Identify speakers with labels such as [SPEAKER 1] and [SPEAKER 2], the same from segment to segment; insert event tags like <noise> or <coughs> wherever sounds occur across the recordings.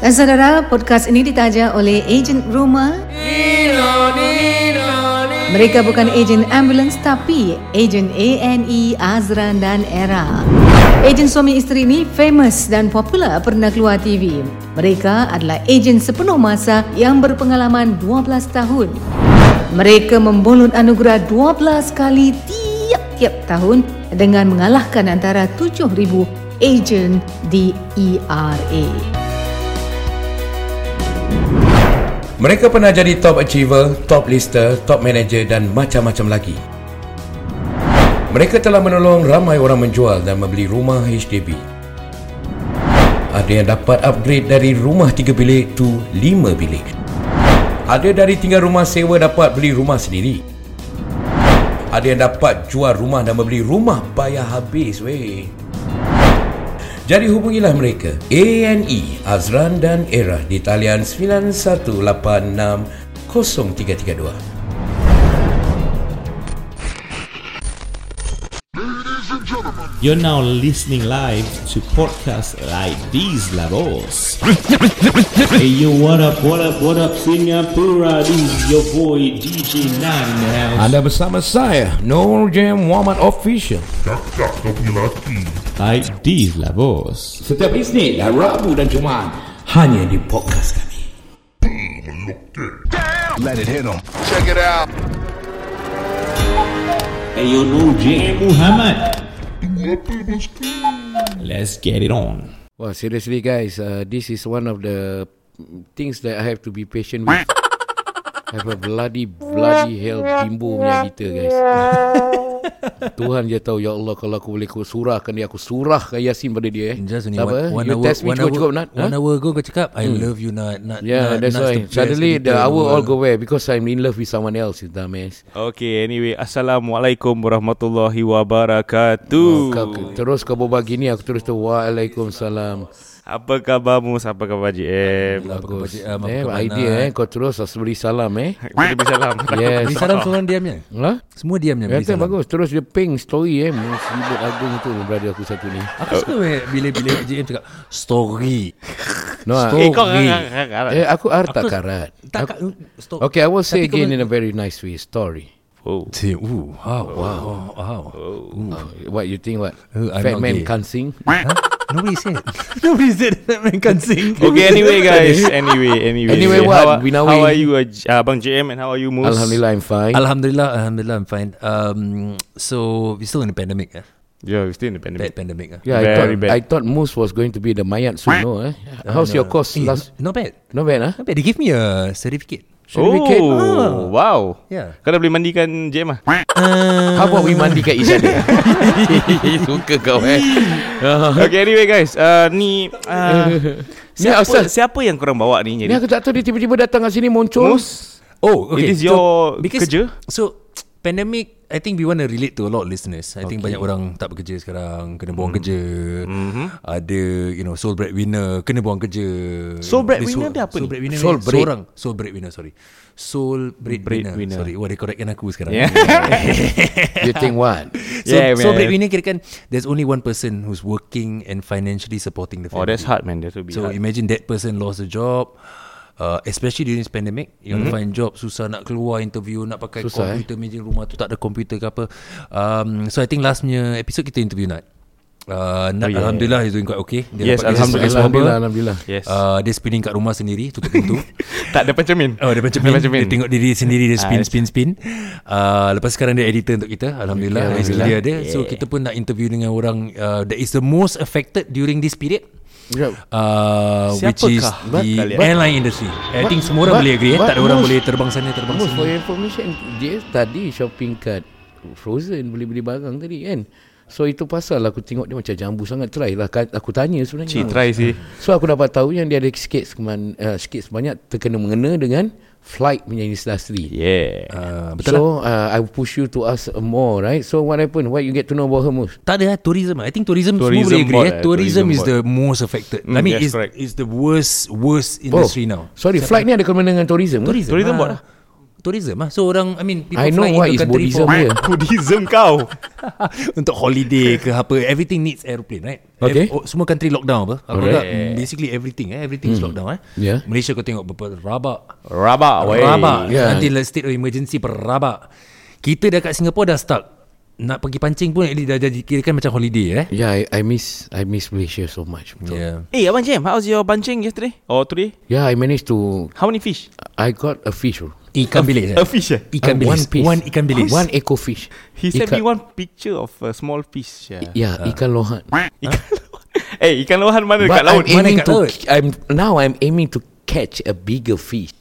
[SPEAKER 1] Dan saudara, podcast ini ditaja oleh ejen rumah. Mereka bukan ejen ambulans tapi ejen ANE, Azran E, dan Era. Ejen suami isteri ini famous dan popular pernah keluar TV. Mereka adalah ejen sepenuh masa yang berpengalaman 12 tahun. Mereka membulut anugerah 12 kali tiap-tiap tahun dengan mengalahkan antara 7,000 ejen di E ERA.
[SPEAKER 2] Mereka pernah jadi top achiever, top lister, top manager dan macam-macam lagi. Mereka telah menolong ramai orang menjual dan membeli rumah HDB. Ada yang dapat upgrade dari rumah 3 bilik to 5 bilik. Ada dari tinggal rumah sewa dapat beli rumah sendiri. Ada yang dapat jual rumah dan membeli rumah bayar habis weh. Jadi hubungilah mereka ANE Azran dan Era di talian 91860332.
[SPEAKER 3] You're now listening live to podcasts like these La Voz. hey yo, what up, what up, what up, Singapura? This is your boy DJ Nine in the house.
[SPEAKER 2] Anda bersama saya Nur Jam Muhammad Official.
[SPEAKER 4] Cakap kau punya laki
[SPEAKER 3] Like these La Voz.
[SPEAKER 2] Setiap Isnin, Rabu dan Jumaat hanya di podcast kami.
[SPEAKER 3] Hey yo, no J Muhammad. Let's get it on.
[SPEAKER 5] Well, seriously, guys, uh, this is one of the things that I have to be patient
[SPEAKER 2] <laughs>
[SPEAKER 5] with. I have a bloody, bloody hell bimbo punya kita,
[SPEAKER 2] <laughs>
[SPEAKER 5] guys. Tuhan je tahu, Ya Allah, kalau aku boleh aku surahkan dia, aku surahkan Yasin pada dia. Eh.
[SPEAKER 6] Just only
[SPEAKER 5] Sabar,
[SPEAKER 6] one, one
[SPEAKER 5] you
[SPEAKER 6] hour,
[SPEAKER 5] test me
[SPEAKER 6] one
[SPEAKER 5] cukup-cukup,
[SPEAKER 6] hour,
[SPEAKER 5] Nat.
[SPEAKER 6] one
[SPEAKER 5] Ha?
[SPEAKER 6] hour ago kau cakap I love you Nat, Nat
[SPEAKER 5] Yeah,
[SPEAKER 6] Nat,
[SPEAKER 5] that's
[SPEAKER 6] Nat's the
[SPEAKER 5] why.
[SPEAKER 6] best
[SPEAKER 5] Suddenly the
[SPEAKER 6] editor in
[SPEAKER 5] hour all
[SPEAKER 6] world.
[SPEAKER 5] go where because I'm in love with someone else, you dumbass.
[SPEAKER 7] Okay, anyway, Assalamualaikum warahmatullahi wabarakatuh.
[SPEAKER 5] Kau terus kau berbual gini, aku terus tu, Waalaikumsalam.
[SPEAKER 7] Apa khabarmu? Apa khabar JM?
[SPEAKER 5] Bagus.
[SPEAKER 6] baca, ah,
[SPEAKER 5] Eh,
[SPEAKER 6] apa
[SPEAKER 5] idea
[SPEAKER 6] kabar,
[SPEAKER 5] eh, kau terus harus beri salam eh.
[SPEAKER 7] Kita salam.
[SPEAKER 5] Yes.
[SPEAKER 6] Beri salam seorang diamnya
[SPEAKER 5] Lah?
[SPEAKER 6] Semua diamnya beri
[SPEAKER 5] Kata
[SPEAKER 6] salam
[SPEAKER 5] bagus Terus dia ping story eh Sibuk agung tu Brother aku satu ni
[SPEAKER 6] Aku suka weh, bila-bila JM cakap Story
[SPEAKER 5] <laughs> No
[SPEAKER 7] Eh,
[SPEAKER 5] story
[SPEAKER 7] <laughs> kau kan?
[SPEAKER 5] Eh aku ar tak karat
[SPEAKER 6] Tak kak Story
[SPEAKER 5] Okay I will say again In a very nice way Story
[SPEAKER 7] Oh,
[SPEAKER 6] Ooh, wow, wow,
[SPEAKER 5] Oh.
[SPEAKER 6] wow.
[SPEAKER 5] What you think what
[SPEAKER 6] Uh, I'm
[SPEAKER 5] Fat
[SPEAKER 6] not
[SPEAKER 5] man
[SPEAKER 6] gay.
[SPEAKER 5] can't sing
[SPEAKER 6] Nobody
[SPEAKER 5] <laughs>
[SPEAKER 6] said. Nobody said that man can <laughs> sing.
[SPEAKER 7] Okay, anyway guys. Anyway, anyway.
[SPEAKER 5] Anyway, what?
[SPEAKER 7] How, are-
[SPEAKER 5] We now
[SPEAKER 7] how
[SPEAKER 5] in.
[SPEAKER 7] are you, uh, J- uh, Abang JM, and how are you, Moose?
[SPEAKER 5] Alhamdulillah I'm fine
[SPEAKER 6] Alhamdulillah, Alhamdulillah, I'm fine. Um, so we're still in the pandemic, eh?
[SPEAKER 7] Yeah, we're still in the
[SPEAKER 6] Bad
[SPEAKER 7] pandemic.
[SPEAKER 6] pandemic, eh?
[SPEAKER 5] Yeah I
[SPEAKER 7] Very
[SPEAKER 5] thought
[SPEAKER 7] bad.
[SPEAKER 5] I thought Moose was going to be The mayat soon no eh How's your course
[SPEAKER 6] Eh,
[SPEAKER 5] last
[SPEAKER 6] not bad,
[SPEAKER 5] Not bad ah
[SPEAKER 6] not bad. They give me a certificate.
[SPEAKER 5] Certificate
[SPEAKER 7] Oh, wow.
[SPEAKER 6] Yeah.
[SPEAKER 7] Kau dah boleh mandikan JM
[SPEAKER 5] <laughs>
[SPEAKER 7] lah?
[SPEAKER 5] How about we mandikan each other <laughs> Suka kau eh
[SPEAKER 7] Okay, anyway guys. Uh, ni...
[SPEAKER 5] <laughs>
[SPEAKER 7] Uh, siapa,
[SPEAKER 5] Asal.
[SPEAKER 7] siapa yang korang bawa ni?
[SPEAKER 5] Ni
[SPEAKER 7] Jadi?
[SPEAKER 5] aku tak tahu Dia tiba-tiba datang kat sini Muncul
[SPEAKER 7] Moose?
[SPEAKER 6] Oh, okay.
[SPEAKER 7] It is your
[SPEAKER 6] because-
[SPEAKER 7] kerja?
[SPEAKER 6] So pandemic, I think we want to relate to a lot of listeners. I think banyak orang tak bekerja sekarang, kena
[SPEAKER 7] Hmm.
[SPEAKER 6] buang kerja.
[SPEAKER 7] Mm-hmm.
[SPEAKER 6] Ada you know sole breadwinner kena buang kerja.
[SPEAKER 7] Sole
[SPEAKER 6] Sole-
[SPEAKER 7] breadwinner dia apa
[SPEAKER 6] sole
[SPEAKER 7] ni?
[SPEAKER 6] Breadwinner
[SPEAKER 5] Sole
[SPEAKER 6] ni
[SPEAKER 5] bread.
[SPEAKER 6] Seorang sole breadwinner sorry. Sole breadwinner.
[SPEAKER 7] Breadwinner.
[SPEAKER 6] Sorry, wah dia correctkan aku sekarang.
[SPEAKER 7] Yeah. <laughs>
[SPEAKER 5] You think what
[SPEAKER 6] So,
[SPEAKER 7] Yeah,
[SPEAKER 6] so
[SPEAKER 7] man.
[SPEAKER 6] breadwinner kira kan there's only one person who's working and financially supporting the
[SPEAKER 7] <laughs> Oh,
[SPEAKER 6] family.
[SPEAKER 7] that's hard, man. That will be
[SPEAKER 6] So
[SPEAKER 7] hard.
[SPEAKER 6] imagine that person lost a job uh, Especially during this pandemic You mm-hmm. want to find job Susah nak keluar interview Nak pakai susah,
[SPEAKER 5] Susah,
[SPEAKER 6] komputer eh? Imagine rumah tu tak ada komputer ke apa um, So I think last punya episode kita interview Nat Uh, Nat, oh, yeah. Alhamdulillah he's doing quite okay
[SPEAKER 7] Yes,
[SPEAKER 6] Dia dapat kerja sebagai
[SPEAKER 7] Alhamdulillah,
[SPEAKER 6] swabber.
[SPEAKER 5] <laughs> Alhamdulillah Alhamdulillah
[SPEAKER 7] Yes.
[SPEAKER 6] uh, Dia spinning kat rumah sendiri <laughs> Tutup pintu
[SPEAKER 7] <laughs> tak depan cermin.
[SPEAKER 6] Oh dia macam Ah,
[SPEAKER 7] Depan cermin.
[SPEAKER 6] Dia tengok diri sendiri Dia spin spin spin uh, Lepas sekarang dia editor untuk kita Alhamdulillah yeah, Dia ada yeah. So kita pun nak interview dengan orang uh, That is the most affected During this period
[SPEAKER 5] Yep.
[SPEAKER 6] Uh, which is
[SPEAKER 7] Siapakah?
[SPEAKER 6] the
[SPEAKER 7] Kalian?
[SPEAKER 6] airline industry. I think semua orang
[SPEAKER 5] but-
[SPEAKER 6] boleh agree. eh?
[SPEAKER 5] but
[SPEAKER 6] Tak ada orang
[SPEAKER 5] most-
[SPEAKER 6] boleh terbang sana terbang
[SPEAKER 5] Mus, for
[SPEAKER 6] sini.
[SPEAKER 5] your information, dia tadi shopping kat Frozen boleh beli barang tadi kan. So itu pasal aku tengok dia macam jambu sangat try lah Ka- aku tanya sebenarnya.
[SPEAKER 7] Cik, try sih.
[SPEAKER 5] So aku dapat tahu yang dia ada sikit seman, uh, sikit sebanyak terkena mengena dengan flight punya industri.
[SPEAKER 7] Yeah.
[SPEAKER 6] Uh, betul lah.
[SPEAKER 5] So uh, I push you to ask more right. So what happened? What you get to know about her Mus?
[SPEAKER 6] Tak ada lah, tourism. I think tourism, semua
[SPEAKER 7] Tourism
[SPEAKER 6] boleh agree.
[SPEAKER 7] board,
[SPEAKER 6] eh.
[SPEAKER 7] eh,
[SPEAKER 6] Tourism,
[SPEAKER 7] tourism
[SPEAKER 6] is
[SPEAKER 7] board.
[SPEAKER 6] the most affected. I
[SPEAKER 7] Mm,
[SPEAKER 6] mean,
[SPEAKER 7] yes,
[SPEAKER 6] is
[SPEAKER 7] correct.
[SPEAKER 6] is the worst worst industry now.
[SPEAKER 5] Sorry, Oh, flight ni ada kena dengan tourism. ke?
[SPEAKER 6] Tourism.
[SPEAKER 7] Tourism
[SPEAKER 6] lah.
[SPEAKER 7] board lah.
[SPEAKER 6] tourism lah. So orang, I mean, people
[SPEAKER 5] I know
[SPEAKER 6] fly
[SPEAKER 5] what
[SPEAKER 6] into
[SPEAKER 5] is
[SPEAKER 6] country
[SPEAKER 5] Buddhism
[SPEAKER 6] for- <laughs>
[SPEAKER 5] here.
[SPEAKER 7] Buddhism kau
[SPEAKER 6] Untuk holiday ke apa Everything needs aeroplane right
[SPEAKER 2] Okay.
[SPEAKER 6] Ev- oh, Semua country lockdown apa Aku
[SPEAKER 5] Alright.
[SPEAKER 6] right. basically everything eh. Everything is lockdown eh.
[SPEAKER 5] Yeah.
[SPEAKER 6] Malaysia kau tengok berapa Rabak
[SPEAKER 7] Rabak wey
[SPEAKER 6] Rabak
[SPEAKER 5] Yeah.
[SPEAKER 6] yeah. Nanti like state of emergency Rabak Kita dah kat Singapore dah stuck Nak pergi pancing pun at least Dah jadi kira kan macam holiday eh
[SPEAKER 5] Yeah, I, I miss I miss Malaysia so much. bro.
[SPEAKER 6] Yeah
[SPEAKER 7] Eh Abang Jam How's your bunching yesterday Or today
[SPEAKER 5] Yeah, I managed to.
[SPEAKER 7] How many fish
[SPEAKER 5] I got a fish. bro.
[SPEAKER 6] Ikan bilis eh?
[SPEAKER 7] A fish eh
[SPEAKER 6] Ikan
[SPEAKER 5] Uh,
[SPEAKER 6] bilis
[SPEAKER 5] One piece.
[SPEAKER 6] One ikan bilis
[SPEAKER 5] One eco fish.
[SPEAKER 7] He sent
[SPEAKER 5] Ikan-
[SPEAKER 7] me one picture Of a small fish yeah.
[SPEAKER 5] Yeah, ikan lohan.
[SPEAKER 7] Ikan <laughs> Eh ikan lohan mana dekat
[SPEAKER 5] But
[SPEAKER 7] laut
[SPEAKER 5] I'm aiming
[SPEAKER 6] kat
[SPEAKER 5] to.
[SPEAKER 6] laut?
[SPEAKER 5] I'm now I'm aiming to catch a bigger fish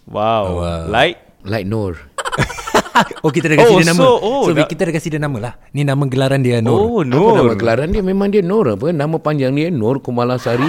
[SPEAKER 6] Oh,
[SPEAKER 7] Wow
[SPEAKER 6] wow.
[SPEAKER 7] Like
[SPEAKER 5] like Nor.
[SPEAKER 6] Oh kita dah kasi
[SPEAKER 7] Oh,
[SPEAKER 6] dia nama
[SPEAKER 7] so- oh,
[SPEAKER 6] So
[SPEAKER 7] dah-
[SPEAKER 6] kita dah kasi dia nama lah Ni nama gelaran dia Nur
[SPEAKER 7] Oh
[SPEAKER 5] Apa nama
[SPEAKER 7] no
[SPEAKER 5] <laughs> gelaran dia? Memang dia Nor apa? Nama panjang dia Nor <laughs> Kumalasari.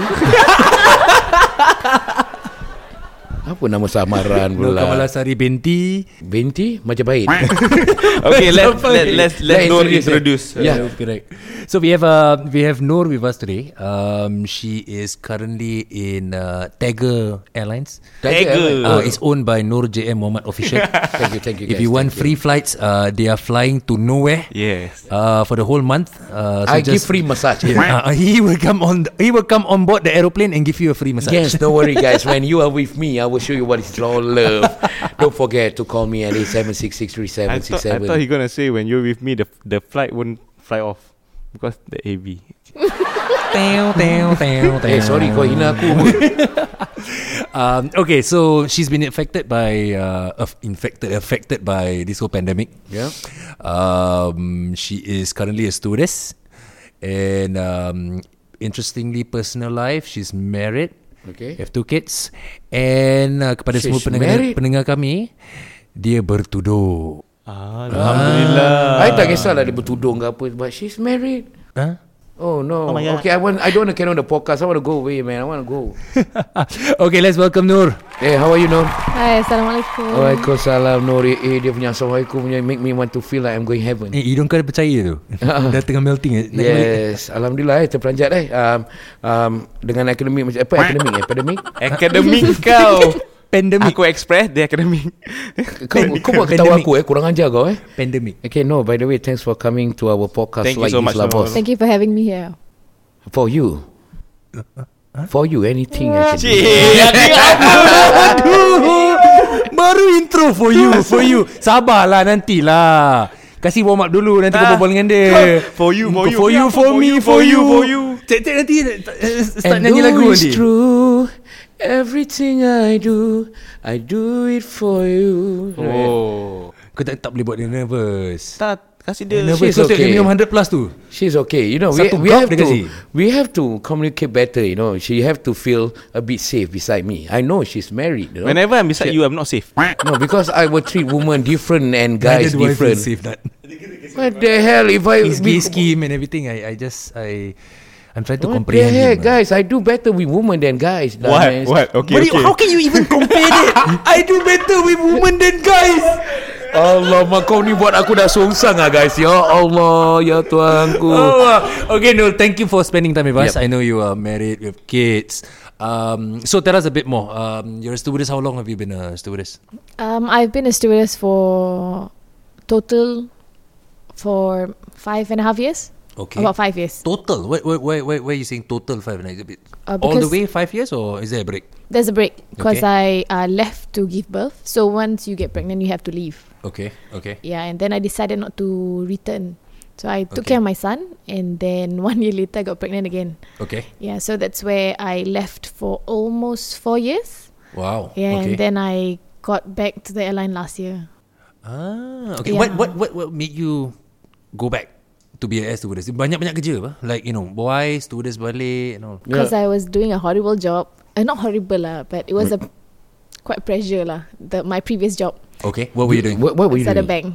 [SPEAKER 5] apa nama samaran
[SPEAKER 6] Nur
[SPEAKER 5] pula?
[SPEAKER 6] Kamalasari Binti
[SPEAKER 5] Binti macam baik.
[SPEAKER 7] <laughs> Okay let, let, let's Let Nur introduce uh,
[SPEAKER 5] Yeah.
[SPEAKER 6] Yeah, correct. So we have uh, we have Noor with us today. Um, she is currently in uh, Tiger Airlines.
[SPEAKER 5] Tiger.
[SPEAKER 6] Uh, it's owned by Noor JM Muhammad
[SPEAKER 7] <laughs>
[SPEAKER 6] Official.
[SPEAKER 5] Thank you, thank you.
[SPEAKER 6] if
[SPEAKER 5] guys,
[SPEAKER 6] you want
[SPEAKER 5] thank
[SPEAKER 6] free flights, uh, they are flying to nowhere.
[SPEAKER 7] Yes
[SPEAKER 6] Uh, for the whole month. Uh, so
[SPEAKER 5] I give
[SPEAKER 6] just,
[SPEAKER 5] free massage.
[SPEAKER 6] <laughs> Uh, he will come on. The, he will come on board the aeroplane and give you a free massage. <laughs>
[SPEAKER 5] Yes, don't worry, guys. When you are with me, I will show you what is all <laughs> love. don't forget to call me at eight seven six six three
[SPEAKER 7] I
[SPEAKER 5] seven six
[SPEAKER 7] thought, I thought he
[SPEAKER 5] seven.
[SPEAKER 7] gonna say When you're with me The the flight won't fly off Because the heavy
[SPEAKER 6] Teow, teow, teow,
[SPEAKER 5] Eh,
[SPEAKER 6] teow.
[SPEAKER 5] sorry, kau hina aku.
[SPEAKER 6] Um, okay, so she's been affected by uh, aff- infected affected by this whole pandemic.
[SPEAKER 5] Yeah.
[SPEAKER 6] Um, she is currently a stewardess, and um, interestingly, personal life she's married.
[SPEAKER 5] Okay.
[SPEAKER 6] Have two kids, and uh, kepada
[SPEAKER 5] She's
[SPEAKER 6] semua pendengar
[SPEAKER 5] married?
[SPEAKER 6] pendengar kami, dia bertudur. Lah.
[SPEAKER 7] Alhamdulillah
[SPEAKER 5] I tak kisahlah dia bertudung ke apa, but she's married.
[SPEAKER 6] Huh?
[SPEAKER 5] Oh no.
[SPEAKER 7] Oh my God.
[SPEAKER 5] okay, I want. I don't want to carry on the podcast. I want to go away, man. I want to go.
[SPEAKER 6] <laughs> okay, let's welcome Nur.
[SPEAKER 5] hey, how are you, Nor?
[SPEAKER 8] Hai, Assalamualaikum.
[SPEAKER 5] Waalaikumsalam, Nori. Eh, dia punya assalamualaikum punya make me want to feel like I'm going heaven.
[SPEAKER 6] Eh, hidung kau dah percaya tu? dah tengah melting. eh? Nak balik.
[SPEAKER 5] Yes, Alhamdulillah eh, terperanjat eh um, um, Dengan akademik macam Apa akademik? eh? Akademik?
[SPEAKER 8] <laughs>
[SPEAKER 7] Academic kau
[SPEAKER 6] Pandemic.
[SPEAKER 7] Aku express Dia academic
[SPEAKER 5] Kau, kau buat ketawa aku eh Kurang ajar kau eh
[SPEAKER 6] Pandemic.
[SPEAKER 5] Okay, no. By the way, thanks for coming to our podcast.
[SPEAKER 7] Thank you
[SPEAKER 5] like
[SPEAKER 7] so
[SPEAKER 5] this
[SPEAKER 7] much,
[SPEAKER 5] lah,
[SPEAKER 7] no
[SPEAKER 5] boss.
[SPEAKER 8] Thank you for having me here.
[SPEAKER 5] For you, for you, anything. I can do.
[SPEAKER 7] <laughs>
[SPEAKER 6] Aduh Baru intro for you For you Sabarlah nantilah Kasih warm up dulu Nanti kau
[SPEAKER 7] Ah.
[SPEAKER 6] berbual dengan dia
[SPEAKER 7] For you, for you.
[SPEAKER 6] For you
[SPEAKER 7] Yeah,
[SPEAKER 6] For
[SPEAKER 7] for
[SPEAKER 6] me
[SPEAKER 7] you,
[SPEAKER 6] For
[SPEAKER 7] for
[SPEAKER 6] you
[SPEAKER 7] you, for you.
[SPEAKER 6] Cek-cek nanti eh, Start
[SPEAKER 5] And
[SPEAKER 6] nyanyi
[SPEAKER 5] though
[SPEAKER 6] lagu
[SPEAKER 5] it's
[SPEAKER 6] nanti
[SPEAKER 5] true, everything I do, I do it for you.
[SPEAKER 7] Oh
[SPEAKER 6] Kau tak, tak boleh buat dia nervous
[SPEAKER 7] Tak Kasih dia
[SPEAKER 6] Nervous
[SPEAKER 5] She's
[SPEAKER 6] Kau okay.
[SPEAKER 5] okay.
[SPEAKER 6] minum 100 plus tu
[SPEAKER 5] She's okay. You know, we,
[SPEAKER 6] Satu
[SPEAKER 5] we
[SPEAKER 6] gulp
[SPEAKER 5] have
[SPEAKER 6] dia
[SPEAKER 5] to
[SPEAKER 6] kasi.
[SPEAKER 5] we have to communicate better. You know, she have to feel a bit safe beside me. I know she's married. You know?
[SPEAKER 7] Whenever I'm beside you I'm not safe
[SPEAKER 5] no, because I will treat women different and guys
[SPEAKER 6] Neither do I feel
[SPEAKER 5] different.
[SPEAKER 6] safe that
[SPEAKER 5] What the hell if I
[SPEAKER 6] His gay
[SPEAKER 5] Eh, we-
[SPEAKER 6] scheme and everything I, I just I I'm trying to
[SPEAKER 5] What the
[SPEAKER 6] comprehend
[SPEAKER 5] heck,
[SPEAKER 6] him lah.
[SPEAKER 5] guys? I do better with women than guys.
[SPEAKER 7] What
[SPEAKER 5] dumbass.
[SPEAKER 7] What Okay
[SPEAKER 6] But you-
[SPEAKER 7] okay
[SPEAKER 6] how can you even compare that? <laughs> I do better with women than guys.
[SPEAKER 5] Allah, kau ni buat aku dah sungsang ah guys. Ya Allah, ya Tuhanku.
[SPEAKER 6] Oh, uh, okay, Noor, thank you for spending time with us. I
[SPEAKER 5] Yep.
[SPEAKER 6] know you are married with kids. Um, so tell us a bit more. Um, you're a stewardess. How long have you been a stewardess?
[SPEAKER 8] Um, I've been a stewardess for total for five and a half years.
[SPEAKER 6] Okay.
[SPEAKER 8] About five years.
[SPEAKER 6] Total. Why, why, why, why, why are you saying total five and a half? Is it bit-
[SPEAKER 8] Uh,
[SPEAKER 6] All the way
[SPEAKER 8] because-
[SPEAKER 6] five years or is there a break?
[SPEAKER 8] There's a break because
[SPEAKER 6] Okay.
[SPEAKER 8] I uh, left to give birth. So once you get pregnant, you have to leave.
[SPEAKER 6] Okay, okay.
[SPEAKER 8] Yeah, and then I decided not to return. So I took
[SPEAKER 6] Okay.
[SPEAKER 8] care of my son, and then <laughs> one year later, I got pregnant again.
[SPEAKER 6] Okay.
[SPEAKER 8] Yeah, so that's where I left for almost four years.
[SPEAKER 6] Wow.
[SPEAKER 8] Yeah,
[SPEAKER 6] okay.
[SPEAKER 8] and then I got back to the airline last year.
[SPEAKER 6] ah, okay.
[SPEAKER 8] Yeah.
[SPEAKER 6] What, what, what, what made you go back to be a air stewardess? Banyak-banyak kerja apa? Like, you know, why stewardess balik and all?
[SPEAKER 8] because I was doing a horrible job. Uh, not horrible lah, but it was a quite pressure lah. The my previous job
[SPEAKER 6] Okay, what were you doing?
[SPEAKER 5] What, what were you
[SPEAKER 8] was at a
[SPEAKER 5] doing?
[SPEAKER 8] bank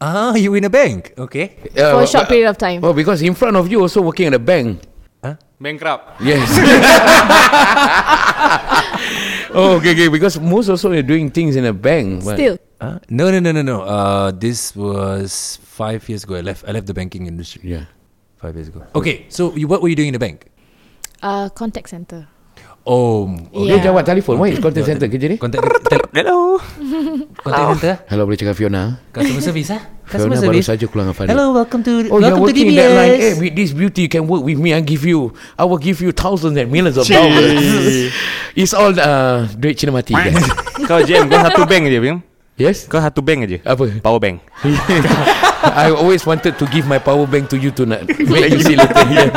[SPEAKER 6] Ah, you in a bank. Okay.
[SPEAKER 5] Uh,
[SPEAKER 8] for
[SPEAKER 5] what-
[SPEAKER 8] a short period of time.
[SPEAKER 5] Oh, because in front of you also working in a bank.
[SPEAKER 7] Bankrupt
[SPEAKER 5] Yes. <laughs> oh, okay, okay. Because most also are doing things in a bank. but-
[SPEAKER 8] Still,
[SPEAKER 6] Huh? Ah. No, no, no, no, no. Uh, this was five years ago. I left. I left the banking industry
[SPEAKER 5] Yeah.
[SPEAKER 6] five years ago. Okay, so you, what were you doing in the bank?
[SPEAKER 8] uh, contact center.
[SPEAKER 6] Oh, okay.
[SPEAKER 5] Dia
[SPEAKER 8] Yeah.
[SPEAKER 5] jawab telefon. Why contact center kerja ni?
[SPEAKER 6] Contact tel-
[SPEAKER 7] Hello.
[SPEAKER 6] contact center ah?
[SPEAKER 5] Hello, boleh cakap Fiona?
[SPEAKER 6] Customer service ah? Customer
[SPEAKER 5] Fiona baru
[SPEAKER 6] service.
[SPEAKER 5] saja pulang dengan Farid.
[SPEAKER 6] Hello, welcome to
[SPEAKER 5] Oh,
[SPEAKER 6] welcome
[SPEAKER 5] you're
[SPEAKER 6] to
[SPEAKER 5] working in that line. Hey,
[SPEAKER 6] DBS.
[SPEAKER 5] with this beauty, you can work with me. I give you, I will give you thousands and millions of dollars. It's all uh, duit Cina <laughs> mati, guys.
[SPEAKER 7] Kau jam kau satu bank je, Bim.
[SPEAKER 5] yes?
[SPEAKER 7] Kau satu bank je.
[SPEAKER 5] Apa? <laughs>
[SPEAKER 7] Power bank.
[SPEAKER 5] I always wanted to give my power bank to you tonight. Make you see later. <laughs> Yeah.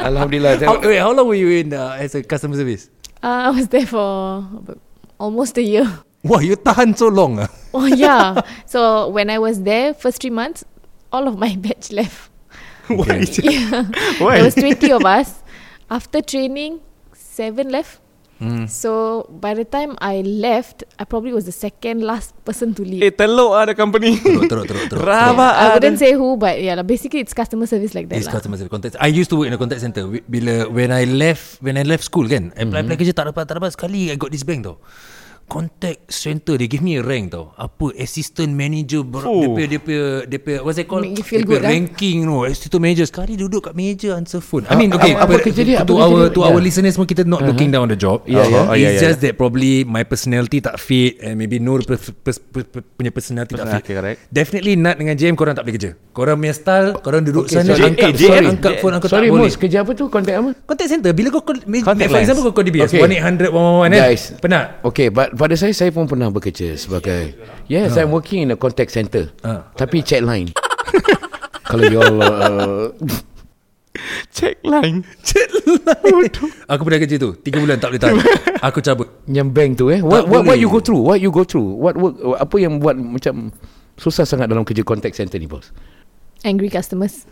[SPEAKER 5] Alhamdulillah.
[SPEAKER 6] How, wait, how long were you in uh, as a customer service?
[SPEAKER 8] Uh, I was there for about almost a year. <laughs>
[SPEAKER 6] Wow, you tahan so long ah.
[SPEAKER 8] Oh yeah. so when I was there, first three months, all of my <laughs>
[SPEAKER 5] <laughs>
[SPEAKER 8] batch left.
[SPEAKER 7] Why?
[SPEAKER 8] Yeah.
[SPEAKER 7] Why?
[SPEAKER 8] <laughs> There was twenty of us. After training, seven left.
[SPEAKER 5] Hmm.
[SPEAKER 8] So by the time I left, I probably was the second last person to leave.
[SPEAKER 7] Eh, teluk ada company.
[SPEAKER 6] Teruk, teruk, teruk, teruk.
[SPEAKER 7] Rabak
[SPEAKER 8] I
[SPEAKER 7] ada.
[SPEAKER 8] wouldn't say who, but yeah, lah, basically it's customer service like
[SPEAKER 6] uh,
[SPEAKER 8] that.
[SPEAKER 6] Yes,
[SPEAKER 8] lah.
[SPEAKER 6] customer service contact. I used to work in a contact center. Wi- Bila when I left when I left school kan, I apply apply kerja tak dapat tak dapat sekali I got this bank tau. Contact center they give me a rank tau. Apa assistant manager ber, oh. dia
[SPEAKER 7] Oh.
[SPEAKER 6] punya dia punya dia punya what's it called?
[SPEAKER 8] Make you feel
[SPEAKER 6] dia punya
[SPEAKER 8] good, ah.
[SPEAKER 6] ranking no. Assistant manager sekali duduk kat meja answer phone. I
[SPEAKER 5] Ah,
[SPEAKER 6] mean okay
[SPEAKER 5] apa- apa
[SPEAKER 6] but
[SPEAKER 5] kerja dia? Apa
[SPEAKER 6] to
[SPEAKER 5] kerja
[SPEAKER 6] our
[SPEAKER 5] dia?
[SPEAKER 6] to our
[SPEAKER 5] Yeah.
[SPEAKER 6] listeners pun kita not looking down on the job. Uh-huh.
[SPEAKER 5] Yeah, yeah.
[SPEAKER 7] Oh, yeah,
[SPEAKER 6] It's
[SPEAKER 7] yeah.
[SPEAKER 6] just that probably my personality tak fit and maybe Nur pers- pers- pers- pers- punya personality, tak
[SPEAKER 7] Personality,
[SPEAKER 6] fit.
[SPEAKER 7] correct.
[SPEAKER 6] Definitely Nat dengan JM korang tak boleh kerja. Korang punya style, korang duduk
[SPEAKER 5] Okay,
[SPEAKER 6] okay, sana
[SPEAKER 5] sorry.
[SPEAKER 6] angkat,
[SPEAKER 7] Eh,
[SPEAKER 6] eh, sorry,
[SPEAKER 7] JM.
[SPEAKER 6] angkat phone aku
[SPEAKER 5] Sorry,
[SPEAKER 6] tak boleh.
[SPEAKER 5] Mus. Kerja apa tu? Contact apa?
[SPEAKER 6] Contact center bila kau call, may-
[SPEAKER 7] Contact
[SPEAKER 6] for
[SPEAKER 7] lines.
[SPEAKER 6] example kau call DBS
[SPEAKER 5] Okay.
[SPEAKER 6] okay. 1-800-111 eh?
[SPEAKER 5] Guys.
[SPEAKER 6] Penat? <laughs>
[SPEAKER 5] Okay, but pada saya, saya pun pernah bekerja sebagai... Yes, I'm working in a contact center.
[SPEAKER 6] Ah.
[SPEAKER 5] Tapi chat line. <laughs> Kalau you all... Uh,
[SPEAKER 7] Check line.
[SPEAKER 6] Aku pernah kerja tu 3 bulan tak boleh <laughs> tahan. aku cabut.
[SPEAKER 5] yang bank tu eh. What,
[SPEAKER 6] Tak
[SPEAKER 5] what, what
[SPEAKER 6] boleh.
[SPEAKER 5] you go through? What you go through? What work, Apa yang buat macam... Susah sangat dalam kerja contact center ni, bos.
[SPEAKER 8] Angry customers.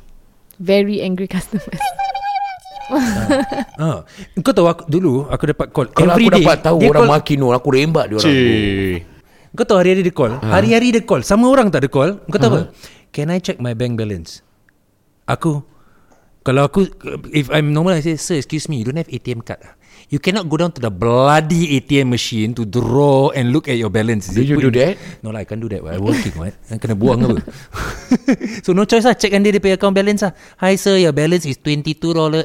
[SPEAKER 8] Very angry <laughs> customers.
[SPEAKER 6] Ha. Kau tahu aku, dulu aku dapat call
[SPEAKER 5] Kalau
[SPEAKER 6] every
[SPEAKER 5] aku
[SPEAKER 6] day.
[SPEAKER 5] dapat tahu
[SPEAKER 6] dia
[SPEAKER 5] orang
[SPEAKER 6] call,
[SPEAKER 5] maki Nur, aku rembak dia orang.
[SPEAKER 7] Cik.
[SPEAKER 6] Kau tahu hari-hari dia
[SPEAKER 5] Ha.
[SPEAKER 6] call. Hari-hari dia call. Sama orang tak ada call. Kau tahu apa? Can I check my bank balance? Aku kalau aku if I'm normal I say sir excuse me you don't have ATM card. You cannot go down to the bloody ATM machine to draw and look at your balance.
[SPEAKER 5] Do you do that?
[SPEAKER 6] No lah, I can't do that. I working,
[SPEAKER 5] <laughs>
[SPEAKER 6] what? I kena buang apa? <laughs> so no choice lah. Check dia dia pay account balance lah. Hi sir, your balance is $22.35.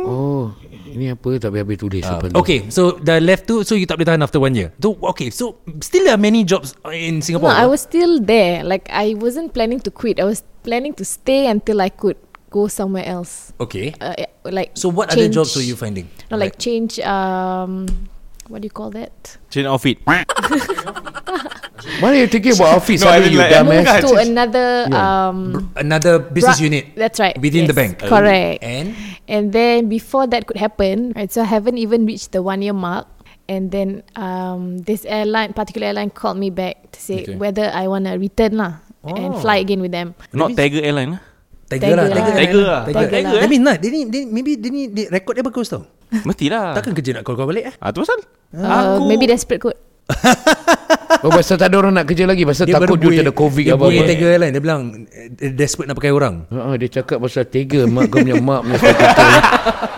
[SPEAKER 5] Oh, ini apa tak habis-habis tulis uh,
[SPEAKER 6] Okay, so the left two, so you tak boleh tahan after one year. So, okay, so still there are many jobs in
[SPEAKER 8] no,
[SPEAKER 6] Singapore.
[SPEAKER 8] I was still there. Like I wasn't planning to quit. I was planning to stay until I could go somewhere else.
[SPEAKER 6] Okay.
[SPEAKER 8] Uh, eh, like
[SPEAKER 6] So what other
[SPEAKER 8] change,
[SPEAKER 6] jobs were you finding?
[SPEAKER 8] No, like change. Um, what do you call that?
[SPEAKER 7] Change outfit.
[SPEAKER 5] What are you thinking about office?
[SPEAKER 7] No,
[SPEAKER 5] No,
[SPEAKER 7] I
[SPEAKER 5] I
[SPEAKER 7] mean
[SPEAKER 5] you
[SPEAKER 7] like-
[SPEAKER 5] dumb
[SPEAKER 8] Move
[SPEAKER 5] ass.
[SPEAKER 8] to another um,
[SPEAKER 6] Like another business
[SPEAKER 8] Bra-
[SPEAKER 6] unit.
[SPEAKER 8] That's right.
[SPEAKER 6] Within the
[SPEAKER 8] yes,
[SPEAKER 6] bank.
[SPEAKER 7] Oh.
[SPEAKER 8] Correct.
[SPEAKER 6] And?
[SPEAKER 8] And then before that could happen, right? So I haven't even reached the one year mark. And then um, this airline, particular airline, called me back to say
[SPEAKER 6] Okay.
[SPEAKER 8] whether I wanna return lah and
[SPEAKER 6] Oh.
[SPEAKER 8] fly again with them.
[SPEAKER 7] Not Tiger Airline lah.
[SPEAKER 6] Tiger lah.
[SPEAKER 8] Tiger lah.
[SPEAKER 7] Tiger lah.
[SPEAKER 6] Tiger.
[SPEAKER 8] Tiger
[SPEAKER 6] Tiger.
[SPEAKER 8] lah.
[SPEAKER 6] That means nah, dia ni, dia, maybe dia ni dia rekod dia bagus tau.
[SPEAKER 5] Ha.
[SPEAKER 7] Mestilah.
[SPEAKER 6] Takkan kerja nak call kau balik eh?
[SPEAKER 7] Ah, tu pasal.
[SPEAKER 8] Uh, maybe desperate kot.
[SPEAKER 5] Oh, pasal tak ada orang nak kerja lagi. Pasal takut
[SPEAKER 6] baru
[SPEAKER 5] due to
[SPEAKER 6] buih-
[SPEAKER 5] the COVID
[SPEAKER 6] Dia
[SPEAKER 5] apa
[SPEAKER 6] boleh
[SPEAKER 5] apa.
[SPEAKER 6] Tiger Airline. Dia bilang eh, dia desperate nak pakai orang.
[SPEAKER 5] Ha, dia cakap pasal tiga mak kau punya mak punya sekretar.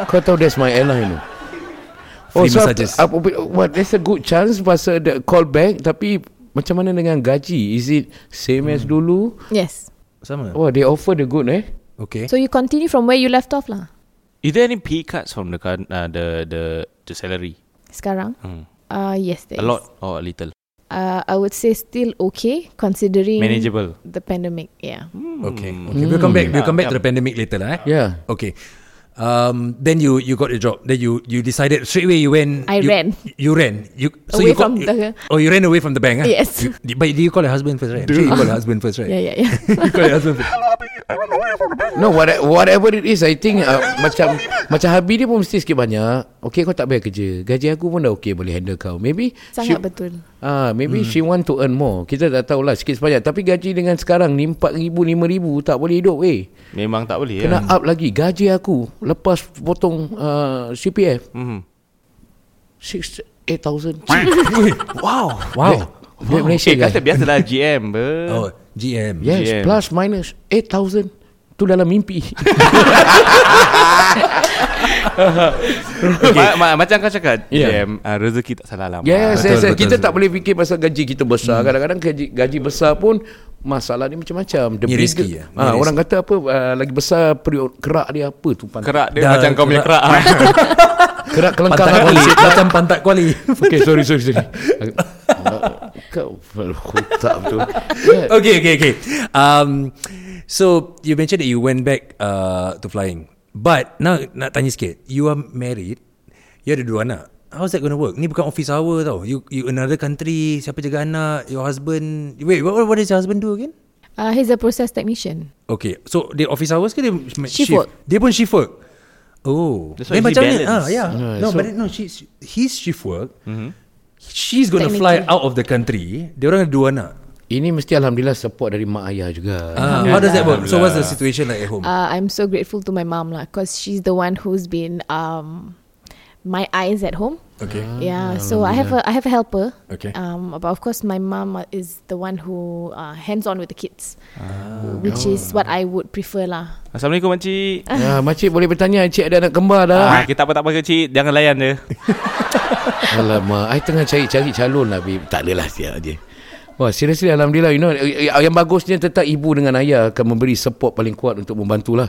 [SPEAKER 5] Kau tahu that's my airline tu. Oh,
[SPEAKER 6] Free
[SPEAKER 5] so after,
[SPEAKER 6] massages.
[SPEAKER 5] apa, what, there's a good chance pasal the call back tapi macam mana dengan gaji? Is it same as
[SPEAKER 6] Hmm.
[SPEAKER 5] dulu?
[SPEAKER 8] Yes.
[SPEAKER 6] Sama.
[SPEAKER 5] Oh, they offer the good eh?
[SPEAKER 6] Okay.
[SPEAKER 8] So you continue from where you left off lah.
[SPEAKER 7] Is there any pay cuts from the current, uh, the the the salary?
[SPEAKER 8] Sekarang.
[SPEAKER 7] Hmm.
[SPEAKER 8] Uh, yes. there
[SPEAKER 7] A
[SPEAKER 8] is.
[SPEAKER 7] lot or a little?
[SPEAKER 8] Uh, I would say still okay considering
[SPEAKER 7] Manageable.
[SPEAKER 8] the pandemic. Yeah.
[SPEAKER 5] Hmm.
[SPEAKER 6] Okay. Okay. We'll come back. We'll come back to the pandemic later lah. Eh?
[SPEAKER 5] Yeah.
[SPEAKER 6] Okay. Um, then you you got a job. Then you you decided straight away. You went.
[SPEAKER 8] I
[SPEAKER 6] you,
[SPEAKER 8] ran.
[SPEAKER 6] You ran. You you
[SPEAKER 8] Away from the-
[SPEAKER 6] Oh, you ran away from the bank. ah? <laughs>
[SPEAKER 8] Yes.
[SPEAKER 6] You, but you call your husband first, right? Sure, you call your husband
[SPEAKER 8] <laughs>
[SPEAKER 6] first, right?
[SPEAKER 8] Yeah, yeah,
[SPEAKER 6] <laughs>
[SPEAKER 8] yeah.
[SPEAKER 6] you call your husband first.
[SPEAKER 5] No, what, whatever it is, I think uh, macam macam Habi dia pun mesti sikit banyak. Okay, kau tak payah kerja. Gaji aku pun dah okay boleh handle kau. Maybe she,
[SPEAKER 8] Sangat betul.
[SPEAKER 5] ah,
[SPEAKER 6] Hmm.
[SPEAKER 5] maybe she want to earn more. Kita tak tahulah sikit sebanyak. Tapi gaji dengan sekarang ni 4000 5000 tak boleh hidup weh.
[SPEAKER 7] Memang tak boleh. eh.
[SPEAKER 5] Kena up lagi gaji aku lepas potong uh, CPF
[SPEAKER 7] Mm-hmm.
[SPEAKER 6] Hmm.
[SPEAKER 5] 6
[SPEAKER 6] <laughs>
[SPEAKER 5] 8000.
[SPEAKER 6] wow. Wow.
[SPEAKER 5] Duit Malaysia
[SPEAKER 7] Eh, kata
[SPEAKER 5] guys.
[SPEAKER 7] biasa lah GM ber.
[SPEAKER 6] Oh, GM.
[SPEAKER 5] Yes,
[SPEAKER 7] GM.
[SPEAKER 5] plus minus 8000. Tu dalam
[SPEAKER 6] <laughs>
[SPEAKER 5] mimpi.
[SPEAKER 7] Okay. Ma- ma- macam kau cakap
[SPEAKER 5] Yeah.
[SPEAKER 7] GM uh, rezeki tak salah lah.
[SPEAKER 6] Betul,
[SPEAKER 5] Yes, yes, yes.
[SPEAKER 6] betul,
[SPEAKER 5] Kita
[SPEAKER 6] betul. Hmm.
[SPEAKER 5] tak boleh fikir pasal gaji kita besar. Kadang-kadang gaji, gaji besar pun masalah ni macam-macam. The
[SPEAKER 6] Ni
[SPEAKER 5] bigger-
[SPEAKER 6] rezeki, ya? Ni
[SPEAKER 5] Ah,
[SPEAKER 6] rezeki.
[SPEAKER 5] orang kata ah, apa uh, lagi besar periuk kerak dia apa tu pantat.
[SPEAKER 7] Kerak dia
[SPEAKER 6] Dah,
[SPEAKER 7] macam kau punya kerak.
[SPEAKER 6] kerak.
[SPEAKER 5] Kerak kelengkang
[SPEAKER 6] Pantat
[SPEAKER 5] lah
[SPEAKER 6] kuali
[SPEAKER 5] konsep
[SPEAKER 6] Macam pantat kuali
[SPEAKER 5] Okay sorry sorry sorry Ah, Kau Tak betul
[SPEAKER 6] <laughs> Okay okay okay um, So you mentioned that you went back uh, To flying But now nak tanya sikit You are married You ada dua anak How's that going to work? Ni bukan office hour tau You you another country Siapa jaga anak Your husband Wait what, what does your husband do again?
[SPEAKER 8] Uh, he's a process technician.
[SPEAKER 6] Okay So dia office hours ke dia
[SPEAKER 8] Shift work.
[SPEAKER 6] Dia pun shift work Oh
[SPEAKER 7] That's
[SPEAKER 6] Eh,
[SPEAKER 7] why he
[SPEAKER 6] macam mana?
[SPEAKER 7] balance.
[SPEAKER 6] Ah, yeah.
[SPEAKER 5] Yeah,
[SPEAKER 6] No
[SPEAKER 5] so-
[SPEAKER 6] but no she, she- His shift work She's gonna fly out of the country Dia orang ada dua anak
[SPEAKER 5] Ini mesti Alhamdulillah support dari mak ayah juga
[SPEAKER 6] Ah, how does that work? So what's the situation like at home?
[SPEAKER 8] Uh, I'm so grateful to my mom because she's the one who's been um, my eyes at home.
[SPEAKER 6] okay.
[SPEAKER 5] Ah,
[SPEAKER 8] yeah, so I have a I have a helper.
[SPEAKER 6] Okay.
[SPEAKER 8] Um, but of course, my mom uh, is the one who uh, hands on with the kids,
[SPEAKER 5] Ah,
[SPEAKER 6] Ah.
[SPEAKER 8] which is what I would prefer lah.
[SPEAKER 7] Assalamualaikum makcik
[SPEAKER 5] ah, Makcik boleh bertanya Encik ada anak kembar dah
[SPEAKER 7] ah, okay, Tak apa tak apa kecil Jangan layan dia
[SPEAKER 5] Alamak I tengah cari-cari calon lah babe. Tak adalah siap je Wah seriously Alhamdulillah You know eh, eh, Yang bagusnya tetap ibu dengan ayah Akan memberi support paling kuat Untuk membantulah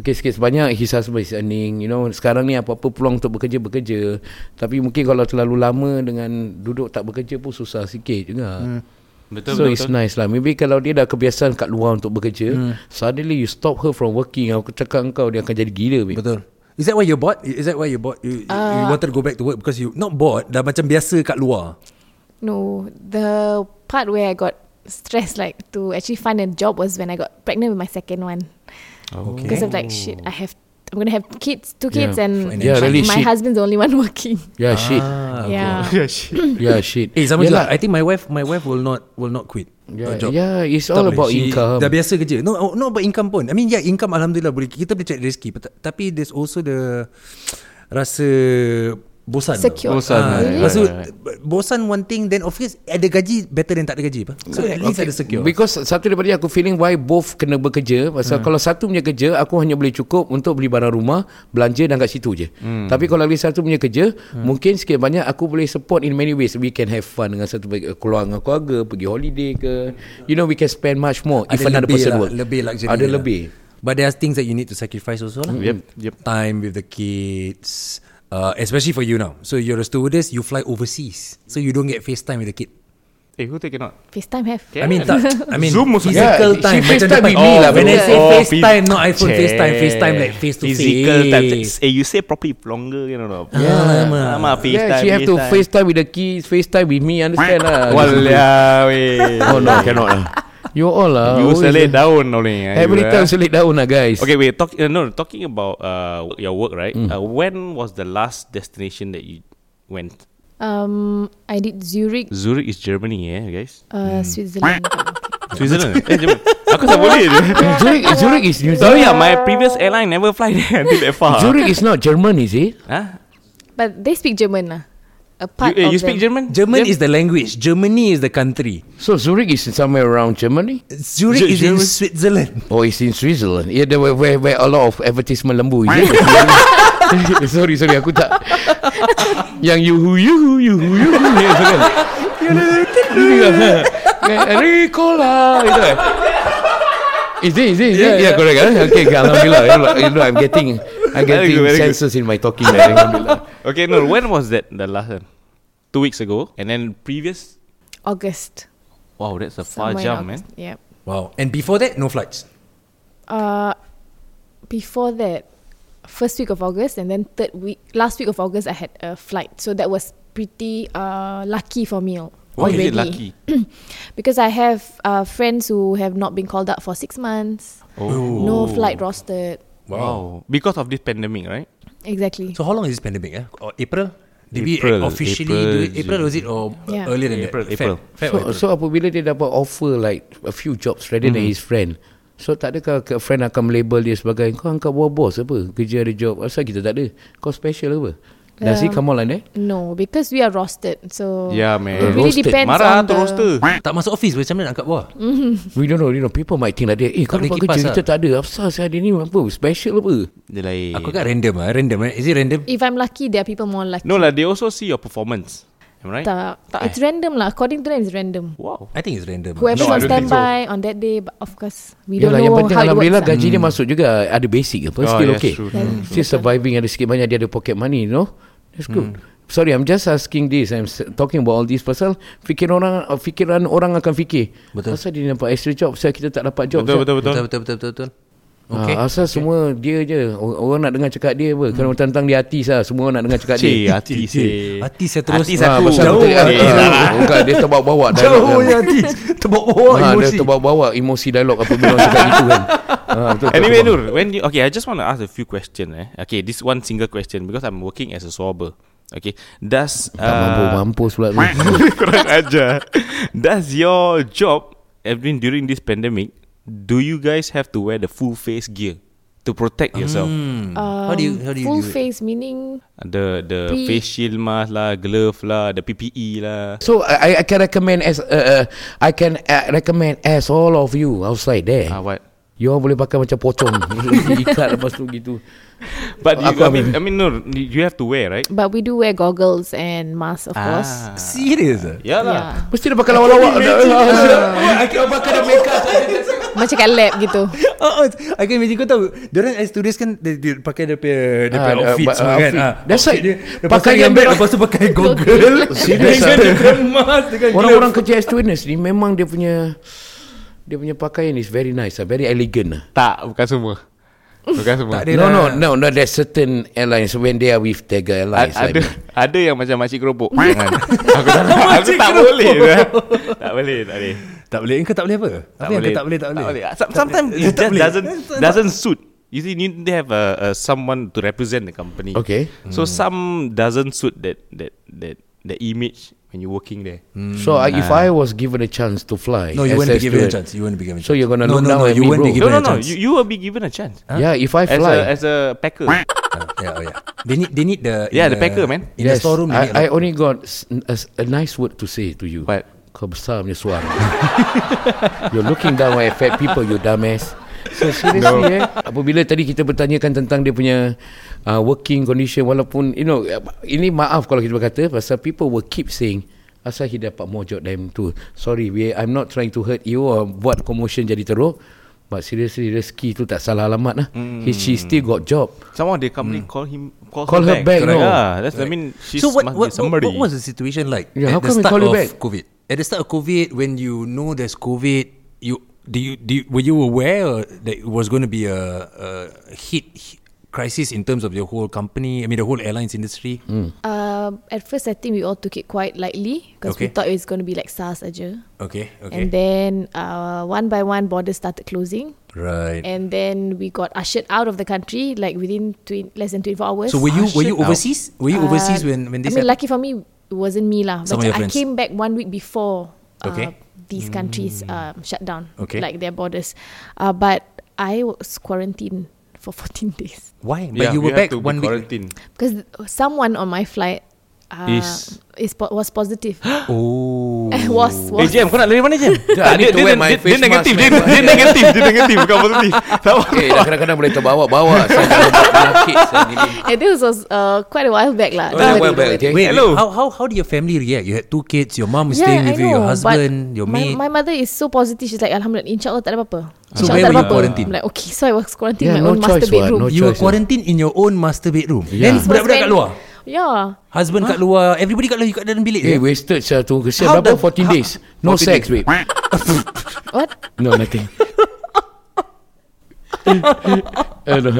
[SPEAKER 5] Okay sikit sebanyak His husband is earning You know Sekarang ni apa-apa peluang Untuk bekerja-bekerja Tapi mungkin kalau terlalu lama Dengan duduk tak bekerja pun Susah sikit juga hmm.
[SPEAKER 7] Betul
[SPEAKER 5] so
[SPEAKER 7] betul,
[SPEAKER 5] it's
[SPEAKER 7] betul.
[SPEAKER 5] nice lah Maybe kalau dia dah kebiasaan Kat luar untuk bekerja
[SPEAKER 6] Hmm.
[SPEAKER 5] Suddenly you stop her from working Aku cakap kau Dia akan jadi gila babe.
[SPEAKER 6] Betul. Is that why you bought? Is that why you bought? You, you
[SPEAKER 5] Uh,
[SPEAKER 6] wanted to go back to work because you not bought. Dah macam biasa kat luar.
[SPEAKER 8] No, the part where I got stressed, like to actually find a job, was when I got pregnant with my second one. Because I'm like, shit, I have, I'm gonna have kids, two kids,
[SPEAKER 5] Yeah,
[SPEAKER 8] and
[SPEAKER 5] Yeah,
[SPEAKER 8] my,
[SPEAKER 5] really
[SPEAKER 8] my
[SPEAKER 5] shit.
[SPEAKER 8] husband's the only one <laughs> working.
[SPEAKER 5] Yeah Ya, shit
[SPEAKER 8] yeah.
[SPEAKER 5] <laughs> Yeah shit
[SPEAKER 6] Ah. Eh sama juga. I
[SPEAKER 5] Yelah,
[SPEAKER 6] think my wife my wife will not will not quit.
[SPEAKER 5] Yeah,
[SPEAKER 6] her job.
[SPEAKER 5] yeah, it's
[SPEAKER 6] Tak
[SPEAKER 5] all
[SPEAKER 6] boleh.
[SPEAKER 5] about
[SPEAKER 6] She
[SPEAKER 5] income.
[SPEAKER 6] Dah biasa kerja. No, oh, no about income pun. I mean, yeah, income alhamdulillah boleh kita boleh cari rezeki. But- Tapi there's also the rasa bosan. tau.
[SPEAKER 8] Secure.
[SPEAKER 7] Bosan,
[SPEAKER 6] Ah,
[SPEAKER 7] right,
[SPEAKER 6] Lepas tu
[SPEAKER 7] right,
[SPEAKER 6] bosan one thing then of course ada gaji better than tak ada gaji apa. So at least ada secure.
[SPEAKER 5] Because satu daripada dia, aku feeling why both kena bekerja pasal hmm. kalau satu punya kerja aku hanya boleh cukup untuk beli barang rumah, belanja dan kat situ je. Hmm. Tapi kalau lagi satu punya kerja, hmm. mungkin sikit banyak aku boleh support in many ways. We can have fun dengan satu keluar dengan keluarga, pergi holiday ke. You know we can spend much more if another
[SPEAKER 6] lebih
[SPEAKER 5] person
[SPEAKER 6] lah,
[SPEAKER 5] work.
[SPEAKER 6] Lebih luxury lah.
[SPEAKER 5] Ada
[SPEAKER 6] Mm,
[SPEAKER 5] lebih.
[SPEAKER 6] But there are things that you need to sacrifice also lah.
[SPEAKER 7] Yep, yep.
[SPEAKER 6] Time with the kids. Uh, especially for you now. So you're a stewardess, you fly overseas. So you don't get FaceTime with the kid.
[SPEAKER 7] Eh who take cannot
[SPEAKER 8] FaceTime have.
[SPEAKER 6] I mean, tak, I mean
[SPEAKER 7] Zoom also
[SPEAKER 6] physical
[SPEAKER 5] Yeah,
[SPEAKER 6] time.
[SPEAKER 5] she
[SPEAKER 6] macam
[SPEAKER 5] FaceTime
[SPEAKER 6] depan-
[SPEAKER 5] with me lah,
[SPEAKER 6] When I
[SPEAKER 5] bro.
[SPEAKER 6] say
[SPEAKER 7] Oh,
[SPEAKER 6] FaceTime,
[SPEAKER 7] fi-
[SPEAKER 6] not iPhone
[SPEAKER 7] Cek.
[SPEAKER 6] FaceTime. FaceTime like face to face.
[SPEAKER 7] Physical time Eh you say properly Longer you know
[SPEAKER 5] Ah. Yeah.
[SPEAKER 7] Lama FaceTime
[SPEAKER 5] yeah, she have to FaceTime with the kids, FaceTime with me, understand
[SPEAKER 6] <laughs>
[SPEAKER 5] lah.
[SPEAKER 7] Walah weh
[SPEAKER 5] Oh no, cannot lah. You all
[SPEAKER 8] Uh,
[SPEAKER 5] lah.
[SPEAKER 7] You
[SPEAKER 8] oh,
[SPEAKER 5] always
[SPEAKER 7] selit
[SPEAKER 5] lah.
[SPEAKER 7] down only eh,
[SPEAKER 5] Every
[SPEAKER 7] you, eh.
[SPEAKER 5] time selit down lah guys.
[SPEAKER 7] Okay, wait. Talk, uh, no, talking about uh, your work, right?
[SPEAKER 8] Hmm.
[SPEAKER 7] Uh, when was the last destination that you went?
[SPEAKER 8] Um, I did Zurich,
[SPEAKER 7] Zurich is Germany, eh, guys.
[SPEAKER 8] uh, Switzerland.
[SPEAKER 7] <laughs> Switzerland. <laughs> eh, Germany. Aku tak boleh.
[SPEAKER 8] <laughs>
[SPEAKER 5] Zurich, Zurich is New
[SPEAKER 7] Sorry,
[SPEAKER 5] Zealand.
[SPEAKER 7] ah, my previous airline never fly there <laughs> until that far.
[SPEAKER 5] Zurich is not German, is it?
[SPEAKER 7] Huh?
[SPEAKER 8] but they speak German lah. A part
[SPEAKER 7] You, eh,
[SPEAKER 8] of
[SPEAKER 7] you speak
[SPEAKER 8] them.
[SPEAKER 7] German?
[SPEAKER 6] German is the language. Germany is the country.
[SPEAKER 5] So Zurich is somewhere around Germany,
[SPEAKER 6] Zurich
[SPEAKER 7] Ge-
[SPEAKER 6] is in
[SPEAKER 7] German-
[SPEAKER 6] Switzerland.
[SPEAKER 5] or it's in Switzerland. Yeah, there where, where, where a lot of advertisement lembu. Is <laughs> it? sorry, sorry, aku tak. Yang yuhu yuhu yuhu yuhu. Ya, kan? Kan, Ricola itu. eh. Is it, is it, is it? Yeah, yeah, correct. Kan? Okay, okay, Alhamdulillah. You know, you know, I'm getting,
[SPEAKER 7] Very
[SPEAKER 5] I'm getting
[SPEAKER 7] good, very good.
[SPEAKER 5] senses in my talking. man. Alhamdulillah.
[SPEAKER 7] <laughs> Okay, no. When was that? The last one? Two weeks ago, and then previous.
[SPEAKER 8] August.
[SPEAKER 7] Wow, that's a far
[SPEAKER 8] somewhere in
[SPEAKER 7] jump, man.
[SPEAKER 8] August. Yeah.
[SPEAKER 6] Wow. And before that, no flights.
[SPEAKER 8] Uh, before that, first week of August, and then third week, last week of August, I had a flight. So that was pretty uh, lucky for me. al-
[SPEAKER 7] Why is it
[SPEAKER 8] already.
[SPEAKER 7] lucky?
[SPEAKER 8] Because I have uh, friends who have not been called up for six months.
[SPEAKER 7] Oh.
[SPEAKER 8] No flight rostered.
[SPEAKER 7] Wow. Because of this pandemic, right?
[SPEAKER 8] Exactly.
[SPEAKER 6] So how long is this pandemic? Eh? Or April? Did
[SPEAKER 7] April,
[SPEAKER 6] we officially
[SPEAKER 7] April,
[SPEAKER 6] do it? April was it or
[SPEAKER 8] Yeah.
[SPEAKER 6] earlier than
[SPEAKER 7] April,
[SPEAKER 6] that?
[SPEAKER 7] April.
[SPEAKER 6] Feb, Feb or
[SPEAKER 5] So, so apabila dia dapat offer like a few jobs rather than his friend. So tak adakah ke- friend akan label dia sebagai kau angkat buah bos apa? Kerja ada job. Asal kita tak ada? Kau special apa? Does he
[SPEAKER 8] Um,
[SPEAKER 5] come on lah, eh? like that?
[SPEAKER 8] No, because we are rostered. So
[SPEAKER 7] Yeah, man.
[SPEAKER 8] It really
[SPEAKER 5] Rostered.
[SPEAKER 8] depends
[SPEAKER 7] Marah
[SPEAKER 8] on the
[SPEAKER 7] tu roster.
[SPEAKER 6] April. Tak masuk office macam mana nak angkat buah?
[SPEAKER 5] We don't know, you know. People might think like that. Eh,
[SPEAKER 6] Tak
[SPEAKER 5] kau
[SPEAKER 6] boleh
[SPEAKER 5] dapat kerja,
[SPEAKER 6] kipas
[SPEAKER 5] kita
[SPEAKER 6] lah.
[SPEAKER 5] tak ada. Asal saya ada ni apa? Special apa?
[SPEAKER 7] Dia lain.
[SPEAKER 6] Aku kat random lah. Random eh. Is it random?
[SPEAKER 8] If I'm lucky, there are people more lucky.
[SPEAKER 7] kan- No lah, they also see your performance. Am I right?
[SPEAKER 6] eh?
[SPEAKER 8] Tak.
[SPEAKER 7] Tak
[SPEAKER 8] It's random lah. According to them, it's random.
[SPEAKER 7] Wow.
[SPEAKER 6] I think it's random. lah.
[SPEAKER 8] Whoever's
[SPEAKER 7] No, I
[SPEAKER 8] on
[SPEAKER 7] don't think
[SPEAKER 8] standby on that day, but of course, we don't
[SPEAKER 5] Yalah,
[SPEAKER 8] know
[SPEAKER 5] yang penting
[SPEAKER 8] how it
[SPEAKER 5] Alhamdulillah
[SPEAKER 8] works. ah. lah.
[SPEAKER 5] gaji Hmm. dia masuk juga. Ada basic apa.
[SPEAKER 7] Oh,
[SPEAKER 5] Still
[SPEAKER 7] Hmm. yes,
[SPEAKER 5] okay.
[SPEAKER 7] true,
[SPEAKER 5] Still surviving ada sikit banyak. Dia ada pocket money, you know. That's good.
[SPEAKER 7] Hmm.
[SPEAKER 5] Sorry, I'm just asking this. I'm s- talking about all this pasal fikir orang uh, fikiran orang akan fikir.
[SPEAKER 6] Betul.
[SPEAKER 5] Asal dia dapat extra job, saya kita tak dapat job.
[SPEAKER 7] Betul
[SPEAKER 5] Asal-
[SPEAKER 7] betul betul.
[SPEAKER 6] Betul betul betul betul. betul.
[SPEAKER 5] Okay. Ha, asal okay. semua dia je Or- Orang nak dengar cakap dia apa Kalau tentang dia hati sah Semua nak dengar cakap
[SPEAKER 7] Cik
[SPEAKER 5] dia
[SPEAKER 7] Hmm. hati cik.
[SPEAKER 6] Hati saya terus
[SPEAKER 7] Hati
[SPEAKER 5] Ha,
[SPEAKER 7] satu.
[SPEAKER 5] pasal
[SPEAKER 7] Jauh.
[SPEAKER 5] betul kan?
[SPEAKER 7] Eh,
[SPEAKER 5] Ha,
[SPEAKER 7] tak
[SPEAKER 5] bukan, Dia
[SPEAKER 7] <laughs>
[SPEAKER 5] terbawa-bawa dialog
[SPEAKER 6] <laughs> Jauh
[SPEAKER 5] kan.
[SPEAKER 6] ya hati Terbawa-bawa
[SPEAKER 5] ha, Dia
[SPEAKER 6] emosi
[SPEAKER 5] terbawa-bawa emosi dialog Apabila orang cakap gitu kan ha, betul, betul,
[SPEAKER 7] Anyway,
[SPEAKER 5] betul.
[SPEAKER 7] Nur, when you, okay, I just want to ask a few questions. Eh. Okay, this one single question because I'm working as a swabber. Okay, does
[SPEAKER 5] Tak mampu
[SPEAKER 7] uh,
[SPEAKER 5] Mampus pula tu
[SPEAKER 7] <laughs> kurang ajar. Does your job, I mean, during this pandemic, do you guys have to wear the full face gear to protect yourself?
[SPEAKER 6] How do you How do you
[SPEAKER 8] Full
[SPEAKER 6] do it?
[SPEAKER 8] face meaning
[SPEAKER 7] The the
[SPEAKER 8] P-
[SPEAKER 7] face shield mask lah, glove lah, the PPE lah.
[SPEAKER 5] So I, I can recommend as uh, uh, I can uh, recommend as all of you outside there.
[SPEAKER 7] Ah, what?
[SPEAKER 5] You all boleh pakai macam pocong <laughs> Ikat lepas tu gitu
[SPEAKER 7] But you, I
[SPEAKER 5] Aku
[SPEAKER 7] mean, I mean, no, you have to wear, right?
[SPEAKER 8] But we do wear goggles and masks
[SPEAKER 6] Ah.
[SPEAKER 8] Of course
[SPEAKER 6] Serious ah?
[SPEAKER 7] Yeah
[SPEAKER 6] <laughs>
[SPEAKER 7] lah.
[SPEAKER 8] Yeah.
[SPEAKER 5] Mesti dia pakai lawak-lawak Aku pakai dah make up
[SPEAKER 8] Macam kat lab gitu
[SPEAKER 6] <laughs> Oh, oh, I can imagine kau tahu Diorang as students kan Dia, dia pakai dia punya Dia
[SPEAKER 5] Ah,
[SPEAKER 6] punya
[SPEAKER 5] dia-
[SPEAKER 6] outfit
[SPEAKER 5] but-
[SPEAKER 6] semua kan
[SPEAKER 5] outfit.
[SPEAKER 6] ah,
[SPEAKER 5] That's
[SPEAKER 6] outfit
[SPEAKER 5] why
[SPEAKER 6] dia, Lepas tu
[SPEAKER 5] pakai
[SPEAKER 6] yang
[SPEAKER 5] yang
[SPEAKER 6] bag
[SPEAKER 5] ber-
[SPEAKER 6] Lepas tu
[SPEAKER 8] <laughs>
[SPEAKER 6] pakai goggle
[SPEAKER 5] Serious
[SPEAKER 6] Dengan <laughs>
[SPEAKER 5] ah.
[SPEAKER 6] dia kan? punya mask Dengan
[SPEAKER 5] Orang-orang kerja as students ni Memang dia punya Dia punya pakaian is very nice ah, Ah. Very elegant lah
[SPEAKER 7] Tak, bukan semua. Bukan semua.
[SPEAKER 6] Tak ada
[SPEAKER 5] No,
[SPEAKER 6] lah.
[SPEAKER 5] no, no, no. There's certain airlines when they are with Tiger Airlines.
[SPEAKER 7] A- ada
[SPEAKER 5] like,
[SPEAKER 7] ada yang macam makcik keropok.
[SPEAKER 6] <laughs>
[SPEAKER 7] Jangan. aku tak aku tak boleh. dah. tak boleh, tak boleh.
[SPEAKER 6] Tak boleh Kau tak boleh apa? Apa yang kau tak boleh Tak boleh
[SPEAKER 7] Some- Sometimes it just doesn't doesn't suit. You see, you need to have a, a someone to represent the company.
[SPEAKER 5] Okay.
[SPEAKER 7] So
[SPEAKER 6] Hmm.
[SPEAKER 7] some doesn't suit that that that the image when you're working there.
[SPEAKER 6] Hmm.
[SPEAKER 5] so I, if I was given a chance to fly,
[SPEAKER 6] No, you
[SPEAKER 5] as
[SPEAKER 6] won't be
[SPEAKER 5] a
[SPEAKER 6] given a
[SPEAKER 5] student-
[SPEAKER 6] chance. You won't be given a chance.
[SPEAKER 5] So you're gonna
[SPEAKER 6] no,
[SPEAKER 5] look
[SPEAKER 6] no,
[SPEAKER 5] down
[SPEAKER 6] no,
[SPEAKER 5] at
[SPEAKER 6] you
[SPEAKER 5] me,
[SPEAKER 6] won't
[SPEAKER 5] bro.
[SPEAKER 6] be
[SPEAKER 7] No,
[SPEAKER 6] given
[SPEAKER 7] no,
[SPEAKER 6] a
[SPEAKER 7] no.
[SPEAKER 6] chance.
[SPEAKER 7] You, you will be given a chance
[SPEAKER 5] Yeah, if I
[SPEAKER 7] as
[SPEAKER 5] fly,
[SPEAKER 7] a as a packer.
[SPEAKER 6] Ah, yeah, oh, yeah. They need, they need the. in
[SPEAKER 7] Yeah, the packer, man.
[SPEAKER 6] In the storeroom, they need. a
[SPEAKER 5] I, I
[SPEAKER 6] lot.
[SPEAKER 5] only got s- a, s- a nice word to say to you.
[SPEAKER 7] What?
[SPEAKER 5] Kau besar punya suara. <laughs> You're looking down at fat people, you dumbass. So seriously no. eh Apabila tadi kita bertanyakan tentang dia punya uh, Working condition Walaupun you know eh, Ini maaf kalau kita berkata Pasal people will keep saying Asal he dapat more job than tu Sorry we, I'm not trying to hurt you Or buat commotion jadi teruk But seriously rezeki tu tak salah alamat lah
[SPEAKER 6] Hmm.
[SPEAKER 5] He, She still got job
[SPEAKER 7] Somehow the company call him call,
[SPEAKER 5] Call her back, no.
[SPEAKER 7] Yeah, Ah, that's I mean she's
[SPEAKER 6] so what,
[SPEAKER 7] must
[SPEAKER 6] what,
[SPEAKER 7] be
[SPEAKER 6] what,
[SPEAKER 7] somebody.
[SPEAKER 6] what was the situation like
[SPEAKER 5] Yeah,
[SPEAKER 6] at
[SPEAKER 5] how
[SPEAKER 6] the
[SPEAKER 5] come we
[SPEAKER 6] start
[SPEAKER 5] call you
[SPEAKER 6] of
[SPEAKER 5] back?
[SPEAKER 6] COVID? At the start of COVID, when you know there's COVID, you do you, do you were you aware or that it was going to be a, a hit, hit crisis in terms of your whole company? I mean, the whole airlines industry.
[SPEAKER 5] Hmm.
[SPEAKER 8] Um, At first I think we all took it quite lightly Because we
[SPEAKER 6] Okay.
[SPEAKER 8] thought it was going to be like SARS aja
[SPEAKER 6] Okay, okay,
[SPEAKER 8] And then uh, One by one borders started closing
[SPEAKER 6] right.
[SPEAKER 8] And then we got ushered out of the country like within twen- less than 24 hours.
[SPEAKER 6] so were you were you
[SPEAKER 7] Ushered out.
[SPEAKER 6] overseas? Were you overseas when when
[SPEAKER 8] Uh,
[SPEAKER 6] this?
[SPEAKER 8] I mean,
[SPEAKER 6] happened?
[SPEAKER 8] lucky for me, it wasn't me lah.
[SPEAKER 6] Some of
[SPEAKER 8] But
[SPEAKER 6] your
[SPEAKER 8] I
[SPEAKER 6] friends.
[SPEAKER 8] came back one week before uh,
[SPEAKER 6] Okay. Mm.
[SPEAKER 8] these countries um, shut down,
[SPEAKER 6] Okay.
[SPEAKER 8] like their borders. Uh, but I was quarantined for <laughs> 14 days
[SPEAKER 6] Why? But
[SPEAKER 7] Yeah,
[SPEAKER 6] you were
[SPEAKER 7] have
[SPEAKER 6] back
[SPEAKER 7] to be
[SPEAKER 6] one week.
[SPEAKER 7] quarantined.
[SPEAKER 8] because someone on my flight uh,
[SPEAKER 7] Is-
[SPEAKER 8] is po- was positive.
[SPEAKER 6] <gasps>
[SPEAKER 8] <laughs>
[SPEAKER 6] Oh.
[SPEAKER 8] was
[SPEAKER 7] Eh
[SPEAKER 8] was.
[SPEAKER 7] Jam kau nak lari mana Jam? Tak,
[SPEAKER 5] need to wear my
[SPEAKER 7] dia, dia
[SPEAKER 5] face
[SPEAKER 7] negatif
[SPEAKER 5] mask,
[SPEAKER 7] dia,
[SPEAKER 5] man.
[SPEAKER 7] dia negatif Dia negatif Bukan positif Sama
[SPEAKER 5] Eh dah kadang-kadang boleh terbawa-bawa Saya kalau buat penyakit saya ni.
[SPEAKER 8] <laughs> And this was uh, quite a while back lah.
[SPEAKER 5] Well,
[SPEAKER 8] Nobody
[SPEAKER 5] well, well,
[SPEAKER 8] knows.
[SPEAKER 5] okay.
[SPEAKER 6] Wait,
[SPEAKER 7] Hello.
[SPEAKER 6] Hello. How, how how did your family react? You had two kids. Your mom is staying with you. Your
[SPEAKER 8] but
[SPEAKER 6] husband, your
[SPEAKER 8] my,
[SPEAKER 6] maid.
[SPEAKER 8] My mother is so positive. She's like, Alhamdulillah, insyaAllah tak ada apa-apa.
[SPEAKER 6] So
[SPEAKER 8] Insya
[SPEAKER 6] where were you
[SPEAKER 8] Allah tak ada apa-apa."
[SPEAKER 6] quarantined?
[SPEAKER 8] I'm like, okay, so I was quarantined
[SPEAKER 5] Yeah,
[SPEAKER 8] in my
[SPEAKER 5] no
[SPEAKER 8] own master
[SPEAKER 5] choice what,
[SPEAKER 8] bedroom.
[SPEAKER 5] no
[SPEAKER 6] you were
[SPEAKER 5] choice, yeah.
[SPEAKER 6] quarantined in your own master bedroom.
[SPEAKER 5] Yeah.
[SPEAKER 6] Then budak-budak kat luar.
[SPEAKER 8] Yeah.
[SPEAKER 6] Husband kat luar. Everybody kat luar. You kat dalam bilik. je.
[SPEAKER 5] Eh wasted saya tu Kesian
[SPEAKER 6] How
[SPEAKER 5] berapa
[SPEAKER 6] the-
[SPEAKER 5] 14
[SPEAKER 6] how-
[SPEAKER 5] days No
[SPEAKER 6] 14
[SPEAKER 5] sex babe
[SPEAKER 8] What?
[SPEAKER 5] No nothing <laughs> Eh, no.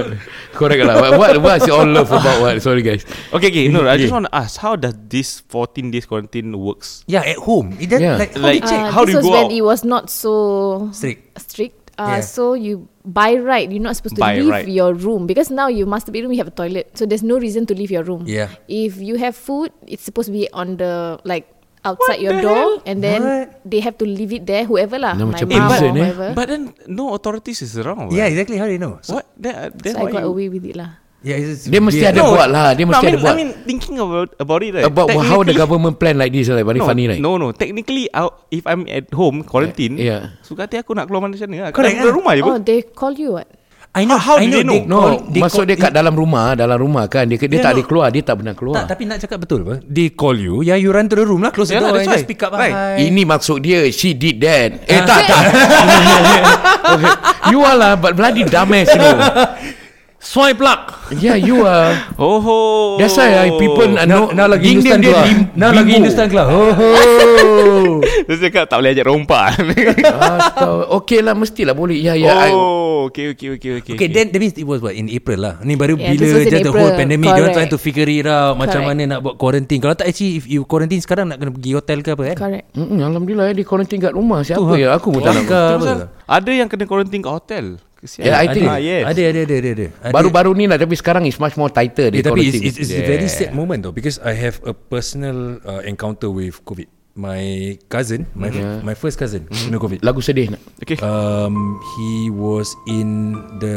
[SPEAKER 5] Correct lah What- What what's all love about what Sorry guys
[SPEAKER 7] <laughs> Okay okay No I just want to ask How does this 14 days quarantine works?
[SPEAKER 6] Yeah, at home. It does,
[SPEAKER 5] Yeah.
[SPEAKER 6] like, how
[SPEAKER 7] Like-
[SPEAKER 6] did check?
[SPEAKER 8] Uh,
[SPEAKER 7] How do
[SPEAKER 8] this
[SPEAKER 7] you
[SPEAKER 8] was
[SPEAKER 7] go
[SPEAKER 8] when
[SPEAKER 7] out?
[SPEAKER 8] it was not so
[SPEAKER 6] Strict.
[SPEAKER 8] strict. Uh,
[SPEAKER 6] Yeah.
[SPEAKER 8] So you by right, you're not supposed to
[SPEAKER 7] By
[SPEAKER 8] leave
[SPEAKER 7] right.
[SPEAKER 8] your room because now your master bedroom you have a toilet, so there's no reason to leave your room.
[SPEAKER 6] Yeah.
[SPEAKER 8] If you have food, it's supposed to be on the like outside your door, and then
[SPEAKER 6] What?
[SPEAKER 8] they have to leave it there. Whoever lah,
[SPEAKER 5] No,
[SPEAKER 8] my
[SPEAKER 5] macam
[SPEAKER 8] mum
[SPEAKER 5] prison,
[SPEAKER 8] or
[SPEAKER 5] eh.
[SPEAKER 8] whoever.
[SPEAKER 7] But then No authorities is around
[SPEAKER 6] Yeah,
[SPEAKER 7] right?
[SPEAKER 6] exactly. How do you know? So,
[SPEAKER 7] What? That, that's
[SPEAKER 8] so I
[SPEAKER 7] why
[SPEAKER 8] got
[SPEAKER 7] you-
[SPEAKER 8] away with it lah.
[SPEAKER 6] Yeah, it's, it's
[SPEAKER 5] Dia mesti
[SPEAKER 6] weird.
[SPEAKER 5] ada buat lah Dia
[SPEAKER 7] No, I
[SPEAKER 5] mesti ada
[SPEAKER 7] mean,
[SPEAKER 5] buat
[SPEAKER 7] I mean thinking about about it right,
[SPEAKER 5] About how the
[SPEAKER 7] technically-
[SPEAKER 5] government plan like this Like very
[SPEAKER 7] no,
[SPEAKER 5] funny right
[SPEAKER 7] No no Technically I, If I'm at home Quarantine
[SPEAKER 5] Yeah.
[SPEAKER 7] Suka hati aku nak keluar mana sana lah.
[SPEAKER 6] Correct,
[SPEAKER 7] Kat dalam
[SPEAKER 6] eh?
[SPEAKER 7] rumah je
[SPEAKER 8] Oh,
[SPEAKER 7] oh,
[SPEAKER 8] they call you what?
[SPEAKER 6] I know.
[SPEAKER 7] How- how
[SPEAKER 6] I
[SPEAKER 7] do
[SPEAKER 6] know.
[SPEAKER 7] they know?
[SPEAKER 5] No
[SPEAKER 6] call- they
[SPEAKER 5] Maksud
[SPEAKER 6] call-
[SPEAKER 5] dia kat dalam rumah Dalam rumah kan Dia, dia
[SPEAKER 6] Yeah,
[SPEAKER 5] tak
[SPEAKER 6] no.
[SPEAKER 5] ada keluar Dia tak pernah keluar
[SPEAKER 6] Tak, tapi nak cakap betul apa? They call you. Yeah, you run to the room lah. Close the
[SPEAKER 7] Yeah,
[SPEAKER 6] door
[SPEAKER 7] that's
[SPEAKER 6] and
[SPEAKER 7] why.
[SPEAKER 6] just pick up.
[SPEAKER 7] Right.
[SPEAKER 6] Hi.
[SPEAKER 5] Ini maksud dia She did that
[SPEAKER 6] Ah.
[SPEAKER 5] Eh
[SPEAKER 6] <laughs>
[SPEAKER 5] <laughs> tak tak okay. You are lah But bloody dumbass you know
[SPEAKER 6] Swipe plug.
[SPEAKER 5] Yeah, you are.
[SPEAKER 7] Oh ho.
[SPEAKER 5] That's why I people
[SPEAKER 6] Now, Oh. now,
[SPEAKER 5] uh, know-
[SPEAKER 6] now lagi
[SPEAKER 5] ding
[SPEAKER 6] Hindustan
[SPEAKER 5] ding dia
[SPEAKER 6] Club.
[SPEAKER 5] lim,
[SPEAKER 6] Now lagi Oh,
[SPEAKER 5] limbo.
[SPEAKER 6] Hindustan Club. Ho ho.
[SPEAKER 7] Dia cakap tak boleh ajak rompak.
[SPEAKER 5] Astaga. Okey lah, mestilah boleh. Ya, ya. I,
[SPEAKER 7] oh, okay, okay, okay, okay.
[SPEAKER 6] Okay, then that means it was what in April lah. Ni baru
[SPEAKER 8] Yeah,
[SPEAKER 6] yeah,
[SPEAKER 8] this
[SPEAKER 6] bila
[SPEAKER 8] was in
[SPEAKER 6] just the whole
[SPEAKER 8] April.
[SPEAKER 6] pandemic, they were
[SPEAKER 8] Correct.
[SPEAKER 6] trying to figure it out macam
[SPEAKER 8] Correct.
[SPEAKER 6] mana nak buat quarantine. Kalau tak actually if you quarantine sekarang nak kena pergi hotel ke apa kan?
[SPEAKER 8] Correct.
[SPEAKER 5] Mm, Alhamdulillah, eh, dia quarantine kat rumah. Siapa
[SPEAKER 6] Tu, ha.
[SPEAKER 5] ya? Aku pun tak nak.
[SPEAKER 6] Kelakar apa.
[SPEAKER 7] Ada yang kena quarantine kat hotel. Kesian.
[SPEAKER 5] Yeah, I think-
[SPEAKER 7] Ah, yes.
[SPEAKER 6] Ada ada ada ada. ada. Ada.
[SPEAKER 5] Baru-baru ni lah, tapi sekarang is much more tighter.
[SPEAKER 6] Yeah,
[SPEAKER 5] dia
[SPEAKER 6] Eh, tapi it's,
[SPEAKER 5] quarantine.
[SPEAKER 6] it's, it's a very sad moment though because I have a personal uh, encounter with COVID. My cousin, my
[SPEAKER 5] Mm-hmm.
[SPEAKER 6] yeah. my first cousin, kena COVID.
[SPEAKER 5] Lagu sedih nak.
[SPEAKER 7] Okay.
[SPEAKER 6] Um, he was in the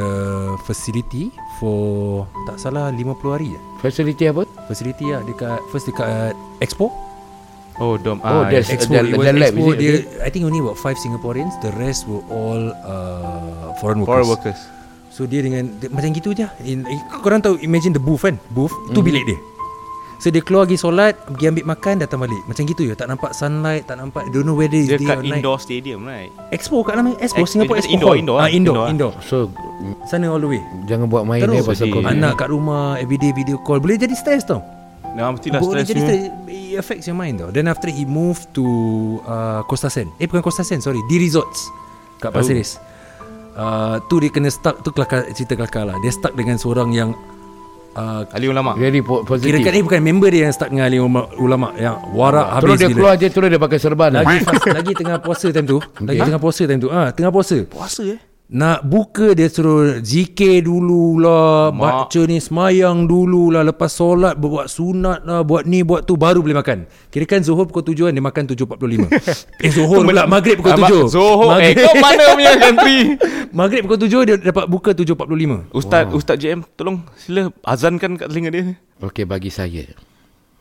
[SPEAKER 6] facility for tak salah 50 hari. Ya?
[SPEAKER 5] Facility apa?
[SPEAKER 6] Facility lah dekat first dekat uh, Expo.
[SPEAKER 7] Oh, Dom.
[SPEAKER 5] Oh,
[SPEAKER 7] ah,
[SPEAKER 5] there's-
[SPEAKER 7] yes.
[SPEAKER 5] Ex-
[SPEAKER 6] Expo,
[SPEAKER 5] the-
[SPEAKER 6] it was
[SPEAKER 5] the lab,
[SPEAKER 6] Expo.
[SPEAKER 5] is it?
[SPEAKER 6] Dia, I think only about five Singaporeans. The rest were all uh, foreign workers.
[SPEAKER 7] foreign workers.
[SPEAKER 6] So dia dengan dia, Macam gitu je In, eh, Korang tahu Imagine the booth kan Booth Itu mm-hmm. bilik dia So dia keluar pergi solat Pergi ambil makan Datang balik Macam gitu je Tak nampak sunlight Tak nampak Don't know whether it's
[SPEAKER 7] Dia
[SPEAKER 6] day or
[SPEAKER 7] kat
[SPEAKER 6] night
[SPEAKER 7] indoor stadium, right?
[SPEAKER 6] Expo kat nama Expo
[SPEAKER 7] Ex-
[SPEAKER 6] Singapore
[SPEAKER 7] it's
[SPEAKER 6] Expo
[SPEAKER 7] indoor,
[SPEAKER 6] Hall
[SPEAKER 7] indoor,
[SPEAKER 6] ah, Indoor indoor.
[SPEAKER 7] indoor.
[SPEAKER 5] So,
[SPEAKER 6] Sana all the way
[SPEAKER 5] jangan buat main
[SPEAKER 6] Terus
[SPEAKER 5] eh pasal
[SPEAKER 7] Jadi,
[SPEAKER 5] COVID.
[SPEAKER 6] Anak kat rumah Everyday video call Boleh jadi stress tau
[SPEAKER 7] Nah, mestilah
[SPEAKER 6] Boleh
[SPEAKER 7] stress
[SPEAKER 6] jadi
[SPEAKER 7] ni.
[SPEAKER 6] stress It affects your mind tau Then after he moved to uh, Costa Sand Eh bukan Costa Sand Sorry Di Resorts Kat
[SPEAKER 5] Oh.
[SPEAKER 6] Pasir Ris uh, Tu dia kena stuck Tu kelakar, cerita kelakar lah Dia stuck dengan seorang yang uh,
[SPEAKER 7] Ali ulama.
[SPEAKER 5] Very po-
[SPEAKER 6] Kira
[SPEAKER 5] positive.
[SPEAKER 6] kan eh bukan member dia yang start dengan alim ulama, ulama yang warak habis
[SPEAKER 5] Terus dia
[SPEAKER 6] gila.
[SPEAKER 5] keluar je, terus dia pakai serban. lah.
[SPEAKER 6] Lagi fast, lagi tengah puasa time tu. Lagi tengah puasa time tu. Ah, tengah puasa.
[SPEAKER 7] Puasa eh.
[SPEAKER 6] Nak buka dia suruh zikir dulu lah,
[SPEAKER 7] Mak.
[SPEAKER 6] baca ni semayang dulu lah, lepas solat buat sunat lah, buat ni buat tu baru boleh makan. Kira kan Zuhur pukul 7 kan dia makan
[SPEAKER 7] <laughs>
[SPEAKER 6] 7.45. eh Zuhur pula maghrib pukul 7.
[SPEAKER 7] Zohor. Ah, Eh, kau mana punya country?
[SPEAKER 6] <laughs> maghrib pukul 7 dia dapat buka 7.45.
[SPEAKER 7] Ustaz, Ustaz JM, tolong sila azankan kat telinga dia.
[SPEAKER 5] Okey, bagi saya.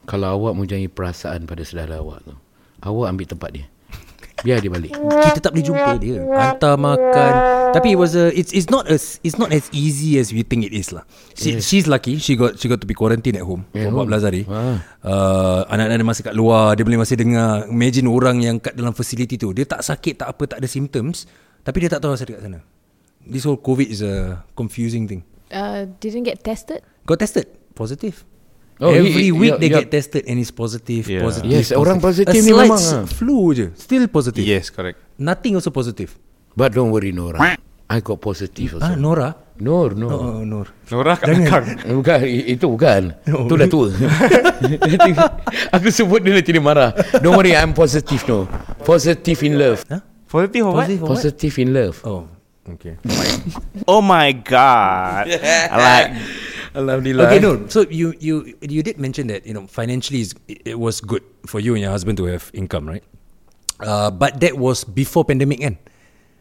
[SPEAKER 5] Kalau awak mempunyai perasaan pada saudara awak tu, awak ambil tempat dia. Biar dia balik.
[SPEAKER 6] kita tak boleh jumpa dia hantar makan tapi it was a it's it's not as it's not as easy as we think it is lah she, yes. she's lucky she got she got to be quarantined at home yeah, for 14 hari uh, anak-anak dia masih kat luar dia boleh masih dengar imagine orang yang kat dalam facility tu dia tak sakit tak apa tak ada symptoms tapi dia tak tahu asal dia kat sana this whole covid is a confusing thing
[SPEAKER 8] Uh, didn't get tested.
[SPEAKER 6] got tested positive
[SPEAKER 5] Oh,
[SPEAKER 6] Oh, Every
[SPEAKER 5] you- you-
[SPEAKER 6] week
[SPEAKER 5] you-
[SPEAKER 6] they
[SPEAKER 5] you-
[SPEAKER 6] get tested and it's positive,
[SPEAKER 7] Yeah.
[SPEAKER 6] positive.
[SPEAKER 5] Yes, orang
[SPEAKER 6] A
[SPEAKER 5] positif ni
[SPEAKER 6] slight
[SPEAKER 5] memang,
[SPEAKER 6] s-
[SPEAKER 5] ah.
[SPEAKER 6] flu je, still positive.
[SPEAKER 7] correct.
[SPEAKER 6] Nothing also positive.
[SPEAKER 5] But don't worry, Nora. I got positive
[SPEAKER 6] Ah,
[SPEAKER 5] also.
[SPEAKER 6] Nora.
[SPEAKER 5] No, no.
[SPEAKER 6] Oh, Nur.
[SPEAKER 7] Nora kat belakang.
[SPEAKER 5] Bukan, i- itu bukan. Itu dah tua. <laughs> Aku sebut dia nanti dia marah. Don't worry, I'm positive, no. Positive in love.
[SPEAKER 7] Positive or what?
[SPEAKER 6] Positive or what?
[SPEAKER 5] Positive in love.
[SPEAKER 6] Oh, okay.
[SPEAKER 7] Oh my
[SPEAKER 6] <laughs>
[SPEAKER 7] god. I like
[SPEAKER 5] Alhamdulillah.
[SPEAKER 6] Okay, no. So you you you did mention that you know financially is, it it was good for you and your husband to have income, right? Uh, but that was before pandemic, kan?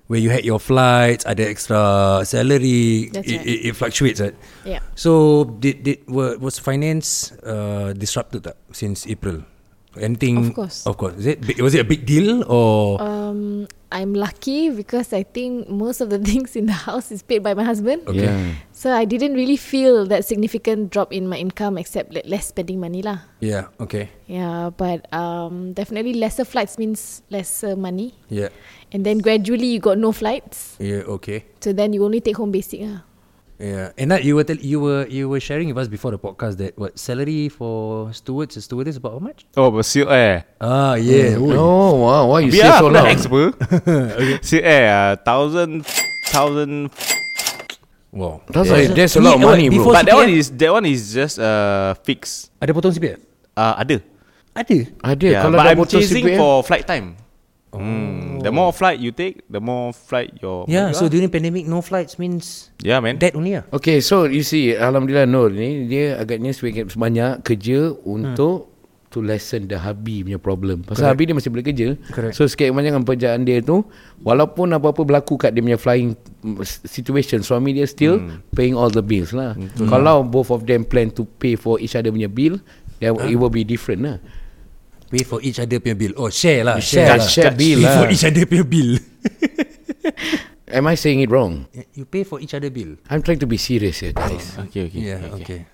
[SPEAKER 6] Where you had your flights, other extra salary,
[SPEAKER 8] That's
[SPEAKER 6] it,
[SPEAKER 8] right.
[SPEAKER 6] it, it fluctuates, right?
[SPEAKER 8] Yeah.
[SPEAKER 6] So did did were, was finance uh, disrupted tak since April? Anything?
[SPEAKER 8] Of course.
[SPEAKER 6] Of course. Is it big- was it a big deal or
[SPEAKER 8] Um, I'm lucky because I think most of the <laughs> things in the house is paid by my husband.
[SPEAKER 6] okay?
[SPEAKER 5] Yeah.
[SPEAKER 8] So I didn't really feel that significant drop in my income except le- less spending money lah.
[SPEAKER 6] Yeah. Okay.
[SPEAKER 8] Yeah, but um, definitely lesser flights means lesser money.
[SPEAKER 6] Yeah.
[SPEAKER 8] And then gradually you got no flights.
[SPEAKER 6] Yeah. Okay.
[SPEAKER 8] So then you only take home basic lah.
[SPEAKER 6] Yeah, and that you were tell, you were you were sharing with us before the podcast that what salary for stewards and stewardess about how much?
[SPEAKER 7] Oh, but Seal Air.
[SPEAKER 6] Ah yeah,
[SPEAKER 5] No, wow, why you say
[SPEAKER 7] Biar aku
[SPEAKER 5] so
[SPEAKER 7] dah <laughs>
[SPEAKER 5] loud?
[SPEAKER 7] expert.
[SPEAKER 6] eh,
[SPEAKER 7] Seal Air, uh, thousand, thousand.
[SPEAKER 6] wow.
[SPEAKER 5] That's like, there's a lot of
[SPEAKER 6] Yeah, uh,
[SPEAKER 5] money,
[SPEAKER 6] before-
[SPEAKER 5] bro.
[SPEAKER 7] But that one
[SPEAKER 6] CPF?
[SPEAKER 7] is that one is just uh, fixed.
[SPEAKER 6] Ada potong eh? Oh CPF?
[SPEAKER 7] Uh, ada.
[SPEAKER 6] Ada.
[SPEAKER 5] Ada,
[SPEAKER 7] Yeah,
[SPEAKER 5] kalau
[SPEAKER 7] but
[SPEAKER 5] dah
[SPEAKER 7] I'm
[SPEAKER 5] motor
[SPEAKER 7] chasing
[SPEAKER 5] CPF.
[SPEAKER 6] eh.
[SPEAKER 7] for flight time.
[SPEAKER 6] Oh.
[SPEAKER 7] Hmm. The more flight you take, the more flight your
[SPEAKER 6] Yeah, so during pandemic no flights means
[SPEAKER 7] yeah man.
[SPEAKER 6] that only ah.
[SPEAKER 5] Okay, so you see, Alhamdulillah Nur ni, dia agaknya sedikit sebanyak kerja untuk to lessen the Habi punya problem. Pasal Habi dia masih boleh kerja.
[SPEAKER 6] Correct.
[SPEAKER 5] So, sikit kebanyakan pekerjaan dia tu, walaupun apa-apa berlaku kat dia punya flying mm, s- situation, suami dia still paying all the bills lah. Kalau both of them plan to pay for each other punya bill, then it will be different lah.
[SPEAKER 6] Pay for each other punya bill. Oh share lah, lah.
[SPEAKER 5] Share, share bill
[SPEAKER 6] Pay for
[SPEAKER 5] lah.
[SPEAKER 6] each other punya bill.
[SPEAKER 5] Am I saying it wrong?
[SPEAKER 6] you pay for each other bill.
[SPEAKER 5] I'm trying to be serious here, guys.
[SPEAKER 7] okay, okay.
[SPEAKER 6] Yeah, okay.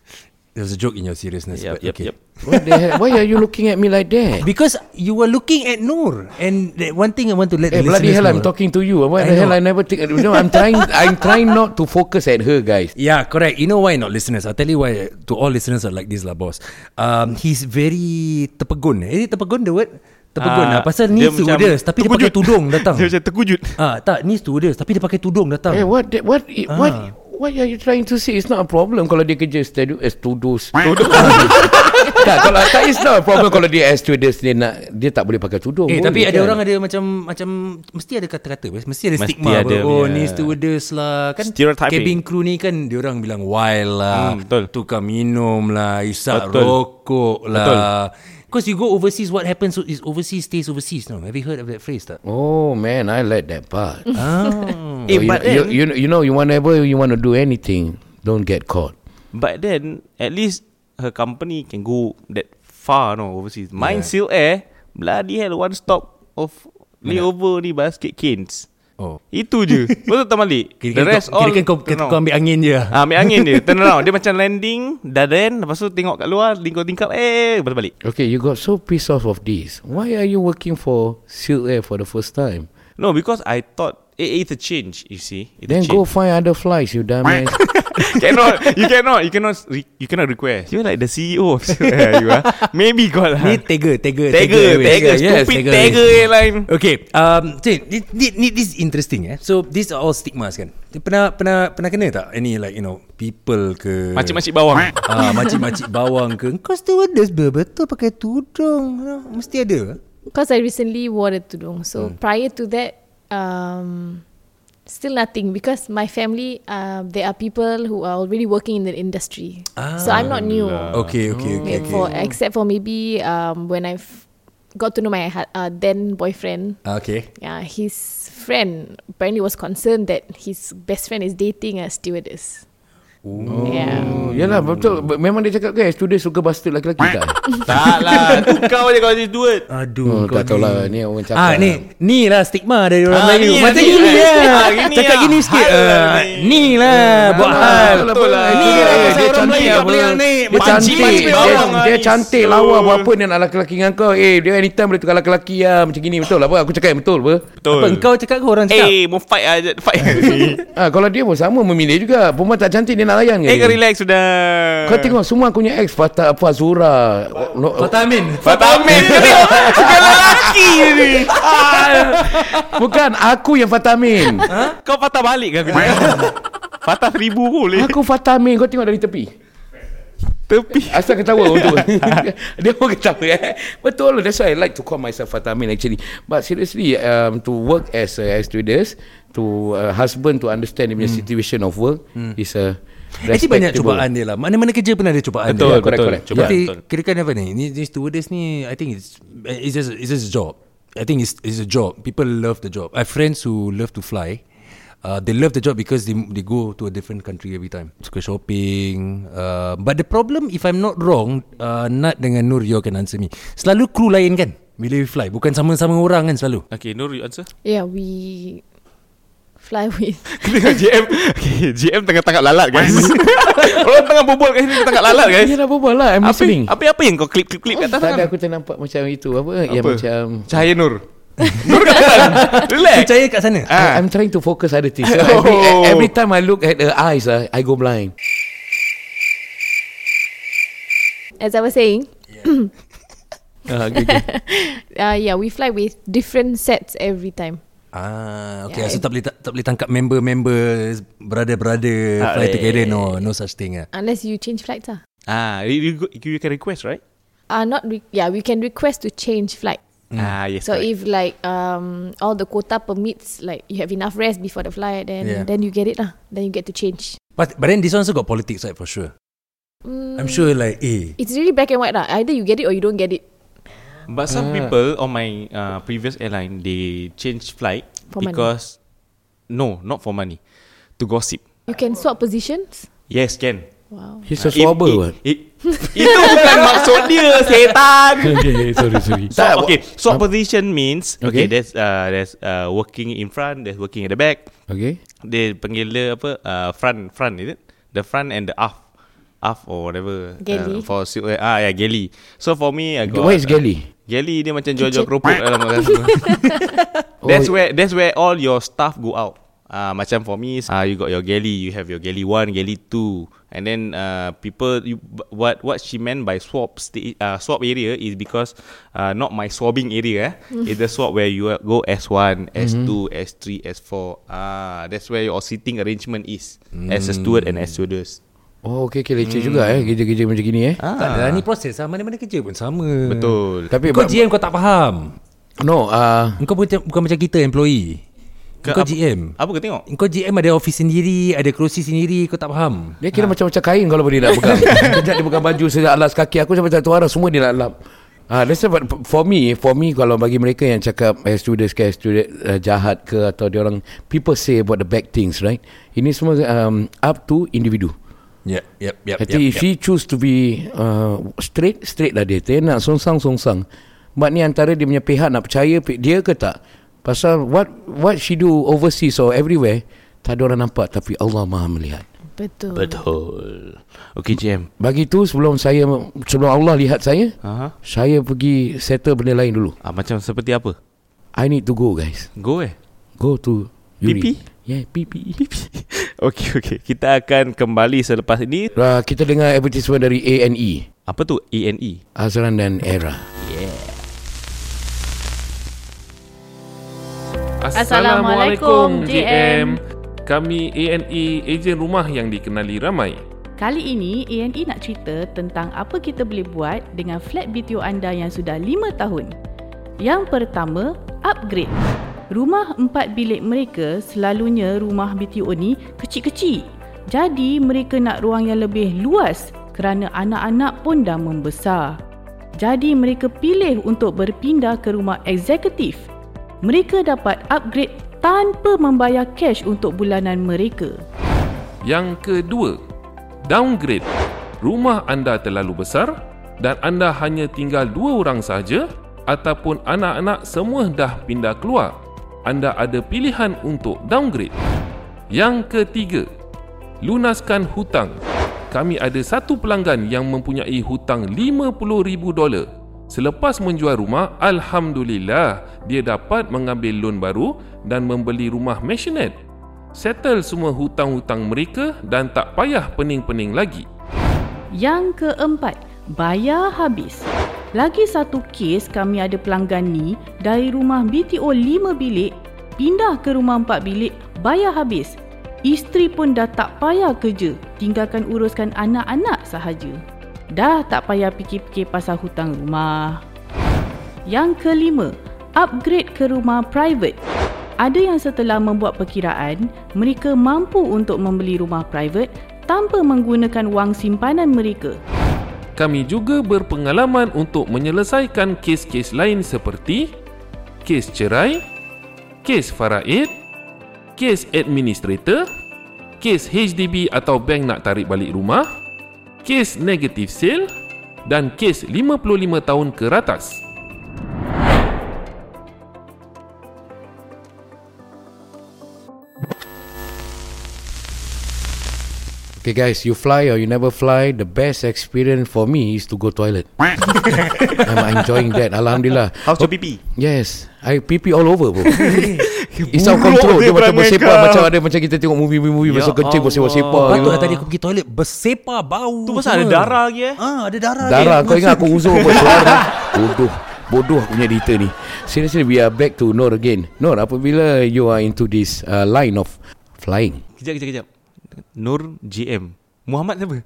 [SPEAKER 6] There was a joke in your seriousness. but
[SPEAKER 7] Yep, yep,
[SPEAKER 6] okay.
[SPEAKER 7] yep.
[SPEAKER 5] What the hell? Why are you looking at me like that?
[SPEAKER 6] Because you were looking at Noor, and the one thing I want to let
[SPEAKER 5] Eh,
[SPEAKER 6] the
[SPEAKER 5] bloody
[SPEAKER 6] listeners
[SPEAKER 5] hell!
[SPEAKER 6] know,
[SPEAKER 5] I'm talking to you.
[SPEAKER 6] I
[SPEAKER 5] Why the hell?
[SPEAKER 6] know.
[SPEAKER 5] I never think. You know, I'm trying. I'm trying not to focus at her, guys.
[SPEAKER 6] Yeah, correct. You know why not, listeners? I'll tell you why. To all listeners are like this lah, boss. Um, he's very terpegun. Eh, Is it terpegun the word? Terpegun lah.
[SPEAKER 7] Ah,
[SPEAKER 6] Pasal ni
[SPEAKER 7] dia macam
[SPEAKER 6] students, tapi dia pakai
[SPEAKER 7] terkejut.
[SPEAKER 6] tudung datang.
[SPEAKER 7] <laughs> Dia macam terkejut.
[SPEAKER 6] Ah, tak, ni students, tapi dia pakai tudung datang.
[SPEAKER 5] Eh, what? the- What? i- What?
[SPEAKER 6] Ah.
[SPEAKER 5] What are you trying to say? It's not a problem kalau dia kerja eh, studio as tudus. Tudus. <laughs> tak, kalau tak it's not a problem kalau dia as students dia nak dia tak boleh pakai tudung.
[SPEAKER 6] Eh
[SPEAKER 5] Boleh,
[SPEAKER 6] tapi ada
[SPEAKER 5] kan?
[SPEAKER 6] orang ada macam macam mesti ada kata-kata mesti ada
[SPEAKER 7] Mesti
[SPEAKER 6] stigma
[SPEAKER 7] ada,
[SPEAKER 6] ada, oh
[SPEAKER 7] yeah.
[SPEAKER 6] ni stewardess lah kan
[SPEAKER 7] Stereotyping.
[SPEAKER 6] cabin crew ni kan dia orang bilang wild lah
[SPEAKER 7] Hmm, betul.
[SPEAKER 6] tukar minum lah isap
[SPEAKER 7] Betul.
[SPEAKER 6] rokok lah because you go overseas what happens is overseas stays overseas no have you heard of that phrase tak
[SPEAKER 5] Oh man, I like that part.
[SPEAKER 6] ah
[SPEAKER 5] Oh, you, you, you, you know, you whenever you want to do anything, don't get caught.
[SPEAKER 7] But then at least her company can go that far no overseas. Mine still air bloody hell one stop of layover ni basket canes.
[SPEAKER 6] oh
[SPEAKER 7] Itu
[SPEAKER 6] <laughs>
[SPEAKER 7] je. Betul tak balik?
[SPEAKER 6] kira kira kau, kira kau, kau, kau ambil angin je
[SPEAKER 7] Ah, ambil angin dia Turn around Dia macam landing Dah then Lepas tu tengok kat luar Lingkau-tingkap Eh Balik-balik
[SPEAKER 5] Okay, you got so pissed off of this. Why are you working for Silk Air for the first time?
[SPEAKER 7] No because I thought eh, It's a change You see it's a
[SPEAKER 5] Then go
[SPEAKER 7] change.
[SPEAKER 5] find other flights, you dumbass.
[SPEAKER 7] <laughs> Cannot You cannot You cannot re- You cannot request You're like the CEO of yeah, <laughs> you are. Maybe got lah
[SPEAKER 6] ni tega tega
[SPEAKER 7] Tega Tega Stupid Tega eh,
[SPEAKER 6] <laughs>
[SPEAKER 7] airline
[SPEAKER 6] Okay, um, Cik, ni, ni, ni this is interesting eh. So these are all stigmas kan. Pernah pernah pernah kena tak any like you know people ke
[SPEAKER 7] Macik-macik bawang
[SPEAKER 6] ah macik-macik bawang ke kau stewardess betul pakai tudung you know, mesti ada.
[SPEAKER 5] Lah.
[SPEAKER 8] Because I recently wore the tudung.
[SPEAKER 6] Mm.
[SPEAKER 8] So prior to that, um, still nothing because my family, uh, there are people who are already working in the industry.
[SPEAKER 6] Ah.
[SPEAKER 8] so I'm not new.
[SPEAKER 6] Okay, okay, okay.
[SPEAKER 8] Okay, For, except for maybe um, when I've got to know my hu- uh, then boyfriend.
[SPEAKER 6] Ah, Okay.
[SPEAKER 8] Yeah, his friend apparently was concerned that his best friend is dating a stewardess. Yeah.
[SPEAKER 5] Oh, <coughs> Yalah betul Be- Memang dia cakap kan Student suka bastard lelaki-lelaki tak
[SPEAKER 7] Tak lah Tu kau je kau jadi duit
[SPEAKER 6] Aduh,
[SPEAKER 5] <coughs> oh, Tak tahulah Ni orang cakap
[SPEAKER 6] Ah ni ni lah stigma dari orang
[SPEAKER 7] Ah,
[SPEAKER 6] Melayu.
[SPEAKER 7] ni,
[SPEAKER 6] Macam
[SPEAKER 7] ni,
[SPEAKER 6] gini
[SPEAKER 7] eh. Ah,
[SPEAKER 6] lah.
[SPEAKER 7] gini
[SPEAKER 6] Cakap
[SPEAKER 7] ah.
[SPEAKER 6] gini sikit.
[SPEAKER 7] Hal lah
[SPEAKER 6] ah,
[SPEAKER 7] ni. Eh,
[SPEAKER 6] Ni lah buat hal.
[SPEAKER 7] Betul lah.
[SPEAKER 6] Ni lah
[SPEAKER 7] Eh,
[SPEAKER 6] pasal orang Melayu
[SPEAKER 7] dia cantik
[SPEAKER 6] tak
[SPEAKER 7] apa.
[SPEAKER 6] boleh naik.
[SPEAKER 5] Dia
[SPEAKER 7] Makcik,
[SPEAKER 5] cantik
[SPEAKER 7] makcik
[SPEAKER 5] Dia,
[SPEAKER 7] bawang
[SPEAKER 5] dia,
[SPEAKER 7] lah
[SPEAKER 5] dia
[SPEAKER 7] ni.
[SPEAKER 5] cantik
[SPEAKER 7] So-
[SPEAKER 5] lawa buat apa Dia nak lelaki-lelaki dengan kau Eh dia anytime boleh tukar lelaki-lelaki lah Macam gini betul apa Aku cakap yang betul apa
[SPEAKER 7] Betul
[SPEAKER 6] Apa engkau cakap ke orang cakap?
[SPEAKER 7] Eh mau fight lah Fight <laughs>
[SPEAKER 5] ha, Kalau dia pun sama memilih juga Perempuan tak cantik dia nak layan ke
[SPEAKER 7] Eh
[SPEAKER 5] dia?
[SPEAKER 7] kau relax sudah
[SPEAKER 5] Kau tengok semua aku punya ex Fatah Fazura no,
[SPEAKER 6] Vitamin.
[SPEAKER 7] Fatamin Kau tengok Suka lelaki ni Ah,
[SPEAKER 5] <laughs> Bukan aku yang
[SPEAKER 7] <laughs>
[SPEAKER 5] Fatamin
[SPEAKER 7] Kau patah balik kan Patah seribu pun boleh
[SPEAKER 5] Aku Fatamin Kau tengok dari tepi
[SPEAKER 7] Tepi
[SPEAKER 5] Asal ketawa untuk
[SPEAKER 7] <laughs>
[SPEAKER 5] <laughs> Dia pun ketawa eh? Betul That's why I like to call myself Fatamin actually But seriously um, To work as a as students To uh, husband To understand
[SPEAKER 7] Hmm.
[SPEAKER 5] the situation of work Is a
[SPEAKER 6] Actually banyak
[SPEAKER 5] respectable-
[SPEAKER 6] cubaan dia lah. Mana-mana kerja pernah ada cubaan
[SPEAKER 7] Betul
[SPEAKER 6] dia.
[SPEAKER 5] correct,
[SPEAKER 7] betul
[SPEAKER 5] correct.
[SPEAKER 7] Cuba
[SPEAKER 6] Tapi
[SPEAKER 7] betul.
[SPEAKER 6] kira kan apa ni? Ni, ni stewardess ni I think it's it's just it's just a job. I think it's it's a job. People love the job. I have friends who love to fly. Uh, they love the job because they they go to a different country every time. Suka shopping. Uh, but the problem if I'm not wrong, uh, Nat dengan Nur you can answer me. Selalu crew lain kan? Bila we fly Bukan sama-sama orang kan selalu
[SPEAKER 7] Okay Nur you answer
[SPEAKER 8] Yeah, we fly <laughs> with
[SPEAKER 7] Kena GM okay, GM tengah tangkap lalat guys <laughs> Orang tengah bobol kat sini Tangkap lalat guys
[SPEAKER 5] Ya dah berbual lah I'm
[SPEAKER 7] apa,
[SPEAKER 5] listening
[SPEAKER 7] apa apa yang kau klip-klip-klip kat atas
[SPEAKER 5] Tak
[SPEAKER 7] tangan?
[SPEAKER 5] ada aku ternampak macam itu Apa, Yang
[SPEAKER 7] Apa?
[SPEAKER 5] macam
[SPEAKER 7] Cahaya
[SPEAKER 5] <laughs>
[SPEAKER 7] Nur Nur kat atas Relax
[SPEAKER 6] Percaya kat sana
[SPEAKER 7] Ah.
[SPEAKER 5] I, I'm trying to focus other
[SPEAKER 7] <laughs>
[SPEAKER 5] things so every,
[SPEAKER 7] Oh.
[SPEAKER 5] every time I look at her eyes ah, I go blind
[SPEAKER 8] as I was saying,
[SPEAKER 7] Ah, okay, okay.
[SPEAKER 8] uh, yeah, we fly with different sets every time.
[SPEAKER 6] <laughs> Ah, okay.
[SPEAKER 8] Yeah,
[SPEAKER 6] so
[SPEAKER 8] it-
[SPEAKER 6] tak boleh tak, tak boleh tangkap member-member, brother-brother,
[SPEAKER 7] Tak
[SPEAKER 6] fly
[SPEAKER 7] boleh.
[SPEAKER 6] together.
[SPEAKER 7] eh,
[SPEAKER 6] No, no such thing. Ah.
[SPEAKER 8] Unless you change flights ah.
[SPEAKER 7] Ah, you, you, go- you can request right
[SPEAKER 8] Are not re- yeah, we can request to change flight.
[SPEAKER 7] Ah yes
[SPEAKER 8] So
[SPEAKER 7] correct.
[SPEAKER 8] if like um all the quota permits like you have enough rest before the flight then
[SPEAKER 6] Yeah.
[SPEAKER 8] then you get it lah. Then you get to change.
[SPEAKER 6] But but then this one also got politics right for sure. I'm sure like eh.
[SPEAKER 8] Mm, It's really black and white lah. Either you get it or you don't get it.
[SPEAKER 7] <laughs> But
[SPEAKER 3] Ah.
[SPEAKER 7] some people on my uh, previous airline they change flight
[SPEAKER 8] For money.
[SPEAKER 7] because no, not for money. To gossip.
[SPEAKER 8] You can swap positions.
[SPEAKER 7] Yes, can.
[SPEAKER 8] Wow.
[SPEAKER 5] He's
[SPEAKER 7] Ah,
[SPEAKER 5] a swabber what
[SPEAKER 7] it, <laughs> Itu bukan maksud dia, setan.
[SPEAKER 5] <laughs> Okay sorry sorry
[SPEAKER 7] So, okay, so position means okay,
[SPEAKER 5] Okay.
[SPEAKER 7] there's uh, there's uh, working in front, there's working at the back.
[SPEAKER 5] Okay
[SPEAKER 7] Dia panggil dia apa? Uh, front, front is it? The front and the aft. AF or whatever.
[SPEAKER 9] Galley.
[SPEAKER 7] Uh, for silkware. Ah, yeah, galley. So for me, I got...
[SPEAKER 2] What is galley?
[SPEAKER 7] Galley dia macam jual-jual keropok dalam makanan. <laughs> that's where that's where all your stuff go out. Ah uh, macam for me, ah uh, you got your galley, you have your galley one, galley two, and then uh, people you, what what she meant by swap sta- uh, swap area is because uh, not my swabbing area. Eh. It's the swap where you go S one, S two, S three, S four. Ah that's where your seating arrangement is as a steward and as stewardess.
[SPEAKER 2] Oh, okay, okay. Leceh hmm. juga eh. Kerja-kerja macam gini eh.
[SPEAKER 6] Ah. Tak ada lah, ni proses lah. Mana-mana kerja pun sama.
[SPEAKER 7] Betul.
[SPEAKER 2] Tapi
[SPEAKER 6] Kau
[SPEAKER 2] but-
[SPEAKER 6] GM kau tak faham.
[SPEAKER 2] No, uh,
[SPEAKER 6] Kau bukan, bukan macam kita employee. Kau
[SPEAKER 7] Ke-
[SPEAKER 6] GM.
[SPEAKER 7] Apa kau tengok?
[SPEAKER 6] Kau GM ada office sendiri, ada kerusi sendiri, kau tak faham.
[SPEAKER 2] dia kira macam-macam kain kalau boleh nak
[SPEAKER 6] <laughs>
[SPEAKER 2] pegang. Sekejap dia pegang baju, sekejap alas kaki. Aku sampai satu arah semua dia nak lap. Ah, that's why but for me, for me kalau bagi mereka yang cakap eh, students ke, student uh, jahat ke atau dia orang people say about the bad things, right? Ini semua um, up to individu.
[SPEAKER 6] Yep, yep, yep.
[SPEAKER 2] I think if she choose to be uh, straight, straight lah dia. Dia nak songsang, songsang. But ni antara dia punya pihak nak percaya pi- dia ke tak. Pasal what what she do overseas or everywhere, tak ada orang nampak tapi Allah maha melihat.
[SPEAKER 9] Betul.
[SPEAKER 7] Betul. Okay, GM.
[SPEAKER 2] Bagi tu sebelum saya sebelum Allah lihat saya,
[SPEAKER 5] Ha.
[SPEAKER 7] Aha.
[SPEAKER 2] saya pergi settle benda lain dulu.
[SPEAKER 7] Ah macam seperti apa?
[SPEAKER 2] I need to go guys.
[SPEAKER 7] Go eh.
[SPEAKER 2] Go to urine.
[SPEAKER 7] Pipi?
[SPEAKER 2] Yeah, pipi.
[SPEAKER 7] <laughs> Okey okey. Kita akan kembali selepas ini.
[SPEAKER 2] Uh, kita dengar advertisement dari ANE,
[SPEAKER 7] Apa tu E. ANE?
[SPEAKER 2] Azran dan Era.
[SPEAKER 5] Assalamualaikum JM. Kami ANE ejen rumah yang dikenali ramai.
[SPEAKER 8] Kali ini A&E nak cerita tentang apa kita boleh buat dengan flat BTO anda yang sudah 5 tahun. Yang pertama, upgrade. Rumah empat bilik mereka selalunya rumah BTO ni kecil-kecil. Jadi mereka nak ruang yang lebih luas kerana anak-anak pun dah membesar. Jadi mereka pilih untuk berpindah ke rumah eksekutif. Mereka dapat upgrade tanpa membayar cash untuk bulanan mereka.
[SPEAKER 5] Yang kedua, downgrade. Rumah anda terlalu besar dan anda hanya tinggal dua orang saja ataupun anak-anak semua dah pindah keluar. Anda ada pilihan untuk downgrade. Yang ketiga, lunaskan hutang. Kami ada satu pelanggan yang mempunyai hutang $50,000. Selepas menjual rumah, Alhamdulillah, dia dapat mengambil loan baru dan membeli rumah maisonette. Settle semua hutang-hutang mereka dan tak payah pening-pening lagi.
[SPEAKER 8] Yang keempat, bayar habis. Lagi satu kes kami ada pelanggan ni dari rumah BTO 5 bilik pindah ke rumah 4 bilik bayar habis. Isteri pun dah tak payah kerja, tinggalkan uruskan anak-anak sahaja. Dah tak payah fikir-fikir pasal hutang rumah. Yang kelima, upgrade ke rumah private. Ada yang setelah membuat perkiraan, mereka mampu untuk membeli rumah private tanpa menggunakan wang simpanan mereka.
[SPEAKER 5] Kami juga berpengalaman untuk menyelesaikan kes-kes lain seperti kes cerai, kes faraid, kes administrator, kes HDB atau bank nak tarik balik rumah, kes negative sale dan kes 55 tahun ke atas.
[SPEAKER 2] Okay guys, you fly or you never fly, the best experience for me is to go toilet. I'm enjoying that. Alhamdulillah.
[SPEAKER 7] How's your PP?
[SPEAKER 2] Yes, I PP all over <laughs> bro. It's out control. Dia macam bersepak macam ada macam kita tengok movie-movie
[SPEAKER 7] Ya
[SPEAKER 2] masa kecil
[SPEAKER 7] Allah.
[SPEAKER 2] bersepak-sepak.
[SPEAKER 6] Patut lah tadi aku pergi toilet bersepa bau.
[SPEAKER 7] Tu pasal ada
[SPEAKER 6] semua.
[SPEAKER 7] darah lagi eh.
[SPEAKER 6] Ah, ada darah.
[SPEAKER 2] Darah kau ingat aku uzur
[SPEAKER 6] <laughs>
[SPEAKER 2] apa suara Bodoh Bodoh aku punya editor ni Seriously we are back to Nor again Nor apabila you are into this uh, line of flying
[SPEAKER 7] Kejap kejap kejap. Nur GM. Muhammad <laughs> siapa?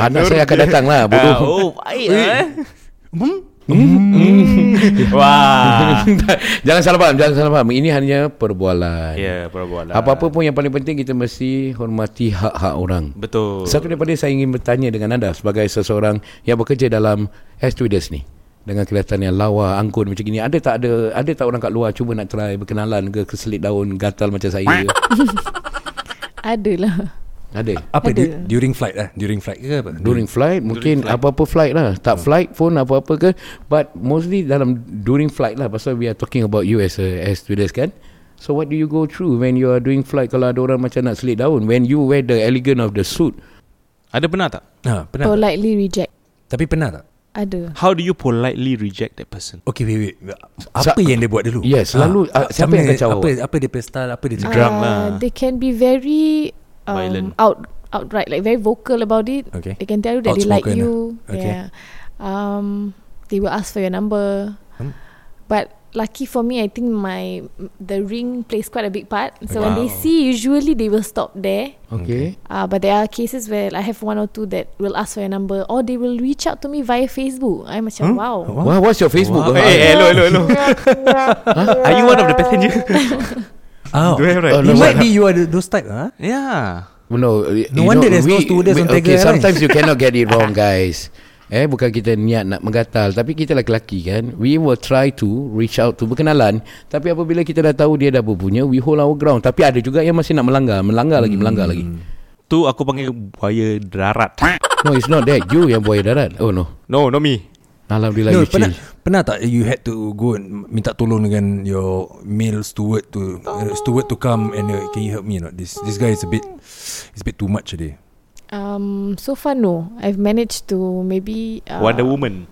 [SPEAKER 2] Anak saya akan datang
[SPEAKER 6] <laughs>
[SPEAKER 2] lah
[SPEAKER 7] Ah,
[SPEAKER 2] Bodoh
[SPEAKER 7] <laughs> oh, baik lah eh. Hmm. <laughs> Wah.
[SPEAKER 2] Jangan salah faham Jangan salah faham Ini hanya perbualan
[SPEAKER 7] Ya, perbualan.
[SPEAKER 2] Apa-apa pun yang paling penting Kita mesti hormati hak-hak orang
[SPEAKER 7] Betul.
[SPEAKER 2] Satu daripada saya ingin bertanya dengan anda Sebagai seseorang yang bekerja dalam As students ni dengan kelihatan yang lawa, anggun macam gini. Ada tak ada ada tak orang kat luar cuba nak try berkenalan ke keselit daun gatal macam saya?
[SPEAKER 9] Adalah.
[SPEAKER 2] ada.
[SPEAKER 6] Apa du- during flight lah? During flight ke apa?
[SPEAKER 2] During flight Mungkin apa-apa flight lah Tak flight pun apa-apa ke But mostly dalam During flight lah Pasal we are talking about you As a as students kan So what do you go through When you are doing flight Kalau ada orang macam nak selit daun When you wear the elegant of the suit
[SPEAKER 7] Ada pernah tak?
[SPEAKER 6] Ha, pernah. tak?
[SPEAKER 8] Politely reject.
[SPEAKER 6] Tapi pernah tak?
[SPEAKER 8] Ada.
[SPEAKER 7] How do you politely reject that person?
[SPEAKER 6] Okay, wait, wait. Apa
[SPEAKER 5] Sa-
[SPEAKER 6] yang dia buat dulu?
[SPEAKER 7] Ya,
[SPEAKER 5] Yes, selalu, ah, siapa yang kacau
[SPEAKER 6] Apa, apa dia punya style, apa dia cakap?
[SPEAKER 7] Drunk
[SPEAKER 8] Uh,
[SPEAKER 7] lah.
[SPEAKER 8] They can be very um,
[SPEAKER 7] Violent.
[SPEAKER 8] out outright, like very vocal about it.
[SPEAKER 6] Okay.
[SPEAKER 8] They can tell you that they like
[SPEAKER 6] Outspoken
[SPEAKER 8] you.
[SPEAKER 6] lah. Okay.
[SPEAKER 8] Yeah. Um, they will ask for your number. But lucky for me, I think my the ring plays quite a big part. So when they see, usually they will stop there.
[SPEAKER 5] Okay.
[SPEAKER 8] Uh, but there are cases where I have one or two that will ask for your number or they will reach out to me via Facebook. I'm like, wow.
[SPEAKER 5] Wha- what's your Facebook?
[SPEAKER 7] Wow.
[SPEAKER 5] Wow.
[SPEAKER 7] Hey, hey, Eh, hello, hello, <laughs> hello. Are you one of the passenger?
[SPEAKER 6] <laughs> Oh.
[SPEAKER 7] Do I have right?
[SPEAKER 5] Oh,
[SPEAKER 6] It
[SPEAKER 5] no,
[SPEAKER 6] might be you are the- those type, huh?
[SPEAKER 7] Ya. Yeah.
[SPEAKER 5] No,
[SPEAKER 6] No wonder there's no students on
[SPEAKER 5] Okay,
[SPEAKER 6] Tiger Airlines.
[SPEAKER 5] sometimes you cannot get it wrong, guys. Eh, bukan kita niat nak menggatal Tapi kita lelaki kan We will try to reach out to berkenalan Tapi apabila kita dah tahu dia dah berpunya We hold our ground Tapi ada juga yang masih nak melanggar Melanggar
[SPEAKER 6] Hmm.
[SPEAKER 5] lagi, melanggar lagi
[SPEAKER 7] Tu aku panggil buaya darat.
[SPEAKER 5] No, it's not that You yang buaya darat Oh no
[SPEAKER 7] No, not me.
[SPEAKER 5] Alhamdulillah
[SPEAKER 6] No,
[SPEAKER 5] you
[SPEAKER 6] pernah,
[SPEAKER 5] change
[SPEAKER 6] pernah tak you had to go and minta tolong dengan your male steward to uh, steward to come and uh, can you help me or not? This this guy is a bit is a bit too much today.
[SPEAKER 8] Um, so far, no. I've managed to maybe uh,
[SPEAKER 7] Wonder Woman.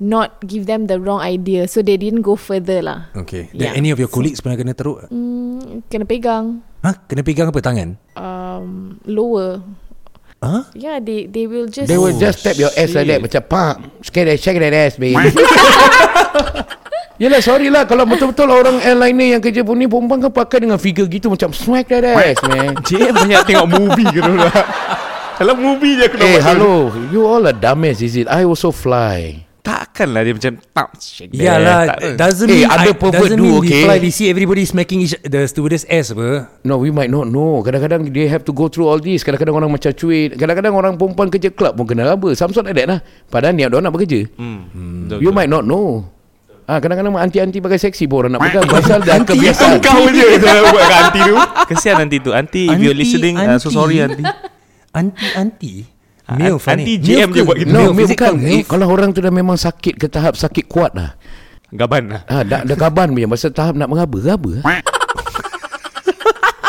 [SPEAKER 8] not give them the wrong idea. So they didn't go further lah.
[SPEAKER 6] Okay.
[SPEAKER 8] Yeah.
[SPEAKER 6] Then any of your colleagues pernah kena teruk? Mm.
[SPEAKER 8] Mm, kena pegang,
[SPEAKER 6] Ha? Kena pegang apa tangan?
[SPEAKER 8] um, lower.
[SPEAKER 6] Huh?
[SPEAKER 8] Yeah, they they will just.
[SPEAKER 5] They will just tap your ass like that Macam pak Shake that, shake that
[SPEAKER 6] <laughs>
[SPEAKER 5] ass babe <laughs> Yelah sorry lah Kalau betul-betul orang airline ni Yang kerja pun ni Perempuan kan pakai dengan figure gitu Macam smack that ass
[SPEAKER 6] <laughs>
[SPEAKER 5] man
[SPEAKER 7] JM banyak tengok movie ke <laughs> dulu lah. Dalam movie je aku
[SPEAKER 5] Eh hey, hello You all are dumbass is it I also fly
[SPEAKER 7] Takkanlah dia macam tap shake that,
[SPEAKER 6] Yalah,
[SPEAKER 7] tak ada.
[SPEAKER 6] Ya lah, doesn't mean
[SPEAKER 5] Eh, ada
[SPEAKER 6] I,
[SPEAKER 5] pervert
[SPEAKER 6] doesn't
[SPEAKER 5] do,
[SPEAKER 6] mean we
[SPEAKER 5] okay?
[SPEAKER 7] Hmm.
[SPEAKER 6] fly. We see everybody smacking each, the stewardess ass apa.
[SPEAKER 5] No we might not know Kadang-kadang they have to go through all this Kadang-kadang orang macam cuit Kadang-kadang orang perempuan kerja club pun kena raba Some sort like that lah Padahal niat orang nak bekerja
[SPEAKER 7] Hmm. Betul, betul.
[SPEAKER 5] You might not know Ah, kadang-kadang anti-anti pakai seksi pun orang nak <laughs> pegang Pasal dah kebiasaan
[SPEAKER 7] Kau je yang buat kat aunty tu. <laughs> Kesian aunty tu. Aunty, if
[SPEAKER 6] Aunty,
[SPEAKER 7] you're listening, uh, so
[SPEAKER 6] aunty.
[SPEAKER 7] sorry aunty.
[SPEAKER 6] Anti anti.
[SPEAKER 7] Ah,
[SPEAKER 6] Male
[SPEAKER 7] an-
[SPEAKER 6] funny.
[SPEAKER 7] anti
[SPEAKER 6] Milf
[SPEAKER 7] GM
[SPEAKER 6] ke?
[SPEAKER 7] dia buat gitu.
[SPEAKER 6] Milf,
[SPEAKER 5] No, no
[SPEAKER 6] is it
[SPEAKER 5] bukan.
[SPEAKER 6] called
[SPEAKER 5] Eh,
[SPEAKER 6] milf?
[SPEAKER 5] kalau orang tu dah memang sakit ke tahap sakit kuat lah.
[SPEAKER 7] Gaban lah.
[SPEAKER 5] Ah, dah, dah kaban punya masa tahap nak mengaba, <laughs> raba.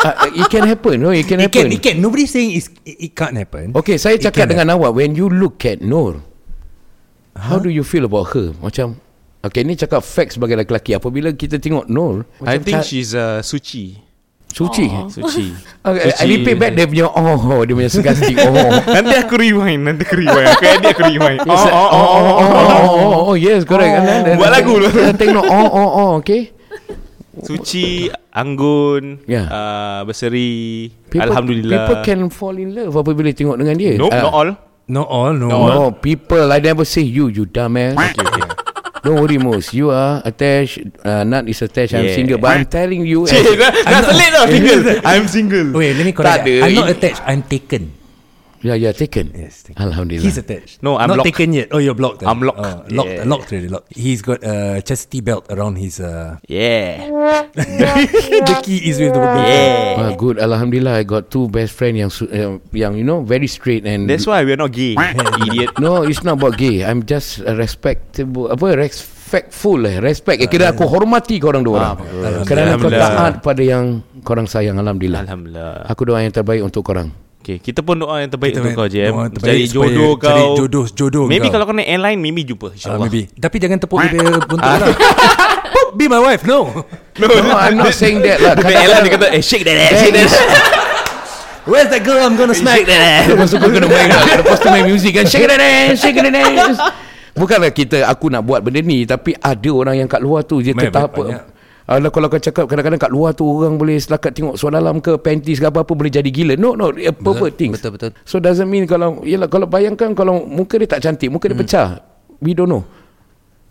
[SPEAKER 5] ah, it can happen. No, it can
[SPEAKER 6] It
[SPEAKER 5] happen.
[SPEAKER 6] can, it can. Nobody saying it's, it, it can't happen.
[SPEAKER 7] Oh.
[SPEAKER 5] Okay, saya
[SPEAKER 6] It
[SPEAKER 5] cakap
[SPEAKER 6] can
[SPEAKER 5] dengan awak when you look at Nur, how do you feel about her? Macam Okay ni cakap facts sebagai lelaki Apabila kita tengok Nur
[SPEAKER 7] I
[SPEAKER 5] macam
[SPEAKER 7] think
[SPEAKER 5] ca-
[SPEAKER 7] she's uh, suci.
[SPEAKER 5] Suci
[SPEAKER 7] Suci.
[SPEAKER 5] okay, I
[SPEAKER 7] Suci.
[SPEAKER 5] repeat back Dia punya oh Dia punya sarcastic oh.
[SPEAKER 7] <laughs> nanti aku rewind, nanti aku rewind. Aku edit aku <laughs> rewind. Oh,
[SPEAKER 5] It's like,
[SPEAKER 7] oh, oh, oh,
[SPEAKER 5] oh,
[SPEAKER 7] oh.
[SPEAKER 5] oh, oh, oh, oh, Yes correct And then- then-
[SPEAKER 7] Buat lagu tu.
[SPEAKER 5] then Tengok oh oh oh Okay
[SPEAKER 7] Suci, anggun,
[SPEAKER 5] Yeah.
[SPEAKER 7] uh, berseri. Alhamdulillah.
[SPEAKER 5] People can fall in love apabila tengok dengan dia.
[SPEAKER 7] Nope,
[SPEAKER 5] Ah,
[SPEAKER 7] not all.
[SPEAKER 6] No all, no.
[SPEAKER 5] No, people. I never say you, you dumbass. Okay, okay. Don't worry, Mos. You are attached. Uh, not is attached. I'm
[SPEAKER 7] Yeah.
[SPEAKER 5] single. But I'm telling
[SPEAKER 7] <laughs>
[SPEAKER 5] you.
[SPEAKER 7] Cik, <laughs> dah, dah selit tau single. I'm single.
[SPEAKER 6] Wait, let me correct.
[SPEAKER 7] Tak
[SPEAKER 6] that.
[SPEAKER 7] ada.
[SPEAKER 6] I'm not
[SPEAKER 7] Ini-
[SPEAKER 6] attached. I'm taken.
[SPEAKER 5] yeah, yeah, taken.
[SPEAKER 6] Yes, taken.
[SPEAKER 5] Alhamdulillah.
[SPEAKER 6] He's attached.
[SPEAKER 7] No, I'm
[SPEAKER 6] not
[SPEAKER 7] locked.
[SPEAKER 6] taken yet. Oh, you're blocked. then.
[SPEAKER 7] I'm locked.
[SPEAKER 6] Oh, locked.
[SPEAKER 7] Yeah.
[SPEAKER 6] Locked already. Locked. He's got a chastity belt around his. Uh,
[SPEAKER 7] Yeah.
[SPEAKER 6] <laughs> the key is with the.
[SPEAKER 7] Yeah.
[SPEAKER 5] Well, Ah, good. Alhamdulillah, I got two best friend yang su- uh, yang you know very straight and.
[SPEAKER 7] That's why we're not gay. <laughs> Idiot.
[SPEAKER 5] <laughs> No, it's not about gay. I'm just a respectable apa respectful eh respect. Eh,
[SPEAKER 6] Ah.
[SPEAKER 5] kira aku hormati korang dua orang. Kerana kau
[SPEAKER 7] Alhamdulillah.
[SPEAKER 5] taat pada yang korang sayang. Alhamdulillah.
[SPEAKER 7] Alhamdulillah.
[SPEAKER 5] Aku doa yang terbaik untuk korang.
[SPEAKER 6] <laughs>
[SPEAKER 7] Okay, kita pun doa yang terbaik
[SPEAKER 6] Kita
[SPEAKER 7] untuk
[SPEAKER 6] pun
[SPEAKER 7] kau JM.
[SPEAKER 6] doa yang terbaik
[SPEAKER 7] Cari
[SPEAKER 6] supaya-
[SPEAKER 7] jodoh kau.
[SPEAKER 6] cari jodoh- jodoh kau.
[SPEAKER 7] Maybe kalau kau naik airline maybe
[SPEAKER 6] Uh,
[SPEAKER 7] jumpa <laughs> insyaallah.
[SPEAKER 6] maybe. Tapi jangan tepuk
[SPEAKER 7] Ah.
[SPEAKER 6] dia punya buntut lah.
[SPEAKER 7] <laughs>
[SPEAKER 6] Boop, Be my wife. No.
[SPEAKER 7] No,
[SPEAKER 5] No, I'm not saying that
[SPEAKER 6] <laughs>
[SPEAKER 5] lah.
[SPEAKER 7] Tapi airline dia kata eh shake that ass, shake that. <laughs> ass.
[SPEAKER 6] Where's that girl? I'm gonna smack.
[SPEAKER 5] Lepas tu kau kena
[SPEAKER 7] <laughs>
[SPEAKER 5] main lah. Lepas tu main music kan Shake it dance Shake it dance Bukanlah kita Aku nak buat benda ni Tapi ada orang yang kat luar tu Dia
[SPEAKER 6] Main
[SPEAKER 5] tetap
[SPEAKER 6] banyak.
[SPEAKER 5] Uh, kalau kau cakap kadang-kadang kat luar tu orang boleh selakat tengok suara dalam ke panties ke apa-apa boleh jadi gila. No no a pervert things.
[SPEAKER 6] betul, betul.
[SPEAKER 5] So doesn't mean kalau yalah kalau bayangkan kalau muka dia tak cantik,
[SPEAKER 6] Hmm.
[SPEAKER 5] muka dia pecah. We don't know.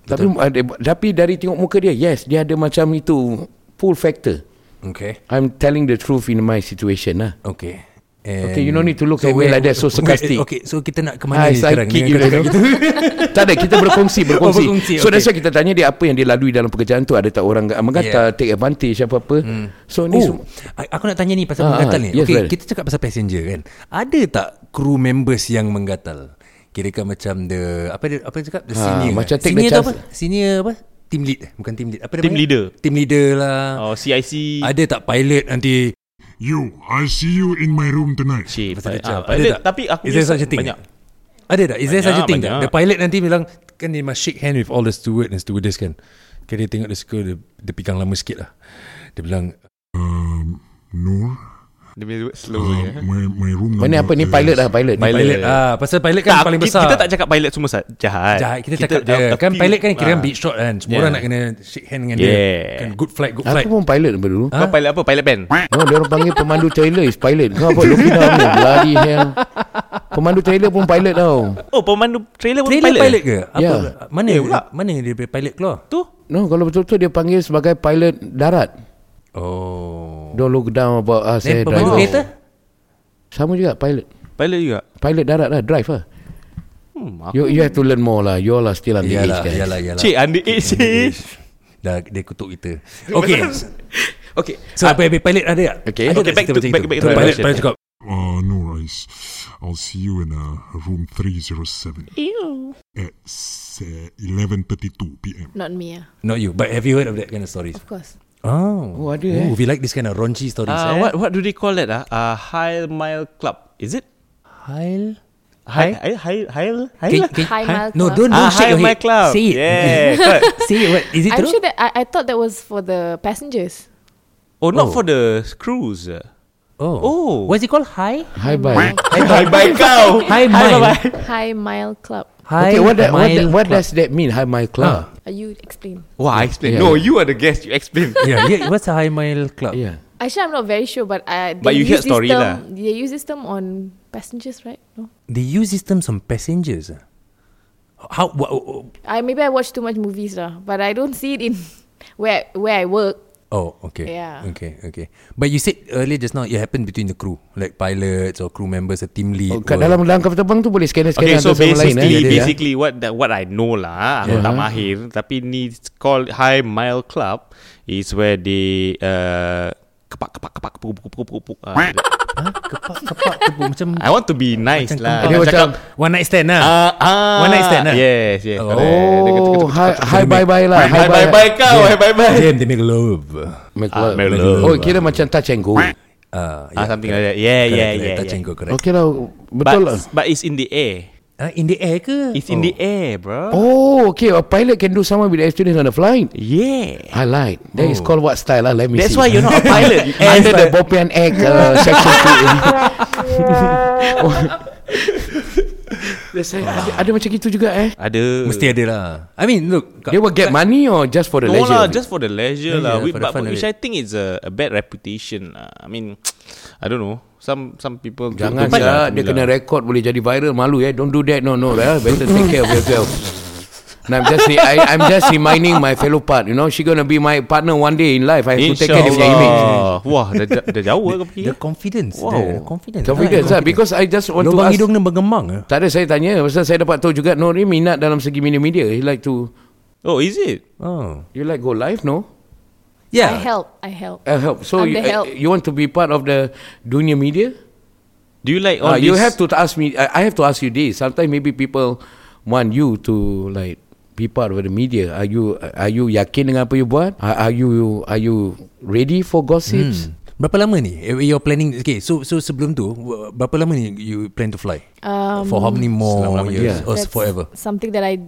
[SPEAKER 5] Tapi ada, tapi dari tengok muka dia, yes dia ada macam itu full factor.
[SPEAKER 6] Okay.
[SPEAKER 5] I'm telling the truth in my situation lah.
[SPEAKER 6] Okay.
[SPEAKER 5] Okay, you no need to look at me like that, so sarcastic.
[SPEAKER 6] Okay, so kita nak ke mana ni
[SPEAKER 5] Hai, saya
[SPEAKER 6] sekarang?
[SPEAKER 5] kick
[SPEAKER 6] Dengan
[SPEAKER 5] you <laughs>
[SPEAKER 6] kata-kata
[SPEAKER 5] dulu.
[SPEAKER 6] gitu.
[SPEAKER 5] tak ada, kita
[SPEAKER 6] <laughs>
[SPEAKER 5] berkongsi, <laughs> berkongsi.
[SPEAKER 6] Oh, berkongsi,
[SPEAKER 5] so,
[SPEAKER 6] okay.
[SPEAKER 5] that's why kita tanya dia apa yang dia lalui dalam pekerjaan tu. Ada tak orang mengata, yeah. take advantage, apa-apa. Hmm. So, ni
[SPEAKER 6] Oh,
[SPEAKER 5] semua.
[SPEAKER 6] a- aku nak tanya ni pasal
[SPEAKER 5] Ah, ah,
[SPEAKER 6] menggatal ni.
[SPEAKER 5] yes,
[SPEAKER 6] okay,
[SPEAKER 5] brother.
[SPEAKER 6] kita cakap pasal passenger kan. Ada tak crew members yang menggatal? Kirakan macam the apa dia apa dia cakap the
[SPEAKER 5] Ah,
[SPEAKER 6] senior. kan?
[SPEAKER 5] macam take the
[SPEAKER 6] senior tu apa?
[SPEAKER 5] chance.
[SPEAKER 6] Senior apa? Team lead, eh? bukan team lead. Apa dia
[SPEAKER 7] Team Oh,
[SPEAKER 6] panggil?
[SPEAKER 7] leader.
[SPEAKER 6] Team leader lah.
[SPEAKER 7] Oh CIC.
[SPEAKER 6] Ada tak pilot nanti
[SPEAKER 4] You, I see you in my room tonight.
[SPEAKER 7] Cik,
[SPEAKER 6] Pasal
[SPEAKER 7] ah,
[SPEAKER 6] kecap. Ada
[SPEAKER 7] ada,
[SPEAKER 6] tak?
[SPEAKER 7] Tapi aku
[SPEAKER 6] Is there
[SPEAKER 7] punya
[SPEAKER 6] such a thing?
[SPEAKER 7] Banyak
[SPEAKER 6] Ada tak? Is there such a
[SPEAKER 7] Banyak,
[SPEAKER 6] thing tak?
[SPEAKER 7] banyak.
[SPEAKER 6] The pilot nanti bilang, kan dia must shake hand with all the steward and stewardess kan. Kan dia tengok the school, dia, dia pegang lama sikit lah. Dia bilang,
[SPEAKER 4] Noor,
[SPEAKER 7] Dia punya slow
[SPEAKER 4] uh,
[SPEAKER 7] je
[SPEAKER 4] my, my room
[SPEAKER 5] Mana apa
[SPEAKER 4] is-
[SPEAKER 5] ni pilot lah pilot. ni.
[SPEAKER 6] Oh.
[SPEAKER 7] Pilot.
[SPEAKER 6] pilot ah, pasal pilot kan
[SPEAKER 7] tak,
[SPEAKER 6] paling
[SPEAKER 7] kita-
[SPEAKER 6] besar.
[SPEAKER 7] Kita tak cakap pilot semua sat, jahat.
[SPEAKER 6] Jahat kita, cakap dia,
[SPEAKER 7] a- a
[SPEAKER 6] kan
[SPEAKER 7] few-
[SPEAKER 6] pilot kan kira
[SPEAKER 7] ah.
[SPEAKER 6] big shot kan semua
[SPEAKER 7] Yeah.
[SPEAKER 6] orang nak kena shake hand dengan
[SPEAKER 7] Yeah.
[SPEAKER 6] dia kan good flight good flight
[SPEAKER 5] Aku pun pilot daripada
[SPEAKER 6] Ah.
[SPEAKER 5] dulu.
[SPEAKER 7] Kau pilot apa? Pilot pen?
[SPEAKER 5] Oh, dia orang panggil pemandu trailer is pilot. Kau apa Lovina ni? Bloody hell. Pemandu trailer pun pilot tau.
[SPEAKER 7] Oh, pemandu trailer pun
[SPEAKER 6] trailer
[SPEAKER 7] pilot.
[SPEAKER 6] pilot ke apa
[SPEAKER 5] Yeah.
[SPEAKER 6] mana mana dia punya pilot keluar
[SPEAKER 7] Tu?
[SPEAKER 5] No, kalau betul-betul dia panggil sebagai pilot darat.
[SPEAKER 6] oh
[SPEAKER 5] Don't look down about us.
[SPEAKER 6] then
[SPEAKER 5] Eh,
[SPEAKER 6] pemandu
[SPEAKER 5] driver.
[SPEAKER 6] kereta
[SPEAKER 5] Sama juga pilot.
[SPEAKER 7] Pilot juga.
[SPEAKER 5] Pilot darat lah, drive lah.
[SPEAKER 7] Hmm, aku-
[SPEAKER 5] You, you have to learn more lah. You all are still underage
[SPEAKER 6] Yalah,
[SPEAKER 5] guys.
[SPEAKER 6] yalah, yalah.
[SPEAKER 7] Cik, underage cik.
[SPEAKER 6] Dah dia kutuk kita. Okay.
[SPEAKER 7] <laughs> Okay.
[SPEAKER 6] So apa yang pilot ada tak?
[SPEAKER 5] Okay.
[SPEAKER 6] Ada tak
[SPEAKER 7] Okay, back
[SPEAKER 6] cerita
[SPEAKER 7] to-
[SPEAKER 6] macam
[SPEAKER 7] back-
[SPEAKER 6] itu?
[SPEAKER 7] back
[SPEAKER 6] So,
[SPEAKER 7] to the
[SPEAKER 6] pilot,
[SPEAKER 7] question.
[SPEAKER 6] pilot cakap,
[SPEAKER 4] Uh, Noor, I, s- I'll see you in uh, room 307
[SPEAKER 8] Ew.
[SPEAKER 4] at s- uh, 11.32 p.m.
[SPEAKER 8] Not me, ah.
[SPEAKER 6] not you. But have you heard of that kind of stories?
[SPEAKER 8] of course.
[SPEAKER 6] Oh.
[SPEAKER 5] Oh, ada, eh.
[SPEAKER 6] We like this kind of raunchy stories. eh.
[SPEAKER 7] Uh, what what do they call that? Ah, uh, High Mile Club. Is it?
[SPEAKER 6] Hail?
[SPEAKER 7] High High High High.
[SPEAKER 6] Can- can-
[SPEAKER 8] High
[SPEAKER 6] Hail?
[SPEAKER 8] mile
[SPEAKER 6] No,
[SPEAKER 8] club.
[SPEAKER 6] don't,
[SPEAKER 7] Ah,
[SPEAKER 6] don't shake
[SPEAKER 7] High
[SPEAKER 6] your
[SPEAKER 7] Mile
[SPEAKER 6] head.
[SPEAKER 7] Club.
[SPEAKER 6] Say it.
[SPEAKER 7] Yeah. <laughs> correct.
[SPEAKER 6] <laughs> Say it. What? Is it
[SPEAKER 8] I'm
[SPEAKER 6] true?
[SPEAKER 8] sure that I, I thought that was for the passengers. <laughs>
[SPEAKER 7] oh,
[SPEAKER 6] Oh.
[SPEAKER 7] not for the crews. Oh.
[SPEAKER 6] What's it called? High?
[SPEAKER 5] Hi, bye.
[SPEAKER 7] <laughs> Bye bye kau.
[SPEAKER 6] High mile.
[SPEAKER 7] bye.
[SPEAKER 8] High Mile Club.
[SPEAKER 6] High
[SPEAKER 5] okay, what, that, what, that,
[SPEAKER 6] mile
[SPEAKER 5] what
[SPEAKER 6] club.
[SPEAKER 5] does that mean? Hi, my
[SPEAKER 6] Ah.
[SPEAKER 5] club.
[SPEAKER 8] Uh, you explain.
[SPEAKER 7] Wah, I explain.
[SPEAKER 5] Yeah.
[SPEAKER 7] No, you are the guest. You explain.
[SPEAKER 6] <laughs> yeah, yeah, what's a high mile club?
[SPEAKER 5] Yeah.
[SPEAKER 8] Actually, I'm not very sure, but uh, they
[SPEAKER 7] But you heard
[SPEAKER 8] use
[SPEAKER 7] story
[SPEAKER 8] this term,
[SPEAKER 7] lah.
[SPEAKER 8] They use this term on passengers, right? No,
[SPEAKER 6] They use systems on passengers. ah. How? wha- oh,
[SPEAKER 8] I maybe I watch too much movies lah, but I don't see it in <laughs> where where I work.
[SPEAKER 6] oh, okay.
[SPEAKER 8] Yeah.
[SPEAKER 6] Okay, okay. But you said earlier just now it happened between the crew, like pilots or crew members, a team lead.
[SPEAKER 5] Oh, kat
[SPEAKER 6] or-
[SPEAKER 5] dalam dalam kapal terbang tu boleh scanner-scanner
[SPEAKER 7] Okay, so
[SPEAKER 5] antara sama lain.
[SPEAKER 7] basically,
[SPEAKER 5] eh.
[SPEAKER 7] <laughs> basically what that, what I know lah, aku
[SPEAKER 5] Yeah.
[SPEAKER 7] tak mahir, tapi ni it's called High Mile Club is where they uh, kepak kepak kepak kepuk kepuk kepuk kepuk. Ah,
[SPEAKER 6] Hah? kepak kepak kebuk macam <laughs>
[SPEAKER 7] I want to be nice
[SPEAKER 6] Macam
[SPEAKER 7] lah.
[SPEAKER 6] kempang.
[SPEAKER 5] Dia
[SPEAKER 7] Aku
[SPEAKER 5] macam,
[SPEAKER 7] cakap,
[SPEAKER 6] one night stand lah.
[SPEAKER 7] ah ah.
[SPEAKER 6] One night stand lah.
[SPEAKER 7] Yes, yes.
[SPEAKER 6] Oh.
[SPEAKER 7] correct. Dia kata,
[SPEAKER 5] oh, hi, hi bye bye lah.
[SPEAKER 7] Bye bye bye kau, bye bye bye.
[SPEAKER 6] Damn, they make love.
[SPEAKER 5] My club.
[SPEAKER 7] my club.
[SPEAKER 5] Oh, kira macam touch and go.
[SPEAKER 6] Ah,
[SPEAKER 7] Ah, something like that.
[SPEAKER 6] Correct,
[SPEAKER 7] Yeah, yeah,
[SPEAKER 6] correct.
[SPEAKER 7] yeah,
[SPEAKER 6] Touch
[SPEAKER 7] yeah.
[SPEAKER 6] and go, correct.
[SPEAKER 5] Okay lah,
[SPEAKER 7] But
[SPEAKER 5] betul lah.
[SPEAKER 7] but it's in the air.
[SPEAKER 6] Ah, in the air ke?
[SPEAKER 7] It's in the air, bro.
[SPEAKER 5] Oh, okay. A pilot can do something with the students on the flight.
[SPEAKER 7] Yeah.
[SPEAKER 5] I lied. That is called what style? Ah, let
[SPEAKER 7] Oh.
[SPEAKER 5] me
[SPEAKER 7] That's
[SPEAKER 5] see.
[SPEAKER 7] why you're
[SPEAKER 5] <laughs>
[SPEAKER 7] not a pilot. You
[SPEAKER 5] Under
[SPEAKER 7] enter
[SPEAKER 5] the
[SPEAKER 7] the
[SPEAKER 5] Bopian Act
[SPEAKER 7] <laughs>
[SPEAKER 5] uh, section 2 That's why, ada, ada macam gitu juga eh
[SPEAKER 7] ada.
[SPEAKER 6] Mesti ada lah. I mean, look.
[SPEAKER 5] They will get money or just for the
[SPEAKER 7] No
[SPEAKER 5] leisure?
[SPEAKER 7] lah, just for the leisure lah.
[SPEAKER 6] Leisure,
[SPEAKER 7] We,
[SPEAKER 6] for the
[SPEAKER 7] but,
[SPEAKER 6] fun of
[SPEAKER 7] which
[SPEAKER 6] it.
[SPEAKER 7] I think is a, a bad reputation lah. I mean, I don't know. Some some people do-
[SPEAKER 5] Jangan
[SPEAKER 7] do
[SPEAKER 5] lah
[SPEAKER 7] lah,
[SPEAKER 5] Dia
[SPEAKER 7] do
[SPEAKER 5] kena
[SPEAKER 7] lah.
[SPEAKER 5] record Boleh jadi viral Malu eh Don't do that No no lah. Better take care of yourself And I'm just re- I, I'm just reminding my fellow part You know She gonna be my partner one day in life I have to take care of their image
[SPEAKER 7] InsyaAllah. Ah, Wah, dah, dah, dah jauh lah kau pergi.
[SPEAKER 6] The confidence.
[SPEAKER 7] Wow.
[SPEAKER 6] The confidence.
[SPEAKER 5] Confidence lah Because I just want to
[SPEAKER 6] Lubang
[SPEAKER 5] ask
[SPEAKER 6] hidung dia bergemang ah.
[SPEAKER 5] Tak ada saya tanya Pasal saya dapat tahu juga Nori minat dalam segi media-media He like to
[SPEAKER 7] Oh, is it?
[SPEAKER 6] Oh.
[SPEAKER 5] You like go live no?
[SPEAKER 8] I
[SPEAKER 6] Yeah.
[SPEAKER 8] help. I help.
[SPEAKER 5] Uh, help. So
[SPEAKER 8] I'm
[SPEAKER 5] you,
[SPEAKER 8] the help.
[SPEAKER 5] uh, you want to be part of the dunia media?
[SPEAKER 7] Do you like all
[SPEAKER 5] Uh,
[SPEAKER 7] this?
[SPEAKER 5] you have to ask me. I, I have to ask you this. Sometimes maybe people want you to like be part of the media. Are you are you yakin dengan apa you buat? Are, are you are you ready for gossips?
[SPEAKER 6] Berapa lama ni? Eh, You're planning Okay, so so sebelum tu w- berapa lama ni you plan to fly?
[SPEAKER 8] Um,
[SPEAKER 6] For how many more years
[SPEAKER 5] Yeah.
[SPEAKER 6] or
[SPEAKER 8] that's
[SPEAKER 6] forever?
[SPEAKER 8] Something that I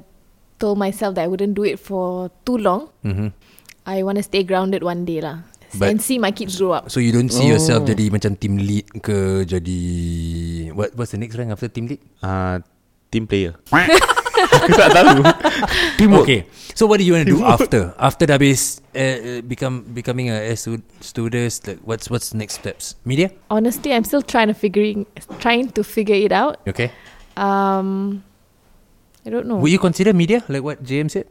[SPEAKER 8] told myself that I wouldn't do it for too long. Mm-hmm. I want to stay grounded one day lah
[SPEAKER 6] But-
[SPEAKER 8] and see my kids grow up.
[SPEAKER 6] So you don't see
[SPEAKER 5] Oh.
[SPEAKER 6] yourself jadi macam team lead ke jadi what what's the next rank after team lead?
[SPEAKER 7] Uh, team
[SPEAKER 5] <laughs>
[SPEAKER 7] player. Aku tak tahu.
[SPEAKER 6] Teamwork. Okay. So what do you want to do after? <laughs> After dah habis uh, uh, become becoming a air stud- stewardess like what's what's next steps? Media?
[SPEAKER 8] Honestly, I'm still trying to figuring trying to figure it out.
[SPEAKER 6] Okay.
[SPEAKER 8] Um, I don't know.
[SPEAKER 6] Would you consider media like what James said?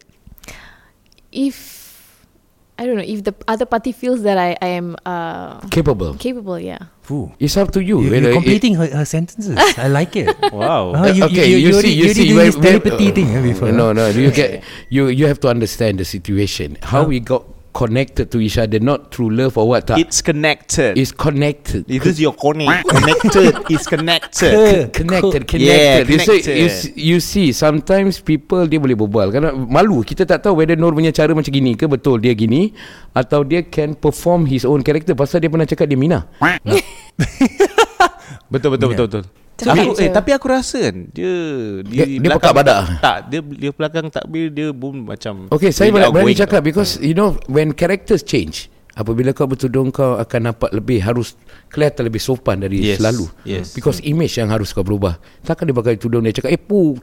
[SPEAKER 8] if I don't know if the other party feels that I, I am uh,
[SPEAKER 5] Capable.
[SPEAKER 8] capable, yeah.
[SPEAKER 6] Ooh.
[SPEAKER 5] It's up to you.
[SPEAKER 6] You,
[SPEAKER 5] whether
[SPEAKER 6] you're
[SPEAKER 5] it-
[SPEAKER 6] completing her, her sentences. I like it.
[SPEAKER 7] Wow.
[SPEAKER 6] Ah, you,
[SPEAKER 5] okay,
[SPEAKER 6] you,
[SPEAKER 5] you,
[SPEAKER 6] you,
[SPEAKER 5] see,
[SPEAKER 6] already-
[SPEAKER 5] you, see,
[SPEAKER 6] already doing
[SPEAKER 5] where-
[SPEAKER 6] this
[SPEAKER 5] where-
[SPEAKER 6] telepathy thing eh, before.
[SPEAKER 5] No, no, you get, you you have to understand the situation. How we got connected to each other not through love or what tak
[SPEAKER 7] It's connected.
[SPEAKER 5] Ah. it's connected
[SPEAKER 7] It is your
[SPEAKER 5] <laughs>
[SPEAKER 7] connect. connected. It's connected.
[SPEAKER 5] Connected, connected,
[SPEAKER 7] Yeah,
[SPEAKER 5] connected. So,
[SPEAKER 7] connected.
[SPEAKER 5] you, s- you see, sometimes people dia boleh berbual. Karena malu. Kita tak tahu whether Nur punya cara macam gini ke betul dia gini atau dia can perform his own character. Pasal dia pernah cakap dia Mina.
[SPEAKER 7] Betul betul betul betul.
[SPEAKER 8] Cakap
[SPEAKER 7] Tapi, aku,
[SPEAKER 8] je.
[SPEAKER 7] eh, tapi aku rasa kan dia di
[SPEAKER 5] Dia- dia
[SPEAKER 7] belakang-
[SPEAKER 5] pekat badak.
[SPEAKER 7] Tak, dia dia belakang takbir dia boom macam
[SPEAKER 5] Okay, saya
[SPEAKER 7] really
[SPEAKER 5] berani, berani
[SPEAKER 7] outgoing.
[SPEAKER 5] cakap because
[SPEAKER 7] Hmm.
[SPEAKER 5] you know when characters change, apabila kau bertudung kau akan nampak lebih harus kelihatan lebih sopan dari
[SPEAKER 7] Yes,
[SPEAKER 5] selalu.
[SPEAKER 7] yes. Hmm.
[SPEAKER 5] Because image yang harus kau berubah. Takkan dia pakai tudung dia cakap eh
[SPEAKER 7] <laughs>
[SPEAKER 5] pu.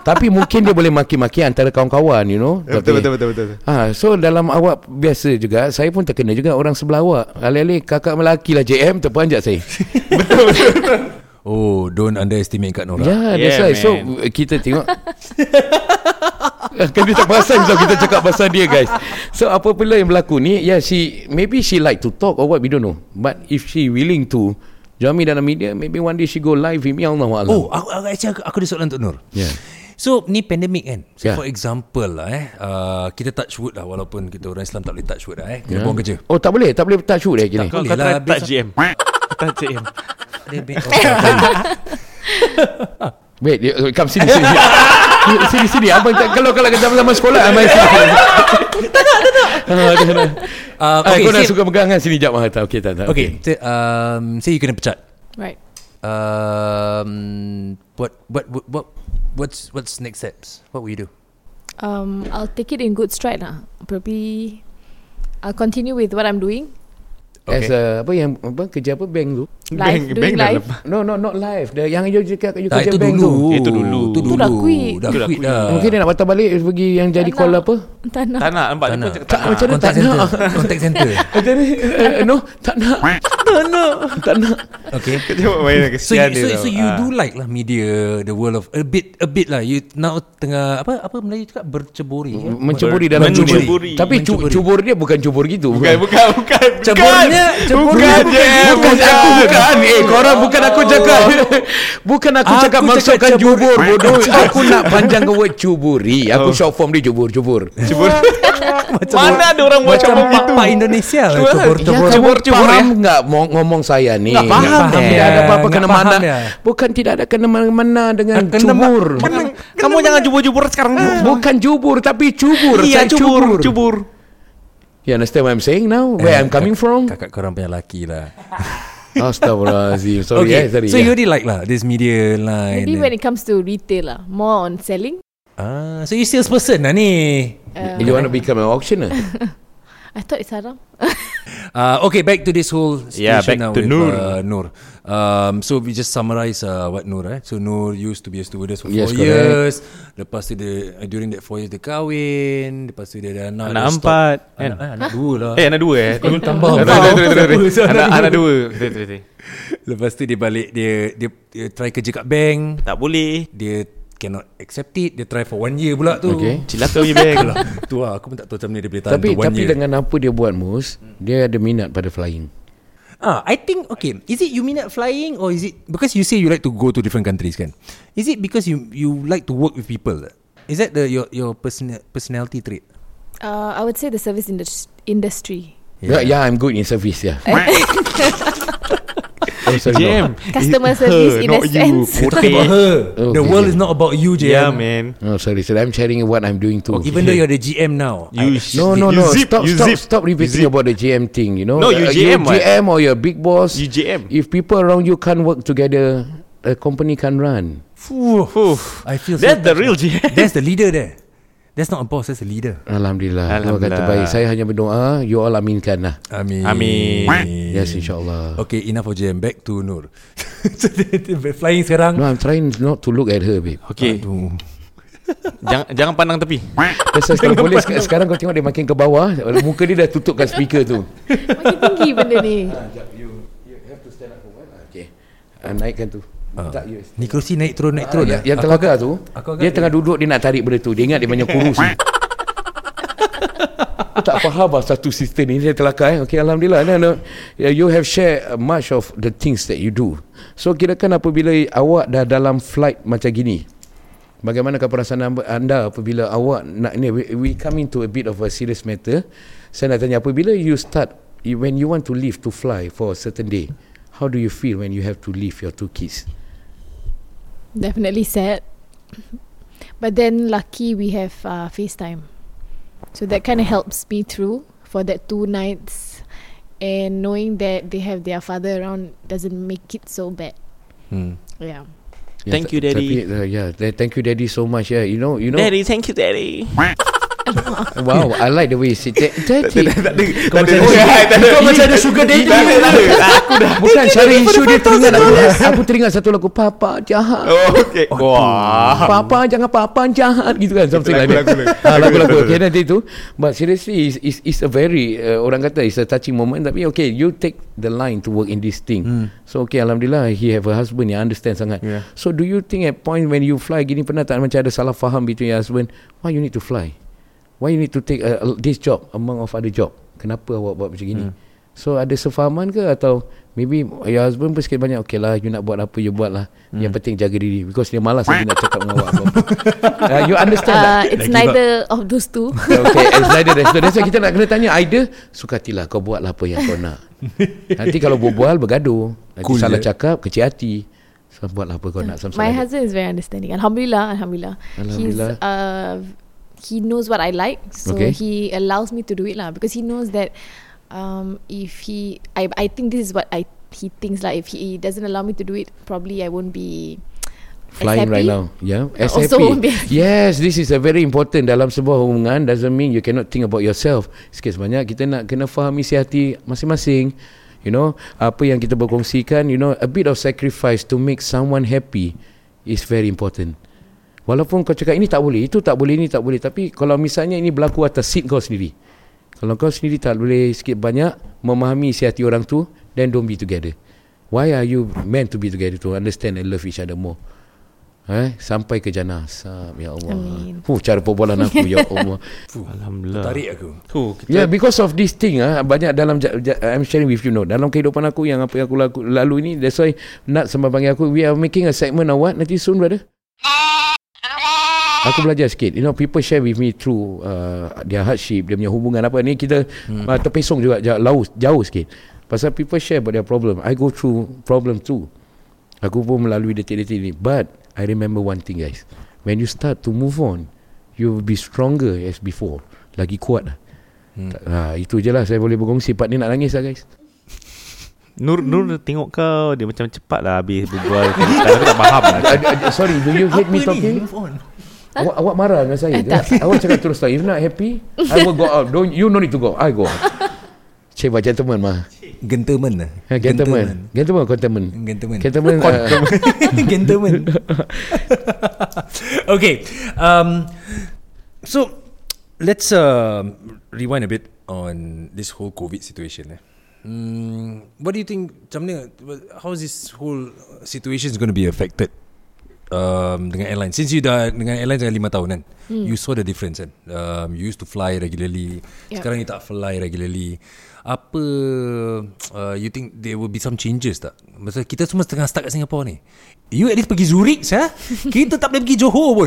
[SPEAKER 5] Tapi mungkin dia boleh maki-maki antara kawan-kawan, you know.
[SPEAKER 7] Eh,
[SPEAKER 5] Tapi-
[SPEAKER 7] Betul betul betul betul. betul.
[SPEAKER 5] Ah, so dalam awak biasa juga, saya pun terkena juga orang sebelah awak. Alih-alih kakak lelaki lah JM
[SPEAKER 7] <laughs>
[SPEAKER 5] terpanjat saya.
[SPEAKER 6] Oh, don't underestimate Kak Nora.
[SPEAKER 5] Ya, yeah,
[SPEAKER 7] Yeah,
[SPEAKER 5] that's why. So
[SPEAKER 7] man.
[SPEAKER 5] w- kita tengok <laughs> Kan dia tak perasan So kita cakap pasal dia guys So apa pula yang berlaku ni Yeah she Maybe she like to talk Or what we don't know But if she willing to Join me dalam media Maybe one day she go live with me Allah Allah
[SPEAKER 6] Oh, aku, aku, actually aku, aku ada soalan untuk Nur.
[SPEAKER 5] Yeah.
[SPEAKER 6] So ni pandemik kan So
[SPEAKER 5] Yeah.
[SPEAKER 6] yeah. for example lah eh uh, Kita touch wood lah Walaupun kita orang Islam tak boleh touch wood lah eh Kena yeah. buang kerja
[SPEAKER 5] Oh tak boleh Tak boleh touch wood dah kini
[SPEAKER 7] Kau
[SPEAKER 6] Boleh
[SPEAKER 7] kau
[SPEAKER 6] lah,
[SPEAKER 7] try tak
[SPEAKER 6] biasa-
[SPEAKER 7] GM. <laughs> Tak GM.
[SPEAKER 6] Dia <laughs> be- oh, tak boleh.
[SPEAKER 5] Wait you- uh, Come sini <laughs> sini sini. Sini sini Abang tak, Kalau kalau kita sama sekolah Abang sini Tak tak tak tak
[SPEAKER 6] uh,
[SPEAKER 5] <laughs> Okay,
[SPEAKER 6] Okay,
[SPEAKER 5] kau nak
[SPEAKER 6] say,
[SPEAKER 5] suka pegang kan sini jap ah, tak, Okay tak tak
[SPEAKER 6] okay. Say, um, say you kena pecat
[SPEAKER 8] Right.
[SPEAKER 6] um, what, what, what, what, What's what's next steps? What will you do?
[SPEAKER 8] Um, I'll take it in good stride lah. Probably I'll continue with what I'm doing.
[SPEAKER 5] As a, apa yang apa kerja apa bank tu?
[SPEAKER 8] Live,
[SPEAKER 7] Bank- bank
[SPEAKER 8] doing
[SPEAKER 7] dah
[SPEAKER 8] live.
[SPEAKER 5] No no not live. The yang you cakap you
[SPEAKER 6] Tak,
[SPEAKER 5] kerja
[SPEAKER 6] itu
[SPEAKER 5] bank
[SPEAKER 6] dulu.
[SPEAKER 5] tu.
[SPEAKER 7] Itu dulu.
[SPEAKER 6] Itu
[SPEAKER 8] Tu
[SPEAKER 6] dulu.
[SPEAKER 8] dah quit.
[SPEAKER 6] Dah
[SPEAKER 7] Itu dah
[SPEAKER 6] quit
[SPEAKER 7] quit.
[SPEAKER 6] dah.
[SPEAKER 5] Mungkin dia nak patah balik pergi yang jadi
[SPEAKER 8] Tak
[SPEAKER 5] call
[SPEAKER 8] nak.
[SPEAKER 5] apa?
[SPEAKER 8] Tak nak.
[SPEAKER 7] Tak nak nampak dia
[SPEAKER 6] Tak
[SPEAKER 7] pun
[SPEAKER 6] nak.
[SPEAKER 7] cakap tak
[SPEAKER 5] Tak macam mana tak
[SPEAKER 6] Contact center.
[SPEAKER 5] nak.
[SPEAKER 6] Contact center.
[SPEAKER 5] Jadi eh, eh, no tak nak. tak nak. Tak nak.
[SPEAKER 6] Okay.
[SPEAKER 7] nak.
[SPEAKER 6] <laughs> So you, so, so you do like lah media, the world of a bit, a bit lah. You now tengah apa apa Melayu cakap berceburi. Kan?
[SPEAKER 5] Menceburi dalam
[SPEAKER 7] Menceburi.
[SPEAKER 5] cubur. Tapi cu-
[SPEAKER 6] Menceburi.
[SPEAKER 5] cubur dia bukan cubur gitu.
[SPEAKER 7] Bukan bukan bukan.
[SPEAKER 6] Ceburnya, ceburnya
[SPEAKER 7] Bukan, Jem,
[SPEAKER 5] Bukan aku bukan Eh korang bukan aku cakap <laughs> Bukan aku
[SPEAKER 6] Aku
[SPEAKER 5] cakap
[SPEAKER 6] cakap
[SPEAKER 5] Maksudkan
[SPEAKER 6] cebur.
[SPEAKER 5] jubur bodoh <laughs> Aku nak panjang ke word cuburi Aku short form dia jubur Jubur Ya,
[SPEAKER 7] Mana ada orang buat
[SPEAKER 6] Macam
[SPEAKER 7] macam itu?
[SPEAKER 6] Pak Indonesia lah, Cebur-cebur
[SPEAKER 5] Ya, cebur,
[SPEAKER 7] Cebur-cebur,
[SPEAKER 5] faham nggak mau ngomong saya nih?
[SPEAKER 6] Nggak faham dia.
[SPEAKER 5] Tidak ada apa-apa
[SPEAKER 6] Nggak
[SPEAKER 5] kena
[SPEAKER 6] faham
[SPEAKER 5] mana.
[SPEAKER 6] dia.
[SPEAKER 5] Bukan tidak ada kena mana dengan cubur.
[SPEAKER 7] Kamu jangan jubur-jubur sekarang.
[SPEAKER 5] Bukan jubur tapi cubur.
[SPEAKER 7] Iya,
[SPEAKER 5] Saya
[SPEAKER 7] cubur, cubur.
[SPEAKER 5] You understand what I'm saying now? Where I'm coming from?
[SPEAKER 6] Kakak korang punya lelaki lah
[SPEAKER 5] Astagfirullahaladzim. Sorry eh, sorry.
[SPEAKER 6] So
[SPEAKER 5] ya.
[SPEAKER 6] you already like lah This media line
[SPEAKER 8] Maybe when it comes to retail lah, more on selling.
[SPEAKER 6] ah, So you salesperson lah ni
[SPEAKER 5] you want to become an auctioneer?
[SPEAKER 8] I thought it's haram.
[SPEAKER 6] Uh, okay, back to this whole situation
[SPEAKER 7] Yeah, back
[SPEAKER 6] now
[SPEAKER 7] to
[SPEAKER 6] with
[SPEAKER 7] Noor.
[SPEAKER 6] Uh, Noor. Um, so we just summarize uh, what Noor. Eh? So Noor used to be a stewardess for
[SPEAKER 5] Yes,
[SPEAKER 6] four
[SPEAKER 5] correct.
[SPEAKER 6] years. Lepas tu dia uh, during that four years dia kahwin. Lepas tu dia ada anak.
[SPEAKER 7] Anak
[SPEAKER 6] dia stop.
[SPEAKER 7] empat, kan?
[SPEAKER 6] Anak, eh, anak dua
[SPEAKER 7] <laughs>
[SPEAKER 6] lah.
[SPEAKER 7] Eh, anak dua eh. Dulu
[SPEAKER 6] tambah.
[SPEAKER 7] Anak anak dua. Betul, betul, betul.
[SPEAKER 6] Lepas tu dia balik dia dia, dia try kerja kat bank.
[SPEAKER 7] Tak boleh.
[SPEAKER 6] Dia cannot accept it. Dia try for one year pula tu.
[SPEAKER 5] Okay.
[SPEAKER 6] <laughs>
[SPEAKER 7] Cilaka punya bank.
[SPEAKER 6] Itulah. tu lah aku pun tak tahu macam mana dia boleh tahan
[SPEAKER 5] tapi
[SPEAKER 6] tu one
[SPEAKER 5] tapi
[SPEAKER 6] year.
[SPEAKER 5] dengan apa dia buat Mus, dia ada minat pada flying.
[SPEAKER 6] Ah, I think okay. Is it you minat flying or is it because you say you like to go to different countries kan? Is it because you you like to work with people? Is that the your your personal personality trait?
[SPEAKER 8] <laughs> Uh, I would say the service indus- industry.
[SPEAKER 5] Yeah, yeah, I'm good in service. Yeah.
[SPEAKER 8] Eh?
[SPEAKER 5] oh, sorry, no.
[SPEAKER 7] Jam.
[SPEAKER 8] Customer service in a sense.
[SPEAKER 6] We're talking about her.
[SPEAKER 5] Oh,
[SPEAKER 6] the
[SPEAKER 5] okay,
[SPEAKER 6] world
[SPEAKER 5] okay.
[SPEAKER 6] is not about you, JM.
[SPEAKER 7] Yeah, man.
[SPEAKER 5] No, Oh, sorry, sir. I'm sharing what I'm doing too.
[SPEAKER 6] Oh, Even though you're the GM now.
[SPEAKER 7] You
[SPEAKER 6] I,
[SPEAKER 5] No, no,
[SPEAKER 7] you
[SPEAKER 5] no.
[SPEAKER 7] zip,
[SPEAKER 5] stop,
[SPEAKER 7] you
[SPEAKER 5] stop,
[SPEAKER 7] zip,
[SPEAKER 5] stop
[SPEAKER 7] you zip.
[SPEAKER 5] repeating about the GM thing. You know,
[SPEAKER 7] No, you GM,
[SPEAKER 5] you
[SPEAKER 7] what?
[SPEAKER 5] GM or your big boss.
[SPEAKER 7] You GM.
[SPEAKER 5] If people around you can't work together, the company can't run.
[SPEAKER 7] Fuh.
[SPEAKER 6] I feel so
[SPEAKER 7] That's the
[SPEAKER 6] touched.
[SPEAKER 7] real GM.
[SPEAKER 6] That's the leader there. That's not a boss, that's a leader.
[SPEAKER 5] Alhamdulillah. Allah kata
[SPEAKER 7] Alhamdulillah.
[SPEAKER 5] baik. Saya hanya berdoa. You all aminkan lah.
[SPEAKER 6] I mean,
[SPEAKER 7] Amin.
[SPEAKER 5] Yes, insyaAllah.
[SPEAKER 6] Okay, enough of JM. Back to Nur. <laughs> So, dia- dia flying sekarang.
[SPEAKER 5] No, I'm trying not to look at her, babe.
[SPEAKER 7] Okay.
[SPEAKER 6] Aduh.
[SPEAKER 7] Jangan jangan pandang tepi.
[SPEAKER 5] Ah, Pasal
[SPEAKER 7] <laughs>
[SPEAKER 5] sekarang boleh sek- sekarang kau tengok dia makin ke bawah, muka dia dah tutup kat speaker tu.
[SPEAKER 8] Makin tinggi benda ni.
[SPEAKER 5] Okay. Uh, naikkan tu.
[SPEAKER 7] Ah.
[SPEAKER 5] Tak, you.
[SPEAKER 6] Ni kerusi naik turun, naik turun. lah.
[SPEAKER 5] Yang, yang telakar tu
[SPEAKER 6] aku agak
[SPEAKER 5] Dia
[SPEAKER 6] dia-
[SPEAKER 5] tengah duduk Dia nak tarik benda tu Dia ingat dia punya
[SPEAKER 6] <laughs>
[SPEAKER 5] kurus ni. Aku tak faham lah Satu sistem ni Dia telakar eh Okay Alhamdulillah no, no. You have shared Much of the things that you do So kirakan apabila Awak dah dalam flight Macam gini Bagaimana perasaan amba- anda apabila awak nak ni we, we come into a bit of a serious matter. Saya nak tanya apabila you start you, when you want to leave to fly for a certain day, how do you feel when you have to leave your two kids?
[SPEAKER 8] Definitely sad. But then lucky we have uh, FaceTime. So that kind of helps me through for that two nights. And knowing that they have their father around doesn't make it so bad.
[SPEAKER 6] Hmm.
[SPEAKER 8] Yeah.
[SPEAKER 7] Thank you, Daddy.
[SPEAKER 5] Tapi, uh, yeah, th- thank you daddy so much. Yeah, you know, you know.
[SPEAKER 7] Daddy, thank you, Daddy.
[SPEAKER 5] Wow, I like the way you say
[SPEAKER 7] <laughs>
[SPEAKER 5] that. Daddy.
[SPEAKER 7] Kau macam ada
[SPEAKER 5] Kau macam ada sugar daddy.
[SPEAKER 7] Aku dah
[SPEAKER 5] Bukan cara isu dia teringat aku. Aku teringat satu lagu Papa jahat.
[SPEAKER 7] Oh, okay. Wah.
[SPEAKER 5] Papa jangan papa jahat gitu kan something
[SPEAKER 7] Lagu,
[SPEAKER 5] like that.
[SPEAKER 7] lagu, lagu.
[SPEAKER 5] Ah, Lagu-lagu okay nanti itu. But seriously is is is a very uh, orang kata is a touching moment tapi okay you take the line to work in this thing. So okay alhamdulillah he have a husband yang understand sangat.
[SPEAKER 7] Yeah.
[SPEAKER 5] So do you think at point when you fly gini pernah tak macam ada salah faham between your husband why you need to fly? Why you need to take uh, this job among of other job? Kenapa awak buat macam gini? So ada sefahaman ke atau maybe your husband pun sikit banyak okay lah you nak buat apa you buat lah. Yang penting jaga diri because dia malas lagi nak cakap dengan awak. apa-apa. uh, you understand tak?
[SPEAKER 8] Uh, it's neither of those two.
[SPEAKER 5] Okay, it's like that. So, that's why kita nak kena tanya Aida, sukatilah kau buatlah apa yang kau nak. Nanti kalau berbual bergaduh, nanti
[SPEAKER 6] Cool,
[SPEAKER 5] cool, salah
[SPEAKER 6] eh?
[SPEAKER 5] cakap kecil hati. So buatlah apa kau nak sampai.
[SPEAKER 8] My husband is very understanding. Alhamdulillah, alhamdulillah.
[SPEAKER 5] Alhamdulillah.
[SPEAKER 8] He's uh he knows what I like, so
[SPEAKER 5] Okay.
[SPEAKER 8] he allows me to do it lah because he knows that um if he I I think this is what I he thinks like if he doesn't allow me to do it, probably I won't be
[SPEAKER 5] Flying
[SPEAKER 8] as
[SPEAKER 5] right
[SPEAKER 8] happy.
[SPEAKER 5] now Ya, Yeah
[SPEAKER 8] Also <laughs>
[SPEAKER 5] SAP <laughs>
[SPEAKER 8] won't be-
[SPEAKER 5] Yes This is a very important Dalam sebuah hubungan Doesn't mean you cannot think about yourself Sikit sebanyak Kita nak kena faham isi hati Masing-masing You know Apa yang kita berkongsikan You know A bit of sacrifice To make someone happy Is very important Walaupun kau cakap Ini tak boleh Itu tak boleh Ini tak boleh Tapi kalau misalnya Ini berlaku atas seat kau sendiri Kalau kau sendiri tak boleh Sikit banyak Memahami isi hati orang tu Then don't be together Why are you meant to be together To understand and love each other more Eh, sampai ke jannah Sam, ya Allah.
[SPEAKER 8] Amin.
[SPEAKER 5] Huh, cara perbualan aku ya Allah.
[SPEAKER 7] Alhamdulillah.
[SPEAKER 6] Tarik aku.
[SPEAKER 7] Tu, kita
[SPEAKER 5] yeah, because of this thing ah banyak dalam ja- ja- I'm sharing with you know. Dalam kehidupan aku yang apa yang aku laku, lalu ni that's why nak sembah panggil aku we are making a segment or what nanti soon brother. Aku belajar sikit You know people share with me Through uh, Their hardship Dia punya hubungan apa Ni kita hmm. uh, Terpesong juga jauh, jauh, jauh sikit Pasal people share About their problem I go through Problem too Aku pun melalui detik-detik ni But I remember one thing guys When you start to move on You will be stronger As before Lagi kuat lah hmm. ha, Itu je lah Saya boleh berkongsi Part ni nak nangis lah guys
[SPEAKER 7] Nur Nur tengok kau dia macam cepat lah habis berbual. Aku tak faham lah.
[SPEAKER 5] uh, uh, Sorry Do you hate
[SPEAKER 6] Apa
[SPEAKER 5] me
[SPEAKER 6] ni?
[SPEAKER 5] talking?
[SPEAKER 6] Move on. Eh,
[SPEAKER 5] Awak, awak marah dengan saya ke? <laughs> Awak cakap terus terang If not happy I will go out Don't, You no need to go I go out Cik buat gentleman mah
[SPEAKER 6] Gentleman lah.
[SPEAKER 5] Ha, gentleman Gentleman Gentleman
[SPEAKER 6] Gentleman.
[SPEAKER 5] Gentleman uh,
[SPEAKER 6] gentleman. <laughs> okay. Um, so let's um rewind a bit on this whole COVID situation. Eh. Mm, what do you think? Macam mana? How is this whole situation is going to be affected? Um, dengan airline Since you dah Dengan airline dah 5 tahun kan You saw the difference kan um, You used to fly regularly
[SPEAKER 8] Yup.
[SPEAKER 6] Sekarang you tak fly regularly Apa uh, You think There will be some changes tak Maksudnya kita semua Tengah stuck kat Singapore ni You at least pergi Zurich sah Kita tak boleh pergi Johor pun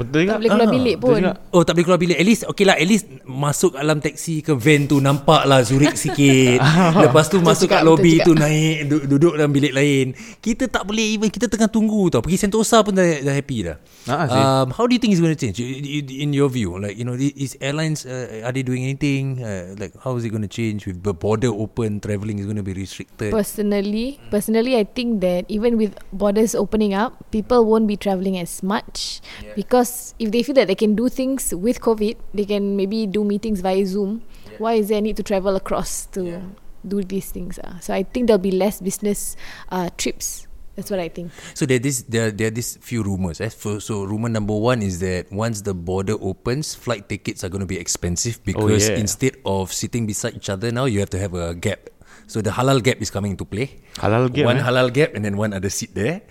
[SPEAKER 7] Betul Ah. juga.
[SPEAKER 8] Tak boleh keluar bilik
[SPEAKER 7] betul
[SPEAKER 8] pun.
[SPEAKER 7] juga.
[SPEAKER 6] Oh tak boleh keluar bilik At least Okay lah at least Masuk dalam taxi ke van tu Nampak lah Zurich
[SPEAKER 7] <laughs>
[SPEAKER 6] sikit
[SPEAKER 7] Ah.
[SPEAKER 6] Lepas tu masuk
[SPEAKER 8] juga,
[SPEAKER 6] kat lobby
[SPEAKER 8] betul
[SPEAKER 6] tu Naik du- duduk dalam bilik lain Kita tak boleh even Kita tengah tunggu tau Pergi Sentosa pun dah, dah happy dah
[SPEAKER 7] Ah, sih.
[SPEAKER 6] um, How do you think it's going to change You- you- In your view Like you know Is airlines uh, Are they doing anything uh, Like how is it going to change With the border open Travelling is going to be restricted
[SPEAKER 8] Personally, personally, I think that even with borders opening up, people won't be traveling as much because if they feel that they can do things with COVID, they can maybe do meetings via Zoom. Why is there a need to travel across to do these things? Ah, so I think there'll be less business uh, trips. That's what I think.
[SPEAKER 6] So there this there there are this few rumors. Eh? So, so rumor number one is that once the border opens, flight tickets are going to be expensive because
[SPEAKER 7] Oh, yeah.
[SPEAKER 6] instead of sitting beside each other now, you have to have a gap. So the halal gap is coming into play.
[SPEAKER 7] Halal gap,
[SPEAKER 6] One
[SPEAKER 7] eh?
[SPEAKER 6] halal gap and then one other seat there.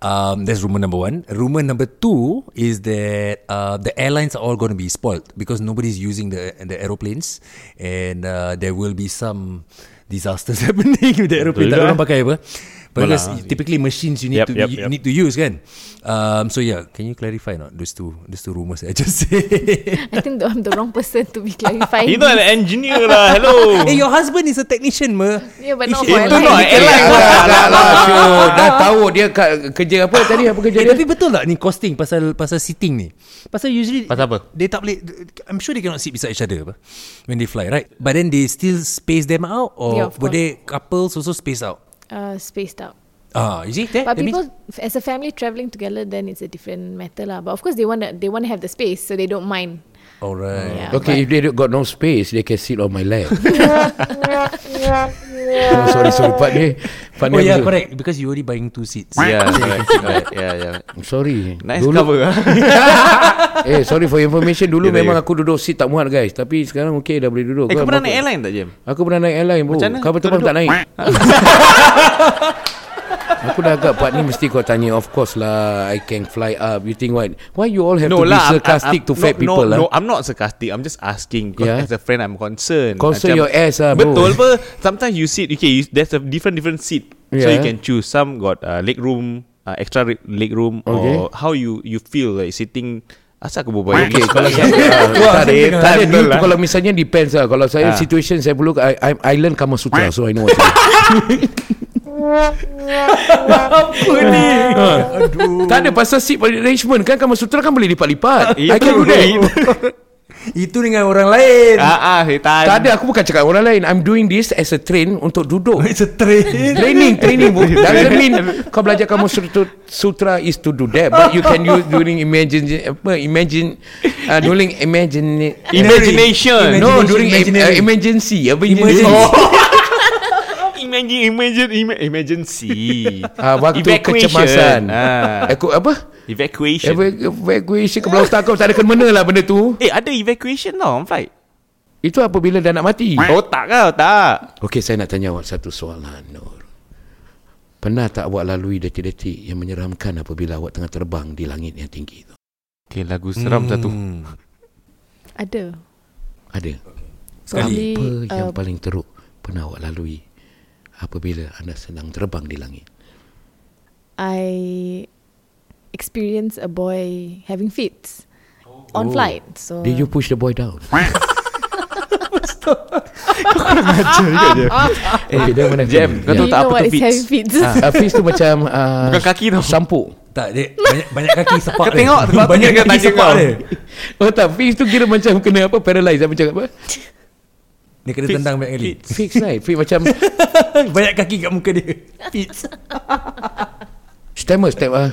[SPEAKER 6] Um, that's rumor number one. Rumor number two is that uh, the airlines are all going to be spoiled because nobody's using the the aeroplanes and uh, there will be some disasters <laughs> happening with the aeroplane. Tak ada
[SPEAKER 7] juga,
[SPEAKER 6] orang pakai apa. Because
[SPEAKER 7] Bola.
[SPEAKER 6] typically machines you need
[SPEAKER 7] Yep,
[SPEAKER 6] to
[SPEAKER 7] yep,
[SPEAKER 6] you
[SPEAKER 7] yep.
[SPEAKER 6] need to use kan. Um, so yeah, can you clarify not those two those two rumors that I just <laughs> said?
[SPEAKER 8] I think the, I'm the wrong person to be clarifying.
[SPEAKER 7] Itu an engineer lah
[SPEAKER 5] <laughs>
[SPEAKER 7] Hello
[SPEAKER 6] hey, your husband is a technician, ma.
[SPEAKER 8] Yeah, but not
[SPEAKER 7] Itu
[SPEAKER 8] for
[SPEAKER 7] not
[SPEAKER 8] airline.
[SPEAKER 7] airline
[SPEAKER 5] Alah, alah, alah, sure. Dah tahu dia kat, kerja apa tadi apa kerja
[SPEAKER 6] Eh,
[SPEAKER 7] lah,
[SPEAKER 5] dia?
[SPEAKER 6] tapi betul tak ni costing pasal pasal seating ni? Pasal usually
[SPEAKER 7] Pasal apa?
[SPEAKER 6] They tak boleh I'm sure they cannot sit beside each other apa when they fly, right? But then they still space them out or yeah,
[SPEAKER 8] Yeah, of
[SPEAKER 6] were they couples also space out?
[SPEAKER 8] Uh, spaced out.
[SPEAKER 6] Ah, you see there?
[SPEAKER 8] But
[SPEAKER 6] that means-
[SPEAKER 8] people, f- as a family traveling together, then it's a different matter lah. But of course, they want to they want to have the space, so they don't mind.
[SPEAKER 6] Alright.
[SPEAKER 8] Yeah,
[SPEAKER 5] Okay, if
[SPEAKER 8] but-
[SPEAKER 5] they don't got no space, they can sit on my lap. oh, sorry, sorry. Part ni. Part
[SPEAKER 6] Oh
[SPEAKER 5] ni
[SPEAKER 7] ya,
[SPEAKER 6] yeah,
[SPEAKER 5] apa?
[SPEAKER 6] correct. Because you already buying two seats.
[SPEAKER 7] Yeah correct, correct. Yeah yeah
[SPEAKER 5] Sorry.
[SPEAKER 7] ya, Nice cover ah.
[SPEAKER 5] Eh, sorry for your information. Dulu
[SPEAKER 7] <laughs> Yeah,
[SPEAKER 5] memang
[SPEAKER 7] yeah.
[SPEAKER 5] aku duduk seat tak muat guys. Tapi sekarang okay dah boleh duduk.
[SPEAKER 7] ya. Eh kau
[SPEAKER 5] Kau
[SPEAKER 7] pernah
[SPEAKER 5] apa-
[SPEAKER 7] naik airline tak Jim?
[SPEAKER 5] Aku pernah naik airline bro.
[SPEAKER 7] Macam mana?
[SPEAKER 5] Kau betul
[SPEAKER 7] Kau
[SPEAKER 5] pun tak
[SPEAKER 7] duduk?
[SPEAKER 5] naik. aku dah agak part ni mesti kau tanya. Of course lah, I can fly up. You think what? Why you all have to be
[SPEAKER 7] I'm-
[SPEAKER 5] sarcastic
[SPEAKER 7] lah, I'm-
[SPEAKER 5] to fat
[SPEAKER 7] no,
[SPEAKER 5] people
[SPEAKER 7] No,
[SPEAKER 5] lah?
[SPEAKER 7] no, I'm not sarcastic. I'm just asking because
[SPEAKER 5] Yeah.
[SPEAKER 7] as a friend I'm concerned.
[SPEAKER 5] Concern your ass lah, bro.
[SPEAKER 7] Betul apa? Sometimes you sit okay, you, there's a different different seat. So you
[SPEAKER 5] Yeah.
[SPEAKER 7] can choose. Some got uh, leg room, uh, extra re- leg room
[SPEAKER 5] Okay.
[SPEAKER 7] or how you you feel like sitting Asal aku berbual
[SPEAKER 5] Okay,
[SPEAKER 7] English <laughs>
[SPEAKER 5] kalau
[SPEAKER 7] Kalau
[SPEAKER 5] saya uh,
[SPEAKER 7] saya
[SPEAKER 5] tak ada, tak ada
[SPEAKER 7] Betul
[SPEAKER 5] dulu
[SPEAKER 7] lah.
[SPEAKER 5] kalau misalnya depends lah. Kalau saya
[SPEAKER 7] Ah.
[SPEAKER 5] situation saya perlu I, I, I learn Kama Sutra so I know what to
[SPEAKER 7] <laughs>
[SPEAKER 5] do.
[SPEAKER 6] Ha.
[SPEAKER 5] Apa ni? Tak ada pasal seat arrangement kan Kama Sutra kan boleh
[SPEAKER 7] Ah,
[SPEAKER 5] lipat-lipat. I can do that.
[SPEAKER 6] Itu dengan orang lain.
[SPEAKER 7] Ah ah setan
[SPEAKER 5] Tak ada aku bukan cakap orang lain. I'm doing this as a train untuk duduk.
[SPEAKER 6] It's a train.
[SPEAKER 7] <laughs>
[SPEAKER 5] Training, training bu. Doesn't mean kau belajar kamu sutra, sutra is to do that, but you can use during imagine apa imagine uh, during imagine
[SPEAKER 7] Imagination
[SPEAKER 5] no during im-
[SPEAKER 6] Imaginary.
[SPEAKER 5] uh, emergency apa
[SPEAKER 6] Emergency.
[SPEAKER 7] Imagine Imagine ima-
[SPEAKER 5] <laughs>
[SPEAKER 7] Emergency
[SPEAKER 5] Ah, waktu kecemasan.
[SPEAKER 7] ah.
[SPEAKER 5] Aku apa?
[SPEAKER 7] Evacuation
[SPEAKER 5] Eva- Evacuation ke belakang kau tak ada kena lah benda tu.
[SPEAKER 7] Eh ada evacuation tau On flight
[SPEAKER 5] Itu apabila dah nak mati.
[SPEAKER 7] Oh tak kau tak
[SPEAKER 5] Okey, saya nak tanya awak satu soalan, Nur. Pernah tak awak lalui detik-detik yang menyeramkan apabila awak tengah terbang di langit yang tinggi itu?
[SPEAKER 7] Okay lagu seram hmm. satu
[SPEAKER 8] Ada.
[SPEAKER 5] Ada.
[SPEAKER 8] Sekali,
[SPEAKER 5] Apa yang
[SPEAKER 8] uh,
[SPEAKER 5] paling teruk pernah awak lalui apabila anda sedang terbang di langit?
[SPEAKER 8] I experienced a boy having fits on flight. So
[SPEAKER 5] Did you push the boy down? <laughs>
[SPEAKER 7] <laughs>
[SPEAKER 5] Eh, dia mana
[SPEAKER 7] Jam Kau
[SPEAKER 8] Do
[SPEAKER 7] tahu
[SPEAKER 8] you
[SPEAKER 7] tak
[SPEAKER 8] know
[SPEAKER 7] apa
[SPEAKER 8] what
[SPEAKER 7] tu
[SPEAKER 8] is having
[SPEAKER 7] fits
[SPEAKER 8] fits? <laughs>
[SPEAKER 7] Ah.
[SPEAKER 5] Uh, Hafiz tu macam uh,
[SPEAKER 7] Bukan kaki tau
[SPEAKER 5] sampuk.
[SPEAKER 6] tak, dia banyak, banyak
[SPEAKER 7] <laughs>
[SPEAKER 6] kaki sepak.
[SPEAKER 7] Kau tengok, sebab tu dia tanya kau.
[SPEAKER 6] dia.
[SPEAKER 5] <laughs> Oh tak, Hafiz tu kira macam kena apa, paralyzed. Macam apa?
[SPEAKER 6] Dia kena tendang banyak kali.
[SPEAKER 5] Fix right. Fix macam
[SPEAKER 6] <laughs> banyak kaki kat muka dia. Fits.
[SPEAKER 5] stammer, stammer. Uh.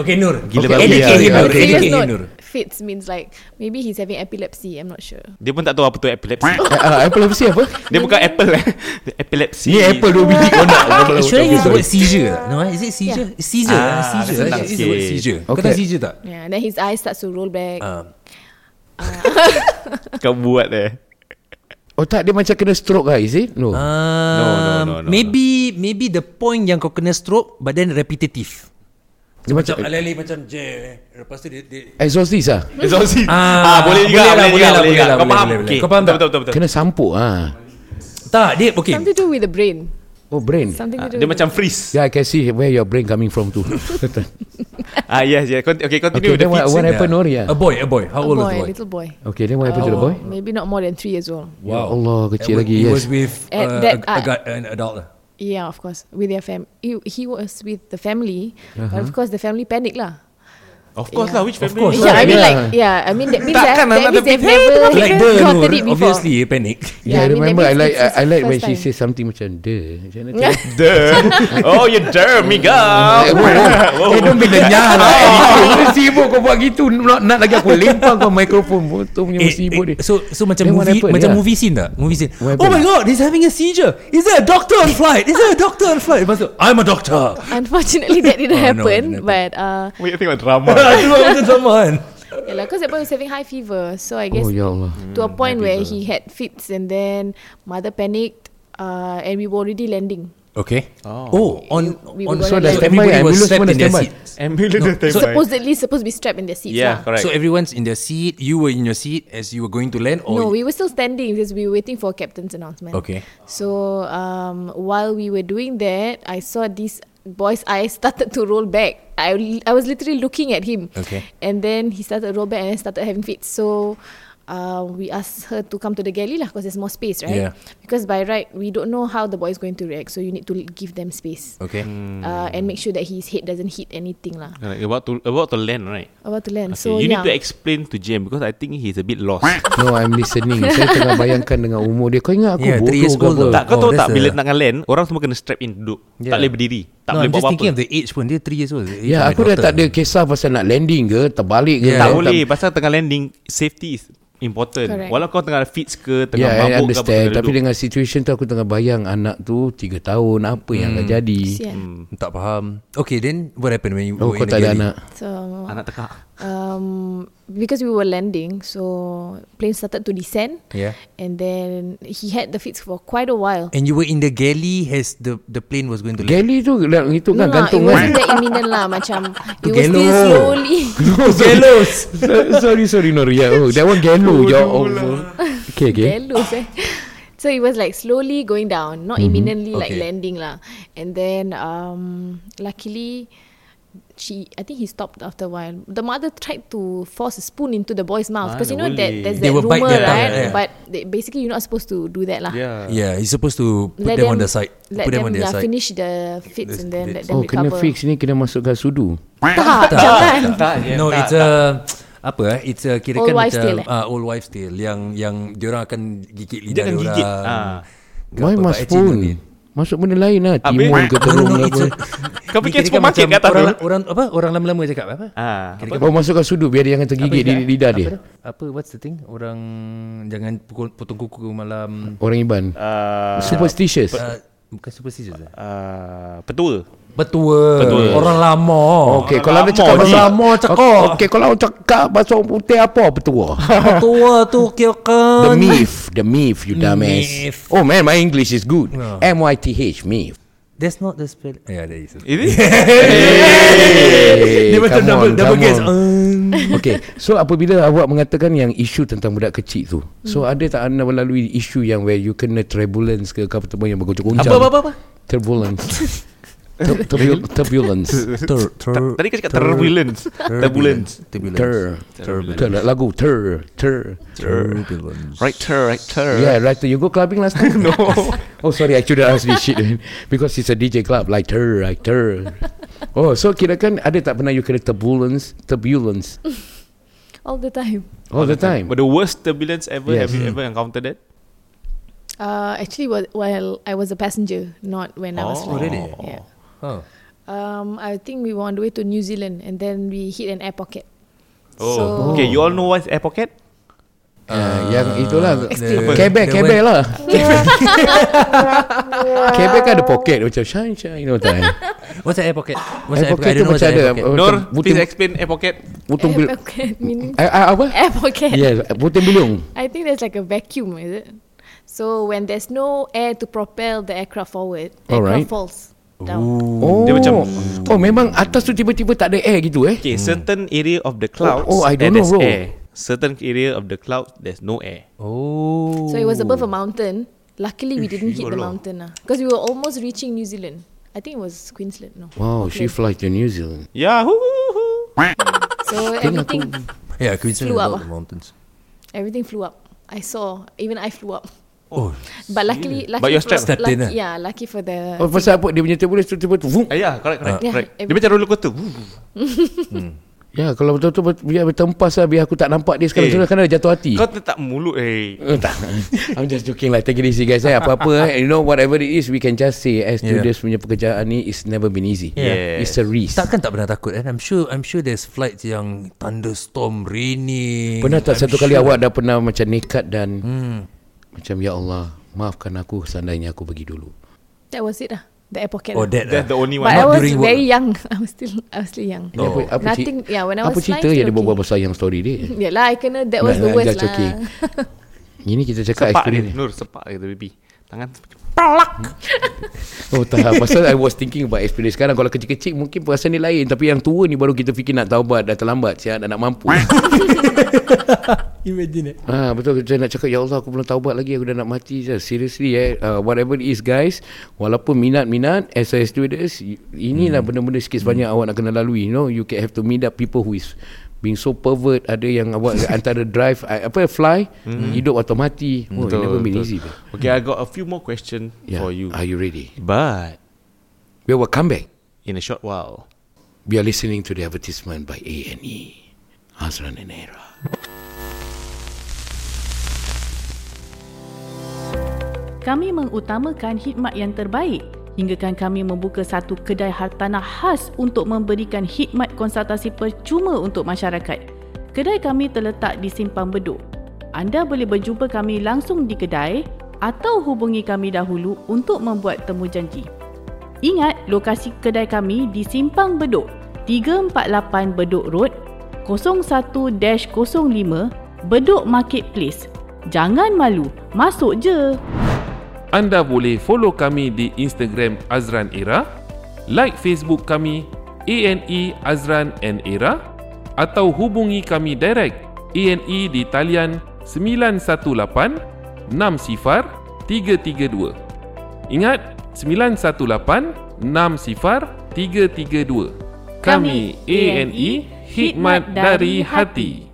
[SPEAKER 6] Okay, Nur.
[SPEAKER 7] Gila
[SPEAKER 6] okay,
[SPEAKER 7] babi
[SPEAKER 6] educate
[SPEAKER 7] lah.
[SPEAKER 6] him, Nur.
[SPEAKER 5] Okay.
[SPEAKER 8] Serious
[SPEAKER 6] Educate him, Nur.
[SPEAKER 8] note, fits means like maybe he's having epilepsy. I'm not sure.
[SPEAKER 7] <laughs> Dia pun tak tahu apa tu epilepsy
[SPEAKER 5] Uh, epilepsi apa?
[SPEAKER 7] Dia Oh, bukan apple eh <laughs> Epilepsy
[SPEAKER 5] Ni apple dua
[SPEAKER 7] <laughs>
[SPEAKER 5] biji kau nak. Kau belum-
[SPEAKER 6] Should I use
[SPEAKER 5] okay,
[SPEAKER 6] the
[SPEAKER 5] sorry.
[SPEAKER 6] word seizure? No, eh? is it seizure? Seizure. Ah,
[SPEAKER 7] Ah,
[SPEAKER 6] seizure.
[SPEAKER 7] senang
[SPEAKER 6] Is it the word
[SPEAKER 7] sikit.
[SPEAKER 6] seizure? Kau
[SPEAKER 5] Okay.
[SPEAKER 6] tahu seizure tak?
[SPEAKER 8] Yeah. Then his eyes starts to roll back.
[SPEAKER 6] Ah.
[SPEAKER 7] Kau buat eh
[SPEAKER 5] Oh tak, dia macam kena stroke lah, is it?
[SPEAKER 6] No,
[SPEAKER 7] no,
[SPEAKER 5] No.
[SPEAKER 8] Ah.
[SPEAKER 7] no, no,
[SPEAKER 6] Um, Maybe maybe the point yang kau kena stroke but then repetitive.
[SPEAKER 5] Dia macam
[SPEAKER 6] alih macam je. Lepas tu dia, dia
[SPEAKER 5] exorcist lah.
[SPEAKER 7] Exorcist
[SPEAKER 6] Ah,
[SPEAKER 7] ah, Boleh
[SPEAKER 6] boleh lah,
[SPEAKER 7] juga Boleh juga
[SPEAKER 6] boleh
[SPEAKER 7] boleh
[SPEAKER 6] lah,
[SPEAKER 7] juga Kau
[SPEAKER 6] boleh,
[SPEAKER 7] faham
[SPEAKER 6] boleh, boleh.
[SPEAKER 7] Okay,
[SPEAKER 6] Kau faham tak?
[SPEAKER 7] Betul betul betul
[SPEAKER 5] Kena sampuk ah.
[SPEAKER 6] tak dia okay.
[SPEAKER 8] Something to do with the brain.
[SPEAKER 5] Oh brain.
[SPEAKER 8] Something
[SPEAKER 7] Ah,
[SPEAKER 8] to
[SPEAKER 7] Dia
[SPEAKER 8] do. with
[SPEAKER 7] macam freeze
[SPEAKER 5] Yeah, I can see where your brain coming from too.
[SPEAKER 7] <laughs> Ah yes yes Con- Okay
[SPEAKER 5] okay,
[SPEAKER 7] continue with
[SPEAKER 5] then
[SPEAKER 7] the
[SPEAKER 5] what,
[SPEAKER 7] fits
[SPEAKER 5] what
[SPEAKER 7] eh.
[SPEAKER 5] happened, Nori? Yeah.
[SPEAKER 6] A boy, a boy. How
[SPEAKER 8] a Oh,
[SPEAKER 6] old was
[SPEAKER 8] boy,
[SPEAKER 6] the boy?
[SPEAKER 8] little boy.
[SPEAKER 5] Okay, then what happened to the boy?
[SPEAKER 8] Maybe not more than three years old.
[SPEAKER 5] Ya Allah, kecil lagi.
[SPEAKER 6] He was
[SPEAKER 5] Yes.
[SPEAKER 6] with
[SPEAKER 8] At
[SPEAKER 6] uh,
[SPEAKER 8] that-
[SPEAKER 6] a, a,
[SPEAKER 8] ah.
[SPEAKER 6] guy, an adult lah.
[SPEAKER 8] Yeah, of course, with their family. He, he was with the family,
[SPEAKER 5] Uh-huh.
[SPEAKER 8] but of course the family panic lah.
[SPEAKER 7] Of course lah Which family
[SPEAKER 6] course.
[SPEAKER 8] yeah, I mean
[SPEAKER 5] yeah.
[SPEAKER 8] like yeah, I mean that means that,
[SPEAKER 7] Takkan
[SPEAKER 6] lah,
[SPEAKER 7] anak
[SPEAKER 8] that means
[SPEAKER 7] dia
[SPEAKER 8] they've never
[SPEAKER 6] Like the Nur,
[SPEAKER 8] gotten it before.
[SPEAKER 6] obviously he panic.
[SPEAKER 5] Yeah, I
[SPEAKER 8] mean,
[SPEAKER 5] remember I
[SPEAKER 8] that means
[SPEAKER 5] like I,
[SPEAKER 8] it's
[SPEAKER 5] I like when
[SPEAKER 8] first
[SPEAKER 5] she
[SPEAKER 8] time.
[SPEAKER 5] says something macam duh. Macam mana tu?
[SPEAKER 7] Duh. Oh you dare me girl
[SPEAKER 5] Eh, whoa, whoa. Eh, don't be lenyah
[SPEAKER 6] <laughs>
[SPEAKER 5] lah. Kau sibuk kau buat gitu. Nak, nak lagi aku lempar kau mikrofon. Betul punya sibuk dia.
[SPEAKER 6] Eh, so so macam
[SPEAKER 5] Then what
[SPEAKER 6] movie
[SPEAKER 5] happened?
[SPEAKER 6] macam
[SPEAKER 5] Yeah.
[SPEAKER 6] movie scene tak? Movie scene.
[SPEAKER 5] What
[SPEAKER 6] Oh my
[SPEAKER 5] happened?
[SPEAKER 6] god, he's having a seizure. Is there a doctor on flight? Is there a doctor on flight? Lepas tu, I'm a doctor.
[SPEAKER 8] <laughs> Unfortunately, that
[SPEAKER 5] <laughs>
[SPEAKER 8] didn't
[SPEAKER 6] Oh, no, it
[SPEAKER 8] happen.
[SPEAKER 6] didn't happen.
[SPEAKER 8] but uh,
[SPEAKER 7] Wait tengok drama
[SPEAKER 6] Aduh, macam sama kan.
[SPEAKER 8] yeah, because that boy was having high fever, so I guess
[SPEAKER 5] Oh ya Allah.
[SPEAKER 8] to a point where he had fits, and then mother panicked, uh, and we were already landing.
[SPEAKER 6] Okay. Oh, oh on
[SPEAKER 8] We
[SPEAKER 6] on
[SPEAKER 8] were
[SPEAKER 6] so
[SPEAKER 8] gonna
[SPEAKER 6] that
[SPEAKER 8] let-
[SPEAKER 6] everybody
[SPEAKER 5] Standby,
[SPEAKER 6] was
[SPEAKER 5] ambulance
[SPEAKER 6] strapped
[SPEAKER 5] mana
[SPEAKER 6] in their
[SPEAKER 5] standby?
[SPEAKER 6] seats.
[SPEAKER 7] Ambulance no. datang
[SPEAKER 8] Supposedly supposed to be strapped in their seats.
[SPEAKER 7] Yeah,
[SPEAKER 8] lah.
[SPEAKER 7] correct.
[SPEAKER 6] So everyone's in their seat. You were in your seat as you were going to land. Or
[SPEAKER 8] No, we were still standing because we were waiting for captain's announcement.
[SPEAKER 6] Okay.
[SPEAKER 8] So um, while we were doing that, I saw these boy's eyes <laughs> started to roll back. I, I was literally looking at him.
[SPEAKER 6] Okay.
[SPEAKER 8] And then he started to roll back and then started having fits. So uh, we asked her to come to the galley lah because there's more space, right?
[SPEAKER 6] Yeah.
[SPEAKER 8] Because by right, we don't know how the boy is going to react. So you need to give them space
[SPEAKER 6] Okay.
[SPEAKER 5] Hmm.
[SPEAKER 7] Mm.
[SPEAKER 8] uh, and make sure that his head doesn't hit anything lah.
[SPEAKER 7] Like about to about to land, right?
[SPEAKER 8] About to land.
[SPEAKER 7] Okay,
[SPEAKER 8] so
[SPEAKER 7] you
[SPEAKER 8] yeah.
[SPEAKER 7] need to explain to Jim because I think he's a bit lost. <laughs>
[SPEAKER 5] No, I'm listening. Saya tengah bayangkan dengan umur dia. Kau ingat aku
[SPEAKER 6] Yeah, three years old
[SPEAKER 5] bodoh ke apa?
[SPEAKER 7] tak, kau
[SPEAKER 6] Oh,
[SPEAKER 7] tahu
[SPEAKER 6] that's
[SPEAKER 7] tak bila
[SPEAKER 6] a-
[SPEAKER 7] nak dengan land, orang semua kena strap in duduk.
[SPEAKER 6] Yeah.
[SPEAKER 7] Tak boleh berdiri, tak
[SPEAKER 6] no,
[SPEAKER 7] boleh
[SPEAKER 6] I'm
[SPEAKER 7] buat
[SPEAKER 6] just thinking
[SPEAKER 7] apa-apa.
[SPEAKER 6] of the age pun. Dia 3 years old. The age
[SPEAKER 5] Ya,
[SPEAKER 6] of my
[SPEAKER 5] aku dah
[SPEAKER 6] daughter.
[SPEAKER 5] tak ada kisah pasal nak landing ke, terbalik ke.
[SPEAKER 6] Yeah.
[SPEAKER 7] Ya, Tak
[SPEAKER 5] tak-
[SPEAKER 7] boleh pasal tengah landing safety is important.
[SPEAKER 8] Correct.
[SPEAKER 7] Walau kau tengah fits ke, tengah
[SPEAKER 5] Ya, I
[SPEAKER 7] mabuk ke apa
[SPEAKER 5] understand.
[SPEAKER 7] kena
[SPEAKER 5] Tapi
[SPEAKER 7] duduk.
[SPEAKER 5] dengan situation tu aku tengah bayang anak tu 3 tahun apa
[SPEAKER 7] Hmm.
[SPEAKER 5] yang akan jadi.
[SPEAKER 8] Sian.
[SPEAKER 7] mm.
[SPEAKER 6] Hmm. Tak faham. Okay, then what happened when you
[SPEAKER 5] Oh,
[SPEAKER 6] were
[SPEAKER 5] kau
[SPEAKER 6] in the
[SPEAKER 5] tak ada
[SPEAKER 6] galley?
[SPEAKER 5] anak.
[SPEAKER 8] So
[SPEAKER 7] anak tekak.
[SPEAKER 8] um, because we were landing, so plane started to descend.
[SPEAKER 6] Yeah. Eh,
[SPEAKER 8] And then he had the fits for quite a while.
[SPEAKER 6] And you were in the galley as the the plane was going to land.
[SPEAKER 5] Galley tu lah, itu kan
[SPEAKER 8] lah,
[SPEAKER 5] gantung
[SPEAKER 8] it wasn't
[SPEAKER 5] kan. <laughs>
[SPEAKER 8] that imminent lah <laughs> macam it was
[SPEAKER 6] gelo.
[SPEAKER 8] still slowly.
[SPEAKER 5] Gallows. sorry, sorry Noria. Oh, that one gallow. Ya Allah. Okay, okay.
[SPEAKER 8] Gallows eh. So it was like slowly going down, not imminently like
[SPEAKER 6] Okay.
[SPEAKER 8] landing lah. And then um, luckily she I think he stopped after a while. The mother tried to force a spoon into the boy's mouth because
[SPEAKER 7] Ah,
[SPEAKER 8] you know
[SPEAKER 7] boleh.
[SPEAKER 8] that there's
[SPEAKER 6] They
[SPEAKER 8] that
[SPEAKER 6] will bite
[SPEAKER 8] rumor
[SPEAKER 6] their tongue,
[SPEAKER 8] right,
[SPEAKER 6] yeah.
[SPEAKER 8] but they, basically you're not supposed to do that lah.
[SPEAKER 7] Yeah.
[SPEAKER 6] Yeah, you're supposed to put them, on the side.
[SPEAKER 8] Let
[SPEAKER 6] Put them, on their
[SPEAKER 8] yeah,
[SPEAKER 6] side.
[SPEAKER 8] finish the fits and then let
[SPEAKER 5] Oh,
[SPEAKER 8] them
[SPEAKER 5] kena
[SPEAKER 8] recover.
[SPEAKER 5] fix ni kena masukkan sudu.
[SPEAKER 8] Tak, jangan.
[SPEAKER 6] No, it's a apa eh? It's a kira kan
[SPEAKER 8] Old wives'
[SPEAKER 6] macam
[SPEAKER 8] tale, eh?
[SPEAKER 6] ah, old wives tale yang yang diorang akan gigit lidah
[SPEAKER 7] Dia akan
[SPEAKER 6] diorang.
[SPEAKER 7] gigit. Ah.
[SPEAKER 6] Ke
[SPEAKER 5] Why
[SPEAKER 6] apa,
[SPEAKER 5] must
[SPEAKER 6] but actually <laughs> not
[SPEAKER 5] spoon?
[SPEAKER 6] need.
[SPEAKER 5] Masuk benda lain lah.
[SPEAKER 7] Habis?
[SPEAKER 5] Timun
[SPEAKER 6] No,
[SPEAKER 5] ke
[SPEAKER 6] no,
[SPEAKER 5] telur
[SPEAKER 6] no,
[SPEAKER 5] ke
[SPEAKER 6] it's
[SPEAKER 5] apa.
[SPEAKER 6] a-
[SPEAKER 7] Kau
[SPEAKER 6] <laughs> Dia
[SPEAKER 7] fikir
[SPEAKER 6] kira
[SPEAKER 7] semua
[SPEAKER 6] kan
[SPEAKER 7] market
[SPEAKER 6] macam
[SPEAKER 7] kat atas
[SPEAKER 6] orang,
[SPEAKER 7] tu.
[SPEAKER 6] orang apa orang lama-lama je cakap apa?
[SPEAKER 7] Ah,
[SPEAKER 6] Kira
[SPEAKER 5] Oh, masukkan sudu biar dia jangan tergigit di lidah dia.
[SPEAKER 6] Apa what's the thing? Orang jangan pukul potong kuku malam
[SPEAKER 5] Orang Iban.
[SPEAKER 7] Ah,
[SPEAKER 5] Superstitious.
[SPEAKER 6] uh, bukan superstitious eh?
[SPEAKER 7] ah, petua.
[SPEAKER 6] Betua.
[SPEAKER 7] Betua.
[SPEAKER 6] Orang lama.
[SPEAKER 5] Okey, kalau
[SPEAKER 7] lama,
[SPEAKER 5] dia cakap
[SPEAKER 7] Ji.
[SPEAKER 5] pasal
[SPEAKER 6] Lama cakap.
[SPEAKER 5] Okey, kalau orang cakap pasal orang putih apa betul?
[SPEAKER 6] Betua tu kira kan.
[SPEAKER 5] The myth, the myth, you dumbass.
[SPEAKER 6] Myth.
[SPEAKER 5] Oh man, my English is good. M Y T H, myth.
[SPEAKER 6] That's not the spell. Yeah, that is.
[SPEAKER 7] Is it?
[SPEAKER 5] Hey,
[SPEAKER 6] Dia macam
[SPEAKER 5] Eh, come
[SPEAKER 6] double
[SPEAKER 5] on,
[SPEAKER 6] double
[SPEAKER 5] come
[SPEAKER 6] guess.
[SPEAKER 5] on.
[SPEAKER 6] Um,
[SPEAKER 5] Okey, so apabila awak mengatakan yang isu tentang budak kecil tu, so ada tak anda melalui isu yang where you kena turbulence ke apa yang bergoncang-goncang?
[SPEAKER 7] Apa apa apa? apa?
[SPEAKER 5] Turbulence. Tur- turbul- turbulence.
[SPEAKER 6] tur, tur,
[SPEAKER 7] Tadi kau cakap turbulence. Turbulence.
[SPEAKER 5] Tur. Tur. Lagu tur. Tur. Tur.
[SPEAKER 7] Right tur, right tur.
[SPEAKER 5] Yeah, right. You go clubbing last time? no. <laughs> Oh, sorry. I shouldn't ask this shit because it's a DJ club. Lighter, lighter. Oh, so kirakan ada tak pernah you kena turbulence, turbulence
[SPEAKER 8] All the time.
[SPEAKER 5] all the time?
[SPEAKER 7] But the worst turbulence ever have
[SPEAKER 5] Yes.
[SPEAKER 7] you ever encountered that?
[SPEAKER 8] Uh, actually, wa- while I was a passenger, not when I was
[SPEAKER 7] Oh,
[SPEAKER 8] flying.
[SPEAKER 6] really?
[SPEAKER 8] Yeah.
[SPEAKER 6] Oh.
[SPEAKER 8] Um, I think we were on the way to New Zealand, and then we hit an air pocket.
[SPEAKER 7] Oh.
[SPEAKER 8] So,
[SPEAKER 7] Okay, you all know what's air pocket?
[SPEAKER 5] Uh, yang itulah.
[SPEAKER 6] Explain.
[SPEAKER 5] Kebek,
[SPEAKER 6] The
[SPEAKER 5] kebek
[SPEAKER 6] one-
[SPEAKER 5] <laughs> lah. Kebek kan ada pocket macam shine, shine. You know <laughs> tak?
[SPEAKER 6] What's an air pocket? What's
[SPEAKER 5] Air
[SPEAKER 6] an
[SPEAKER 5] pocket
[SPEAKER 6] I
[SPEAKER 5] Eh, tu
[SPEAKER 6] don't know what's
[SPEAKER 5] macam
[SPEAKER 6] an
[SPEAKER 5] ada.
[SPEAKER 6] air pocket.
[SPEAKER 5] Macam
[SPEAKER 7] Nor,
[SPEAKER 5] butir,
[SPEAKER 7] please explain air pocket.
[SPEAKER 5] butir, <laughs>
[SPEAKER 8] air
[SPEAKER 5] bil-
[SPEAKER 8] pocket <laughs> meaning
[SPEAKER 5] Eh, eh, apa?
[SPEAKER 8] air pocket.
[SPEAKER 5] Yes, butir bilung.
[SPEAKER 8] I think there's like a vacuum, is it? So when there's no air to propel the aircraft forward,
[SPEAKER 5] Alright.
[SPEAKER 8] aircraft falls down.
[SPEAKER 5] Oh.
[SPEAKER 7] Dia macam-
[SPEAKER 5] oh memang atas tu tiba-tiba tak ada air gitu eh.
[SPEAKER 7] Okay, certain area of the clouds
[SPEAKER 5] Oh, oh, I don't
[SPEAKER 7] there-
[SPEAKER 5] know,
[SPEAKER 7] there's
[SPEAKER 5] bro.
[SPEAKER 7] air. Certain area of the clouds there's no air.
[SPEAKER 6] Oh.
[SPEAKER 8] So it was above a mountain. Luckily, we didn't hit the
[SPEAKER 7] Allah.
[SPEAKER 8] mountain because we were almost reaching New Zealand. I think it was Queensland. No.
[SPEAKER 5] Wow, Oh, she flies
[SPEAKER 8] Auckland.
[SPEAKER 5] to New Zealand.
[SPEAKER 7] Yahoo!
[SPEAKER 8] So everything
[SPEAKER 6] Yeah, Queensland
[SPEAKER 8] Flew
[SPEAKER 6] is
[SPEAKER 8] up,
[SPEAKER 6] not the
[SPEAKER 8] ah.
[SPEAKER 6] mountains.
[SPEAKER 8] Everything flew up. I saw. Even I flew up.
[SPEAKER 6] Oh.
[SPEAKER 8] <laughs> But luckily, lucky
[SPEAKER 7] But you're
[SPEAKER 8] for,
[SPEAKER 7] strapped.
[SPEAKER 6] Stepped in,
[SPEAKER 8] lucky-
[SPEAKER 6] eh?
[SPEAKER 8] Yeah, lucky for the.
[SPEAKER 5] Oh, pasal apa dia punya turbulence tu tiba-tiba tu vum.
[SPEAKER 7] Ah, yeah, correct, correct.
[SPEAKER 8] Yeah,
[SPEAKER 7] correct. Eh. Dia
[SPEAKER 8] every-
[SPEAKER 7] macam roller coaster. Woo.
[SPEAKER 5] Ya, kalau betul-betul bet- biar bertempas lah biar aku tak nampak dia sekarang
[SPEAKER 7] Eh.
[SPEAKER 5] terus kan dia jatuh hati.
[SPEAKER 7] Kau tetap mulut eh.
[SPEAKER 5] Eh, tak. I'm just joking lah. Take it easy guys. Eh. Apa-apa, eh. you know, whatever it is, we can just say as
[SPEAKER 6] Yeah.
[SPEAKER 5] students punya pekerjaan ni, it's never been easy.
[SPEAKER 7] Yeah.
[SPEAKER 5] It's a risk.
[SPEAKER 6] Takkan tak pernah takut kan? I'm sure I'm sure there's flights yang thunderstorm, raining.
[SPEAKER 5] Pernah tak
[SPEAKER 6] I'm
[SPEAKER 5] satu
[SPEAKER 6] sure.
[SPEAKER 5] kali awak dah pernah macam nekat dan
[SPEAKER 6] Hmm.
[SPEAKER 5] macam, Ya Allah, maafkan aku seandainya aku pergi dulu.
[SPEAKER 8] That was it. Ah, the air pocket.
[SPEAKER 6] Oh,
[SPEAKER 8] ah.
[SPEAKER 6] that.
[SPEAKER 7] That's the only
[SPEAKER 8] But
[SPEAKER 7] one.
[SPEAKER 8] I
[SPEAKER 6] Not
[SPEAKER 8] was
[SPEAKER 6] during work.
[SPEAKER 8] very young. <laughs> I was still. I was still young.
[SPEAKER 5] Ini Apa, apa,
[SPEAKER 8] Nothing.
[SPEAKER 5] ci-
[SPEAKER 8] Yeah, when I was
[SPEAKER 5] apa cerita
[SPEAKER 8] flying,
[SPEAKER 5] yang dia
[SPEAKER 8] still
[SPEAKER 5] berbual
[SPEAKER 8] okay.
[SPEAKER 5] pasal yang story dia?
[SPEAKER 8] Yeah lah, I kena. That was
[SPEAKER 5] Nah,
[SPEAKER 8] the
[SPEAKER 5] nah,
[SPEAKER 8] worst
[SPEAKER 5] just joking.
[SPEAKER 8] lah.
[SPEAKER 5] Ini kita cakap
[SPEAKER 7] Sepak dia.
[SPEAKER 5] experience.
[SPEAKER 7] Nur, sepak dia baby. Tangan.
[SPEAKER 10] Pelak
[SPEAKER 5] Oh <laughs> tak Pasal I was thinking about experience Sekarang kalau kecil-kecil Mungkin perasaan dia lain Tapi yang tua ni baru kita fikir Nak taubat Dah terlambat Siap dah nak mampu
[SPEAKER 6] Imagine it
[SPEAKER 5] Ah betul saya nak cakap ya Allah aku belum taubat lagi aku dah nak mati je. Seriously eh uh, whatever it is guys walaupun minat-minat as a students y- inilah benda-benda sikit sebanyak awak nak kena lalui you know you can have to meet up people who is being so pervert ada yang awak antara drive uh, apa fly hidup atau mati oh it never been easy man.
[SPEAKER 7] Okay, I got a few more question
[SPEAKER 5] yeah.
[SPEAKER 7] for you.
[SPEAKER 5] are you ready
[SPEAKER 7] But
[SPEAKER 5] we will come back
[SPEAKER 7] in a short while.
[SPEAKER 5] we are listening to the advertisement by A&E Azran and Era
[SPEAKER 10] Kami mengutamakan khidmat yang terbaik hinggakan kami membuka satu kedai hartanah khas untuk memberikan khidmat konsultasi percuma untuk masyarakat. Kedai kami terletak di Simpang Bedok. Anda boleh berjumpa kami langsung di kedai atau hubungi kami dahulu untuk membuat temu janji. Ingat, lokasi kedai kami di Simpang Bedok, 348 Bedok Road, 01-05 Bedok Marketplace. Jangan malu, masuk je.
[SPEAKER 11] Anda boleh follow kami di Instagram Azran Era, like Facebook kami ANE Azran and Era atau hubungi kami direct ANE di talian 918 6 sifar 332. Ingat 918 6 sifar 332. Kami ANE Hikmat dari Hati.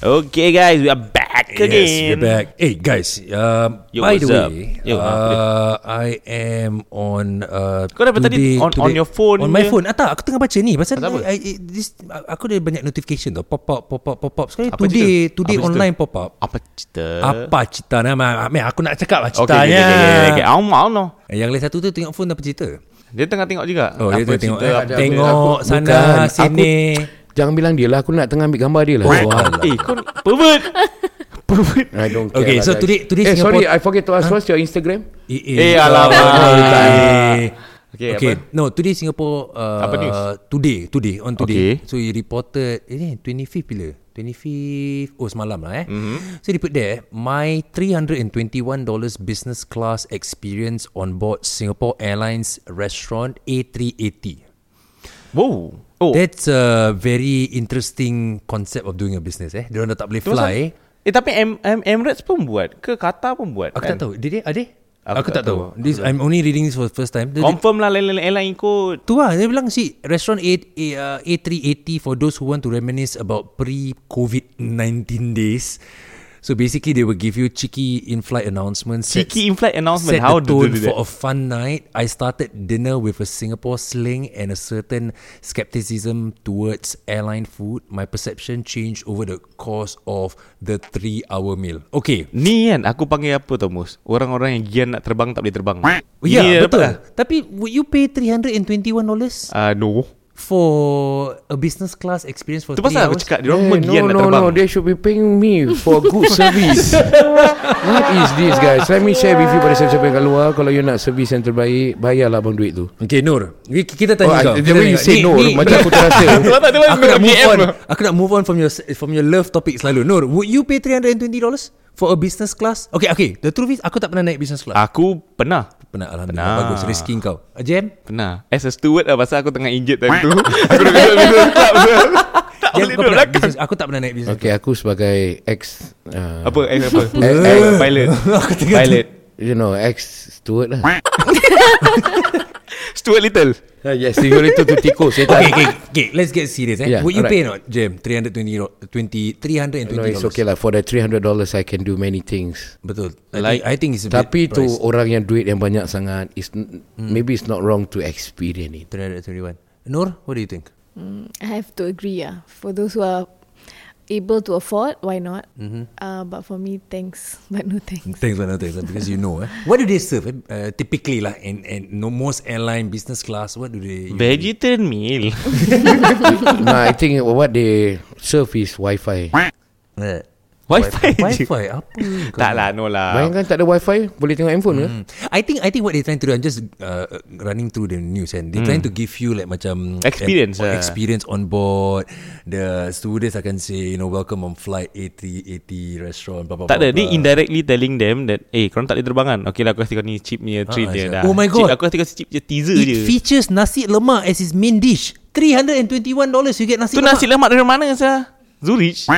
[SPEAKER 7] Okay, guys, we are back again.
[SPEAKER 6] Yes, we're back. Hey guys, um,
[SPEAKER 7] Yo,
[SPEAKER 6] by the
[SPEAKER 7] what's up?
[SPEAKER 6] way,
[SPEAKER 7] Yo,
[SPEAKER 6] uh, I am on. Uh,
[SPEAKER 7] Kau dah tadi on- on your phone
[SPEAKER 6] On my
[SPEAKER 7] je.
[SPEAKER 6] phone. Ah, tak, aku tengah baca ni. Pasal I, I, this, aku ada banyak notification tau. Pop up, pop up, pop up. Sekali
[SPEAKER 7] Apa
[SPEAKER 6] today,
[SPEAKER 7] cerita?
[SPEAKER 6] today
[SPEAKER 7] Apa cerita?
[SPEAKER 6] online pop up.
[SPEAKER 7] Apa cerita?
[SPEAKER 6] Apa cerita nama? Amin, aku nak cakap lah
[SPEAKER 7] Okay, okay, okay,
[SPEAKER 6] ceritanya.
[SPEAKER 7] okay, okay, okay. I don't, I don't know.
[SPEAKER 6] Yang lain satu tu tengok phone apa cerita?
[SPEAKER 7] Dia tengah tengok juga.
[SPEAKER 6] Oh, dia
[SPEAKER 7] Apa
[SPEAKER 6] tengok
[SPEAKER 7] cerita,
[SPEAKER 6] eh,
[SPEAKER 7] apa-
[SPEAKER 6] tengok
[SPEAKER 5] Aku- bukan,
[SPEAKER 6] sana
[SPEAKER 5] aku-
[SPEAKER 6] sini.
[SPEAKER 5] jangan bilang dia lah aku nak tengah ambil gambar dia lah
[SPEAKER 6] Oh,
[SPEAKER 5] Wah.
[SPEAKER 6] alah.
[SPEAKER 7] Eh, kau
[SPEAKER 6] <laughs>
[SPEAKER 7] pervert. pervert.
[SPEAKER 5] I don't care
[SPEAKER 6] Okay,
[SPEAKER 5] lah,
[SPEAKER 6] so
[SPEAKER 5] guys.
[SPEAKER 6] today- today
[SPEAKER 5] eh, sorry
[SPEAKER 6] Singapore-
[SPEAKER 5] I forget to ask what's your Instagram
[SPEAKER 7] Eh, alamak.
[SPEAKER 6] Okay, eh.
[SPEAKER 7] Okay,
[SPEAKER 6] okay. no, today Singapore uh,
[SPEAKER 7] Apa news?
[SPEAKER 6] Today, today, on today.
[SPEAKER 7] Okay.
[SPEAKER 6] Okay. So you reported, eh, 25th bila? 25th, oh semalam lah eh. Mm-hmm. So they put there, my $321 business class experience on board Singapore Airlines restaurant A380.
[SPEAKER 7] Wow. Oh.
[SPEAKER 6] That's a very interesting concept of doing a business eh. Diorang dah tak boleh
[SPEAKER 7] tu pasal-
[SPEAKER 6] fly.
[SPEAKER 7] Eh, tapi em, em, Emirates pun buat ke Qatar pun buat? Kan?
[SPEAKER 6] Aku tak tahu. Did they? Are they?
[SPEAKER 7] Aku
[SPEAKER 6] Aku, tak,
[SPEAKER 7] tak
[SPEAKER 6] tahu. This, I'm only reading this for the first time. Dia- dia-
[SPEAKER 7] Confirm lah lain-lain airline ikut.
[SPEAKER 6] Tu lah, dia bilang si restoran A, A, uh, A380 for those who want to reminisce about pre-COVID-19 days. So basically, they will give you cheeky in-flight announcements. sets-
[SPEAKER 7] Cheeky in-flight
[SPEAKER 6] Set
[SPEAKER 7] announcement. How
[SPEAKER 6] the
[SPEAKER 7] do they
[SPEAKER 6] tone
[SPEAKER 7] do
[SPEAKER 6] for
[SPEAKER 7] that?
[SPEAKER 6] a fun night. I started dinner with a Singapore sling and a certain skepticism towards airline food. My perception changed over the course of the three-hour meal. Okay,
[SPEAKER 7] Ni kan aku panggil apa tau Mus Orang-orang yang gian nak terbang tak boleh terbang Ni
[SPEAKER 6] yeah, Oh,
[SPEAKER 7] apa
[SPEAKER 6] ya, betul.
[SPEAKER 7] lah?
[SPEAKER 6] Tapi would you pay $321
[SPEAKER 7] Ah No
[SPEAKER 6] for a business class experience for
[SPEAKER 7] Itu
[SPEAKER 6] three
[SPEAKER 7] pasal aku
[SPEAKER 6] hours?
[SPEAKER 7] cakap Dia orang
[SPEAKER 5] Eh,
[SPEAKER 7] hey, gian nak
[SPEAKER 5] no,
[SPEAKER 7] terbang
[SPEAKER 5] no, no. They should be paying me for
[SPEAKER 6] <laughs>
[SPEAKER 5] good service. What is this, guys? Let me share with you pada siapa-siapa yang kat luar. Kalau you nak service yang terbaik, bayarlah abang duit tu.
[SPEAKER 6] Okay Nur Ki- Kita
[SPEAKER 5] Oh,
[SPEAKER 6] tanya kau
[SPEAKER 5] I, the
[SPEAKER 6] Kita
[SPEAKER 5] way
[SPEAKER 6] tanya
[SPEAKER 5] you
[SPEAKER 6] kau.
[SPEAKER 5] say
[SPEAKER 6] Ni-
[SPEAKER 5] no,
[SPEAKER 6] ni-
[SPEAKER 5] macam aku
[SPEAKER 6] <laughs>
[SPEAKER 5] terasa.
[SPEAKER 7] Kau tak tahu
[SPEAKER 6] Aku nak move
[SPEAKER 7] DM
[SPEAKER 6] on
[SPEAKER 7] tu.
[SPEAKER 6] Aku nak move on From your from your love topic selalu Nur Would you pay $320 For a business class Okay okay The truth is Aku tak pernah naik business class
[SPEAKER 7] Aku pernah
[SPEAKER 6] Pernah Alhamdulillah
[SPEAKER 7] Pernah.
[SPEAKER 6] Bagus rezeki kau Jam
[SPEAKER 7] Pernah As a steward lah Pasal aku tengah injet time tu Aku duduk duduk tak
[SPEAKER 6] <laughs>
[SPEAKER 7] Tak
[SPEAKER 6] Jam
[SPEAKER 7] boleh
[SPEAKER 6] kau
[SPEAKER 7] duduk
[SPEAKER 6] pernah
[SPEAKER 7] belakang
[SPEAKER 6] business, Aku tak pernah naik business
[SPEAKER 5] Okay, aku sebagai ex... Uh,
[SPEAKER 7] Apa eh, apa
[SPEAKER 5] Eh, eh,
[SPEAKER 7] Eh, Pilot
[SPEAKER 6] Aku tengah-
[SPEAKER 7] Pilot
[SPEAKER 5] You know, ex steward lah.
[SPEAKER 7] Stuart Little
[SPEAKER 5] Ah, yes, you little to tikus. Saya tak.
[SPEAKER 6] Okay, okay, okay, let's get serious. Eh? Yeah,
[SPEAKER 5] Yeah,
[SPEAKER 6] Would you
[SPEAKER 5] alright.
[SPEAKER 6] pay or not, Jam? 320 ro- 20 320
[SPEAKER 5] No, it's okay lah. For the $300, I can do many things.
[SPEAKER 6] Betul. I,
[SPEAKER 7] Like-
[SPEAKER 6] like, think, I think it's a bit
[SPEAKER 5] Tapi tu
[SPEAKER 6] pricey. Hmm.
[SPEAKER 5] orang yang duit yang banyak sangat, it's, n- maybe it's not wrong to experience it. <laughs>
[SPEAKER 6] 321. Nur, what do you think?
[SPEAKER 8] I have to agree. Yeah. For those who are able to afford, why not?
[SPEAKER 6] Mm-hmm.
[SPEAKER 8] Uh, but for me, thanks, <laughs> but no thanks.
[SPEAKER 6] Thanks, man. Thanks, man, because you know. Eh. What do they serve? Eh? Uh, typically, lah, in, in no, most airline business class, what do they?
[SPEAKER 7] Vegetarian meal
[SPEAKER 5] no, I think what they serve is Wi-Fi.
[SPEAKER 6] Uh,
[SPEAKER 7] Wi-Fi <laughs> je.
[SPEAKER 6] Wi-Fi apa kau
[SPEAKER 7] Tak lah, no lah.
[SPEAKER 5] Bayangkan tak ada wifi Boleh tengok handphone eh? ke
[SPEAKER 6] Hmm. I think I think what they trying to do I'm just uh, running through the news and they trying to give you like macam
[SPEAKER 7] Hmm. Experience,
[SPEAKER 6] em-
[SPEAKER 7] ah.
[SPEAKER 6] experience on board the students akan say you know welcome on flight 8080 restaurant blah blah
[SPEAKER 7] Tak ada,
[SPEAKER 6] blah,
[SPEAKER 7] ni
[SPEAKER 6] blah.
[SPEAKER 7] indirectly telling them that Eh, korang tak boleh terbangan Okay lah, aku kasih kau ni chip ni treat
[SPEAKER 6] Ah,
[SPEAKER 7] dia
[SPEAKER 6] sia.
[SPEAKER 7] dah
[SPEAKER 6] Oh my
[SPEAKER 7] Chip,
[SPEAKER 6] God.
[SPEAKER 7] Aku kasih kau chip je, teaser
[SPEAKER 6] It
[SPEAKER 7] je
[SPEAKER 6] features nasi lemak as its main dish $321 you get nasi
[SPEAKER 7] Tu
[SPEAKER 6] lemak
[SPEAKER 7] nasi lemak dari mana sah? Zurich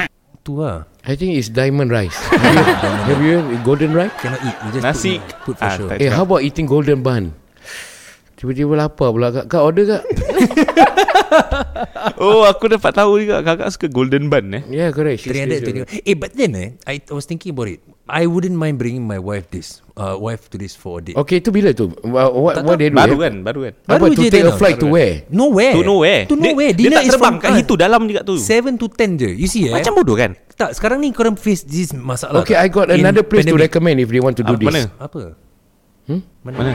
[SPEAKER 6] tu lah
[SPEAKER 5] I think it's diamond
[SPEAKER 6] <laughs>
[SPEAKER 5] rice Have you- Have you eh? golden rice
[SPEAKER 6] cannot eat you just
[SPEAKER 7] Nasi
[SPEAKER 6] put, put for
[SPEAKER 7] Ah,
[SPEAKER 6] sure
[SPEAKER 7] tak
[SPEAKER 5] Eh
[SPEAKER 7] cakap.
[SPEAKER 5] how about eating golden bun Tiba-tiba lapar pula Kak, kak order
[SPEAKER 6] <laughs>
[SPEAKER 5] kak
[SPEAKER 7] Oh aku dapat tahu juga Kakak suka golden bun eh
[SPEAKER 5] Yeah correct She's special.
[SPEAKER 6] 321 Eh but then eh I was thinking about it I wouldn't mind bringing my wife this uh, Wife to this for a date
[SPEAKER 5] Okay tu bila tu Wha- What,
[SPEAKER 6] Tak
[SPEAKER 5] what
[SPEAKER 6] tahu.
[SPEAKER 5] they do
[SPEAKER 7] Baru
[SPEAKER 5] eh?
[SPEAKER 7] kan Baru kan
[SPEAKER 5] Apa
[SPEAKER 6] Baru
[SPEAKER 5] Oh, to
[SPEAKER 6] je
[SPEAKER 5] take a
[SPEAKER 6] dia
[SPEAKER 5] flight to where
[SPEAKER 6] Nowhere
[SPEAKER 7] To nowhere
[SPEAKER 6] To nowhere
[SPEAKER 7] Dia, dia
[SPEAKER 6] Dinner
[SPEAKER 7] tak
[SPEAKER 6] is
[SPEAKER 7] terbang
[SPEAKER 6] from
[SPEAKER 7] kat
[SPEAKER 6] us.
[SPEAKER 7] situ Dalam juga tu
[SPEAKER 6] 7 to 10 je You see eh
[SPEAKER 7] Macam bodoh kan
[SPEAKER 6] Tak sekarang ni korang face this masalah
[SPEAKER 5] Okay
[SPEAKER 6] tak?
[SPEAKER 5] I got
[SPEAKER 6] In
[SPEAKER 5] another place to
[SPEAKER 6] pandemic.
[SPEAKER 5] recommend If they want to do
[SPEAKER 7] Ah,
[SPEAKER 5] this
[SPEAKER 7] mana?
[SPEAKER 6] Apa?
[SPEAKER 7] Mana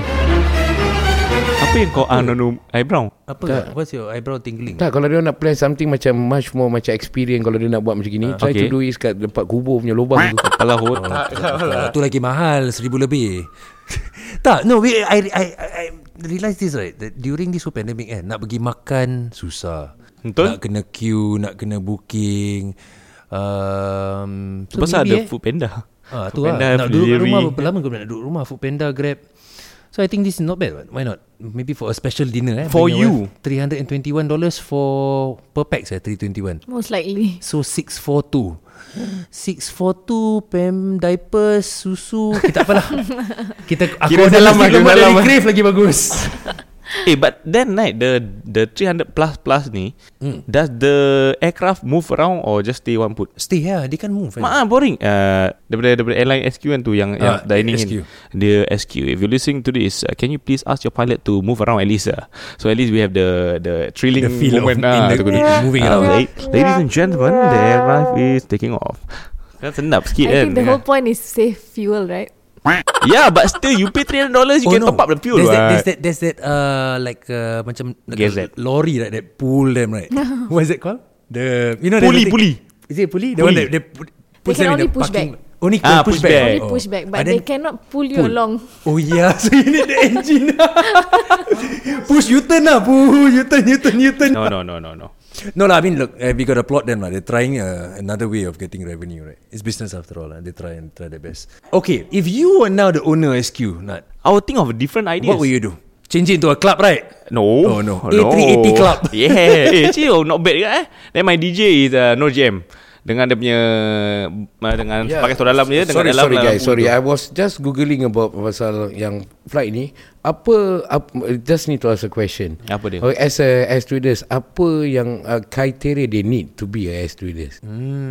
[SPEAKER 7] Apa yang kau anonym Eh, eyebrow
[SPEAKER 6] Apa? What's your eyebrow tingling?
[SPEAKER 5] Tak, kalau dia nak plan something macam much more macam experience kalau dia nak buat macam gini, try
[SPEAKER 7] okay.
[SPEAKER 5] to do is kat tempat kubur punya lubang tu.
[SPEAKER 7] Kepala otak
[SPEAKER 6] Ah, tu lagi mahal Seribu lebih <laughs> Tak No we, I, I, I, I realize this right that During this whole pandemic kan Nak pergi makan Susah
[SPEAKER 7] Betul.
[SPEAKER 6] Nak kena queue Nak kena booking um, so
[SPEAKER 7] Pasal
[SPEAKER 6] maybe,
[SPEAKER 7] ada food panda
[SPEAKER 6] Ah, tu lah. Nak duduk kat rumah berapa lama kau nak duduk rumah? Food Panda, Grab. So I think this is not bad. what? Why not? Maybe for a special dinner. Eh,
[SPEAKER 7] For
[SPEAKER 6] bring
[SPEAKER 7] you.
[SPEAKER 6] your wife. $321 for per pax eh, 321
[SPEAKER 8] Most likely.
[SPEAKER 6] So 642 642 Pem diapers Susu Kita tak
[SPEAKER 7] <laughs>
[SPEAKER 6] apalah Kita Aku
[SPEAKER 7] Kira
[SPEAKER 6] order
[SPEAKER 7] salam,
[SPEAKER 6] nasi
[SPEAKER 7] kira
[SPEAKER 6] lemak dari
[SPEAKER 7] salam.
[SPEAKER 6] Crave lagi bagus
[SPEAKER 7] Eh but then night The the 300 plus plus ni
[SPEAKER 6] Hmm.
[SPEAKER 7] Does the aircraft move around Or just stay one put
[SPEAKER 6] Stay lah They can move
[SPEAKER 7] Mak ah boring uh, daripada daripada airline SQ kan tu yang,
[SPEAKER 6] Ah,
[SPEAKER 7] yang dining
[SPEAKER 6] SQ.
[SPEAKER 7] in the SQ if you listening to this uh, can you please ask your pilot to move around at least uh? so at least we have the the thrilling
[SPEAKER 6] The feel of
[SPEAKER 7] moment
[SPEAKER 6] in
[SPEAKER 7] ah,
[SPEAKER 6] the-
[SPEAKER 7] tu kena-
[SPEAKER 6] in moving
[SPEAKER 7] ah,
[SPEAKER 6] around.
[SPEAKER 7] la- ladies and gentlemen the aircraft is taking off kan senap sikit
[SPEAKER 8] I
[SPEAKER 7] kan
[SPEAKER 8] think the whole point is save fuel, right?
[SPEAKER 7] eh? yeah but still you pay $300 you can top up the
[SPEAKER 6] Oh,
[SPEAKER 7] fuel
[SPEAKER 6] there's that,
[SPEAKER 7] right?
[SPEAKER 6] there's that There's that uh, Like uh, Macam like a
[SPEAKER 7] Gazette.
[SPEAKER 6] Lorry right That pull them right <laughs> What is it called? The You know
[SPEAKER 7] Pulley,
[SPEAKER 6] the,
[SPEAKER 7] pulley.
[SPEAKER 6] Is it pulley? The one
[SPEAKER 7] Pulley.
[SPEAKER 6] that, that put, puts
[SPEAKER 8] can
[SPEAKER 6] them in
[SPEAKER 8] only
[SPEAKER 6] the
[SPEAKER 8] push
[SPEAKER 6] parking-
[SPEAKER 8] back.
[SPEAKER 6] Only
[SPEAKER 7] Ah,
[SPEAKER 6] can push
[SPEAKER 7] push
[SPEAKER 6] back,
[SPEAKER 7] back.
[SPEAKER 8] Only
[SPEAKER 6] Oh.
[SPEAKER 8] push back, but
[SPEAKER 6] And
[SPEAKER 8] they
[SPEAKER 6] then-
[SPEAKER 8] cannot pull you along.
[SPEAKER 6] Oh yeah, <laughs> so you need the
[SPEAKER 8] <laughs>
[SPEAKER 6] engine. push U-turn lah, push U-turn, U-turn, U-turn.
[SPEAKER 7] no no no no no
[SPEAKER 6] No lah, I mean look, uh, we got to applaud them lah. They're trying uh, another way of getting revenue, right? It's business after all. Lah. They try and try their best. Okay, if you were now the owner of SQ, Nat,
[SPEAKER 7] I will think of different ideas
[SPEAKER 6] what will you do? Change it into a club, right?
[SPEAKER 7] No.
[SPEAKER 6] Oh, no. A380
[SPEAKER 3] <laughs>
[SPEAKER 6] Club.
[SPEAKER 7] <laughs> Yeah. Eh, chill. Not bad juga eh. Then my DJ is uh, No Jam. Dengan dia punya uh, dengan yeah. pakai suara dalam dia dengan lah. dalam
[SPEAKER 5] sorry, sorry
[SPEAKER 7] dalam
[SPEAKER 5] guys,
[SPEAKER 7] aku
[SPEAKER 5] sorry.
[SPEAKER 7] tu.
[SPEAKER 5] I was just googling about pasal yang flight ni. Apa, apa just need to ask a question.
[SPEAKER 7] Apa dia?
[SPEAKER 6] Oh, eh.
[SPEAKER 5] Okay, as a as stewardess, apa yang uh, criteria they need to be a air stewardess?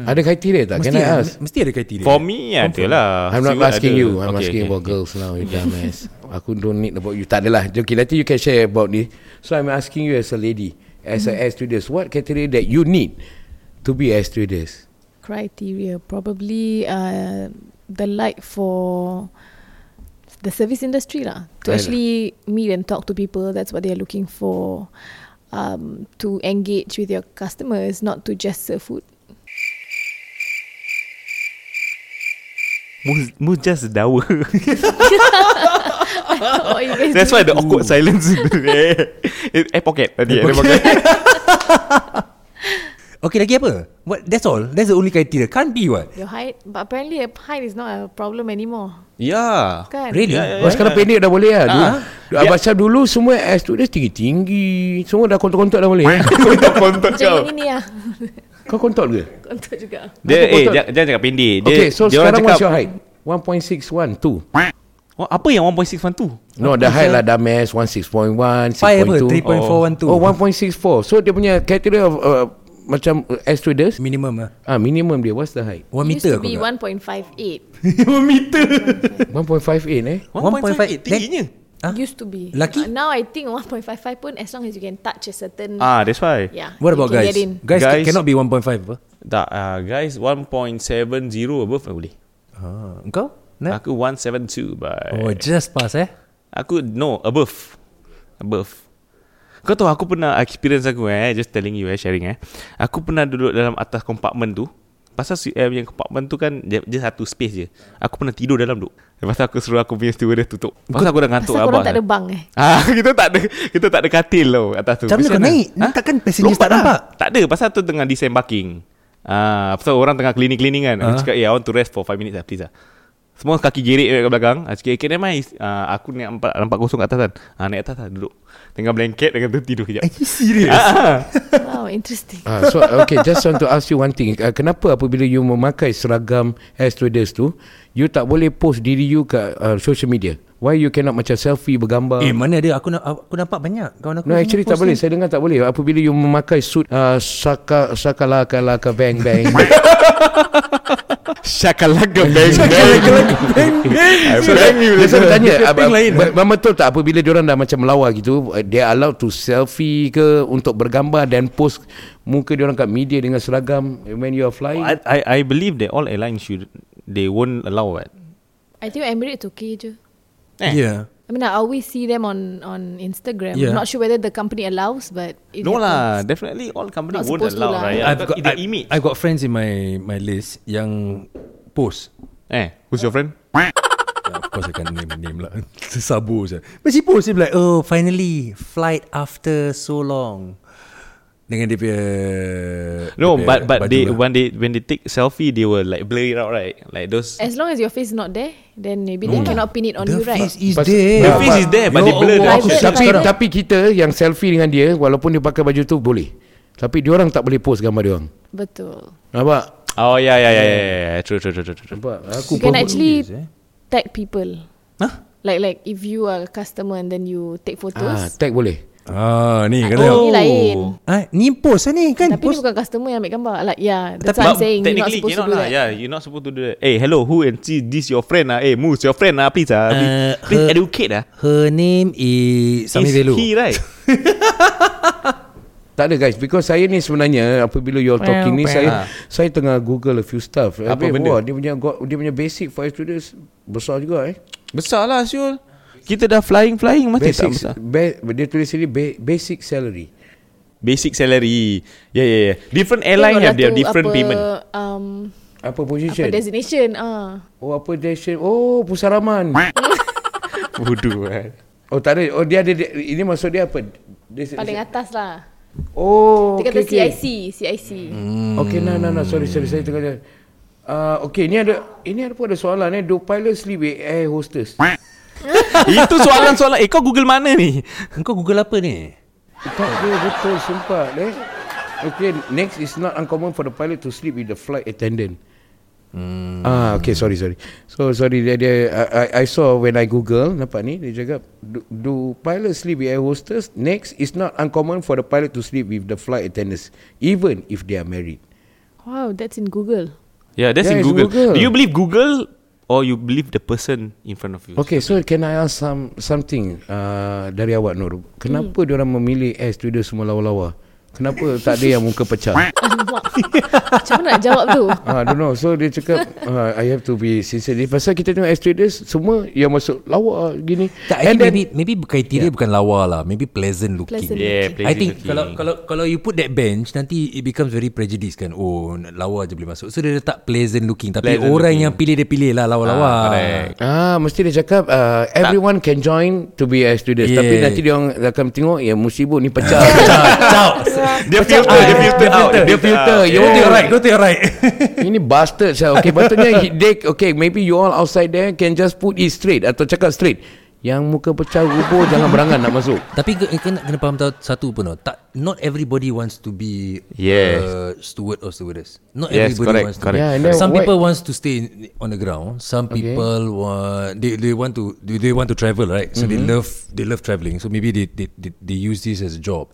[SPEAKER 5] Ada criteria tak? Can I
[SPEAKER 6] ada-
[SPEAKER 5] ask?
[SPEAKER 6] mesti ada criteria.
[SPEAKER 7] For me ada lah.
[SPEAKER 5] I'm not
[SPEAKER 7] Siwat
[SPEAKER 5] asking
[SPEAKER 7] ada.
[SPEAKER 5] you. I'm asking about girls now, <laughs> you dumbass. Aku don't need about you. Tak adalah. Okay, nanti you can share about this. So I'm asking you as a lady, as a air stewardess, what criteria that you need to be air stewardess?
[SPEAKER 8] Criteria probably uh, the like for the service industry lah.
[SPEAKER 5] Right.
[SPEAKER 8] To actually meet and talk to people, that's what they're looking for. Um, to engage with your customers, not to just serve food. <laughs>
[SPEAKER 7] Muz, Muz just dawa. <laughs>
[SPEAKER 8] What you guys
[SPEAKER 7] That's
[SPEAKER 8] doing?
[SPEAKER 7] why the awkward silence. <laughs> Eh, air pocket tadi. Air pocket. <laughs>
[SPEAKER 6] Okay, lagi apa? What? That's all. That's the only criteria. Can't be what?
[SPEAKER 8] Your height, but apparently uh, height is not a problem anymore.
[SPEAKER 7] yeah.
[SPEAKER 8] Kan?
[SPEAKER 6] Really?
[SPEAKER 5] Yeah, oh, sekarang pendek dah boleh lah. Dulu,
[SPEAKER 7] Biar-
[SPEAKER 5] Macam dulu semua air stewardess tinggi-tinggi. Semua dah kontot-kontot dah boleh.
[SPEAKER 7] <laughs> Kontak-kontak
[SPEAKER 8] Macam
[SPEAKER 7] kau.
[SPEAKER 8] yang ini ah. lah.
[SPEAKER 5] Kau kontot ke?
[SPEAKER 8] Kontak juga.
[SPEAKER 7] Dia eh
[SPEAKER 5] Kontak-kontak.
[SPEAKER 7] jangan, jangan cakap pendek. Dia,
[SPEAKER 5] okay, so
[SPEAKER 7] dia orang
[SPEAKER 5] sekarang what's
[SPEAKER 7] cakap,
[SPEAKER 5] your height? 1.612.
[SPEAKER 7] Oh, apa yang 1.612?
[SPEAKER 5] No, the height lah dumbass. 1.6.1,
[SPEAKER 6] Pi apa? 3.412.
[SPEAKER 5] 6.2. Oh, 1.64. So dia punya criteria of uh, macam uh, air stewardess
[SPEAKER 6] Minimum lah.
[SPEAKER 5] Ah minimum dia what's the height?
[SPEAKER 6] One
[SPEAKER 8] Used
[SPEAKER 6] meter
[SPEAKER 8] to
[SPEAKER 6] aku
[SPEAKER 8] be
[SPEAKER 6] agak. 1.58.
[SPEAKER 5] 1.58 eh.
[SPEAKER 8] 1.58.
[SPEAKER 7] tingginya.
[SPEAKER 6] Huh?
[SPEAKER 8] Used to be.
[SPEAKER 6] Lucky?
[SPEAKER 8] Uh, now I think 1.55 pun as long as you can touch a certain.
[SPEAKER 7] Ah, that's why.
[SPEAKER 8] yeah.
[SPEAKER 6] What
[SPEAKER 8] you
[SPEAKER 6] about
[SPEAKER 8] can
[SPEAKER 6] guys?
[SPEAKER 8] Get in.
[SPEAKER 6] Guys,
[SPEAKER 7] Guys-
[SPEAKER 6] cannot be 1.5 apa?
[SPEAKER 7] Tak, uh, guys 1.70 above tak boleh.
[SPEAKER 6] Ah, engkau? Nah.
[SPEAKER 7] Aku 172 by.
[SPEAKER 6] Oh, just pass eh.
[SPEAKER 7] Aku no above. Above. Kau tahu aku pernah experience aku eh just telling you eh sharing eh. Aku pernah duduk dalam atas kompartmen tu Pasal eh, yang compartment tu kan dia, dia satu space je Aku pernah tidur dalam duk Lepas tu aku suruh aku punya stewardess tutup Pasal aku dah ngantuk
[SPEAKER 8] Pasal korang
[SPEAKER 7] abang
[SPEAKER 8] tak ada bang
[SPEAKER 6] <laughs>
[SPEAKER 8] eh
[SPEAKER 7] Ah, <laughs> kita tak ada kita tak ada katil tau atas
[SPEAKER 6] Macam
[SPEAKER 7] tu.
[SPEAKER 6] mana
[SPEAKER 7] Kesian
[SPEAKER 6] kau
[SPEAKER 7] lah.
[SPEAKER 6] naik? Takkan passenger lah.
[SPEAKER 7] Lompat lah.
[SPEAKER 6] tak nampak?
[SPEAKER 7] Tak ada pasal tu tengah disembarking. Ah, pasal orang tengah cleaning-cleaning kan. Aku cakap, "Yeah, I want to rest for 5 minutes lah, please lah." Semua kaki gerik kat belakang. Aku cakap, "Okay, never mind." Ah, aku naik nampak, nampak kosong kat atas kan. Ah, naik atas lah duduk. Tengah blanket dengan tu tidur kejap.
[SPEAKER 6] you serious?
[SPEAKER 7] Ah,
[SPEAKER 8] Wow interesting
[SPEAKER 5] Ah, so okay, just want to ask you one thing. Uh, kenapa apabila you memakai seragam air stewardess tu, you tak boleh post diri you kat uh, social media? Why you cannot macam selfie bergambar?
[SPEAKER 6] Eh mana dia aku, na- aku nampak banyak kawan aku
[SPEAKER 5] No,
[SPEAKER 6] semua
[SPEAKER 5] actually tak
[SPEAKER 6] post
[SPEAKER 5] boleh.
[SPEAKER 6] ni.
[SPEAKER 5] Saya dengar tak boleh. Apabila you memakai suit uh, saka saka laka laka bang bang. <laughs>
[SPEAKER 7] Shakalaka bang bang.
[SPEAKER 5] Bang you. Saya nak tanya, ab-
[SPEAKER 7] Bang lain.
[SPEAKER 5] ab- memang betul tak apabila diorang dah macam lawa gitu, uh, they allowed to selfie ke untuk bergambar dan post muka diorang kat media dengan seragam when you are flying?
[SPEAKER 7] Oh, I, I I believe that all airlines should they won't allow it.
[SPEAKER 8] I think Emirates okay je
[SPEAKER 7] Eh.
[SPEAKER 6] Yeah
[SPEAKER 8] I mean I always see them on on Instagram
[SPEAKER 6] Yeah.
[SPEAKER 8] I'm not sure whether the company allows but it
[SPEAKER 7] No lah,
[SPEAKER 8] happens.
[SPEAKER 7] definitely all company
[SPEAKER 8] Not
[SPEAKER 7] won't
[SPEAKER 8] supposed to
[SPEAKER 7] allow
[SPEAKER 8] lah.
[SPEAKER 7] right.
[SPEAKER 6] I've
[SPEAKER 7] Because
[SPEAKER 6] got,
[SPEAKER 7] the
[SPEAKER 6] I,
[SPEAKER 7] image.
[SPEAKER 6] I've got friends in my my list yang post
[SPEAKER 7] Eh, who's your friend?
[SPEAKER 6] Of course I can't name name lah Sesabu je But she post She be like Oh finally Flight after so long Dengan dia punya
[SPEAKER 7] Uh, No,
[SPEAKER 6] dia punya
[SPEAKER 7] but but
[SPEAKER 6] baju
[SPEAKER 7] they
[SPEAKER 6] lah.
[SPEAKER 7] when they when they take selfie, they will like blur it out, right? Like
[SPEAKER 3] lah.
[SPEAKER 7] those.
[SPEAKER 8] As long as your face is not there Then maybe they cannot pin it on
[SPEAKER 6] The
[SPEAKER 8] you right
[SPEAKER 6] face is
[SPEAKER 5] Pas-
[SPEAKER 6] there
[SPEAKER 7] The face is there, but they blur the
[SPEAKER 8] Allah.
[SPEAKER 7] option.
[SPEAKER 8] Private
[SPEAKER 5] tapi
[SPEAKER 8] sekarang.
[SPEAKER 5] tapi kita yang selfie dengan dia walaupun dia pakai baju tu boleh. Tapi diorang tak boleh post gambar diorang.
[SPEAKER 8] Betul
[SPEAKER 5] Nampak?
[SPEAKER 7] Oh yeah, yeah, yeah, yeah, yeah, yeah. True, true, true, true, true.
[SPEAKER 5] Nampak? Aku
[SPEAKER 8] You can
[SPEAKER 5] pun-
[SPEAKER 8] actually
[SPEAKER 6] is, eh?
[SPEAKER 8] tag people
[SPEAKER 6] Huh?
[SPEAKER 8] Like like if you are a customer and then you take
[SPEAKER 5] ah,
[SPEAKER 8] photos
[SPEAKER 5] tag boleh.
[SPEAKER 6] Ah ni
[SPEAKER 7] Oh.
[SPEAKER 6] kata
[SPEAKER 8] Ini lain
[SPEAKER 6] ah, Ni post lah ni kan
[SPEAKER 8] Tapi ni
[SPEAKER 6] post.
[SPEAKER 8] bukan customer yang ambil gambar Like yeah That's
[SPEAKER 6] Tapi-
[SPEAKER 8] what I'm
[SPEAKER 7] But
[SPEAKER 8] saying You're not
[SPEAKER 7] technically,
[SPEAKER 8] supposed to
[SPEAKER 7] cannot
[SPEAKER 8] do
[SPEAKER 7] lah.
[SPEAKER 8] that
[SPEAKER 7] Yeah, you're not supposed to do that. Hey, hello, who and see this your friend ah? Hey, Moose, your friend ah, please ah, please,
[SPEAKER 6] Uh,
[SPEAKER 7] please
[SPEAKER 6] her-
[SPEAKER 7] educate ah.
[SPEAKER 6] Her name is Sami
[SPEAKER 7] Is
[SPEAKER 6] Velo
[SPEAKER 7] he right?
[SPEAKER 5] Tak ada guys Because saya ni sebenarnya Apabila you all talking ni
[SPEAKER 6] Ah.
[SPEAKER 5] Saya saya tengah google a few stuff Apa Habis,
[SPEAKER 7] benda?
[SPEAKER 5] Wah, dia punya go- dia punya basic for students Besar juga eh
[SPEAKER 7] besar lah, Syul. <laughs> Kita dah flying flying macam tak
[SPEAKER 5] Basic
[SPEAKER 7] besar.
[SPEAKER 5] ba- Dia tulis sini ba- Basic salary
[SPEAKER 7] Basic salary. Yeah, yeah, yeah. Different
[SPEAKER 8] Then
[SPEAKER 7] airline
[SPEAKER 8] got
[SPEAKER 7] have their
[SPEAKER 8] satu
[SPEAKER 7] different
[SPEAKER 8] apa, <laughs>
[SPEAKER 7] payment.
[SPEAKER 8] um,
[SPEAKER 5] Apa
[SPEAKER 8] Apa
[SPEAKER 5] position
[SPEAKER 8] designation ah.
[SPEAKER 5] Oh apa designation Oh pusaraman
[SPEAKER 7] Bodoh. eh.
[SPEAKER 5] Oh tak ada Oh dia ada dia- Ini maksud dia apa Desi-
[SPEAKER 8] Paling atas lah
[SPEAKER 5] Oh
[SPEAKER 8] Dia
[SPEAKER 5] okay, okay.
[SPEAKER 8] kata
[SPEAKER 5] Hmm.
[SPEAKER 8] CIC CIC
[SPEAKER 5] Okay nah nah nah
[SPEAKER 8] Hmm.
[SPEAKER 5] Sorry sorry Saya tengah uh, Okay ni ada Ini ada pun ada soalan eh Do pilots sleep with air hostess
[SPEAKER 7] Itu soalan-soalan. Eh, kau Google mana ni?
[SPEAKER 6] Kau google apa ni?
[SPEAKER 5] Tak ada betul sumpah eh. Okay, next is not uncommon for the pilot to sleep with the flight attendant. Hmm. Ah, okay, sorry, sorry. So sorry dia, dia I, I- I saw when I Google nampak ni dia cakap do, do pilot sleep with air hostess? Next is not uncommon for the pilot to sleep with the flight attendants even if they are married.
[SPEAKER 8] Wow that's in Google
[SPEAKER 7] Yeah, that's
[SPEAKER 5] Yeah,
[SPEAKER 7] in
[SPEAKER 5] it's
[SPEAKER 7] Google.
[SPEAKER 5] Google.
[SPEAKER 7] Do you believe Google or you believe the person in front of you?
[SPEAKER 5] Okay, so can I ask some something uh, dari awak Nur? Kenapa hmm. diorang memilih air student semua lawa-lawa? Kenapa tak ada yang muka pecah?
[SPEAKER 8] Macam mana nak jawab
[SPEAKER 5] <laughs>
[SPEAKER 8] tu
[SPEAKER 5] Ah, I don't know. So dia cakap ah, I have to be sincere. Dia- Pasal kita tengok Astridus semua yang masuk lawa gini.
[SPEAKER 6] Tak, I think maybe maybe criteria yeah. bukan lawa lah. Maybe pleasant looking.
[SPEAKER 8] Pleasant.
[SPEAKER 7] Yeah,
[SPEAKER 8] Okay.
[SPEAKER 7] please
[SPEAKER 6] I think
[SPEAKER 7] looking.
[SPEAKER 6] kalau kalau kalau you put that bench nanti it becomes very prejudiced kan. Oh, nak lawa je boleh masuk. So dia letak pleasant looking tapi
[SPEAKER 7] Pleasant
[SPEAKER 6] pleasant orang looking.
[SPEAKER 7] looking.
[SPEAKER 6] yang pilih dia pilih lah lawa-lawa.
[SPEAKER 7] Ah, correct.
[SPEAKER 5] Ah, mesti dia cakap ah, everyone can join to be Astridus. Yeah. Tapi
[SPEAKER 6] Yeah.
[SPEAKER 5] nanti dia orang akan tengok ya musibah ni pecah. pecah.
[SPEAKER 6] Ciao.
[SPEAKER 7] Dia filter, <laughs> dia filter out.
[SPEAKER 5] Dia filter.
[SPEAKER 6] Go
[SPEAKER 5] You
[SPEAKER 6] to your
[SPEAKER 5] all
[SPEAKER 6] right, go to your right.
[SPEAKER 5] Ini bastard saya. Okay,
[SPEAKER 7] <laughs>
[SPEAKER 5] patutnya he- they okay, maybe you all outside there can just put it straight atau cakap straight. Yang muka pecah kubur jangan berangan nak masuk.
[SPEAKER 6] Tapi ke- eh, kena kena faham tahu satu pun tau. Tak not everybody wants to be
[SPEAKER 7] Yes.
[SPEAKER 6] uh, steward or stewardess. Not
[SPEAKER 7] Yes,
[SPEAKER 6] everybody
[SPEAKER 7] correct,
[SPEAKER 6] wants to.
[SPEAKER 7] correct.
[SPEAKER 5] Yeah, and
[SPEAKER 6] Be.
[SPEAKER 5] then
[SPEAKER 6] Some
[SPEAKER 5] why-
[SPEAKER 6] people wants to stay in, on the ground. Some
[SPEAKER 5] Okay.
[SPEAKER 6] people want they they want to they, they want to travel, right? So
[SPEAKER 5] Mm-hmm.
[SPEAKER 6] they love they love traveling. So maybe they they they, they use this as a job.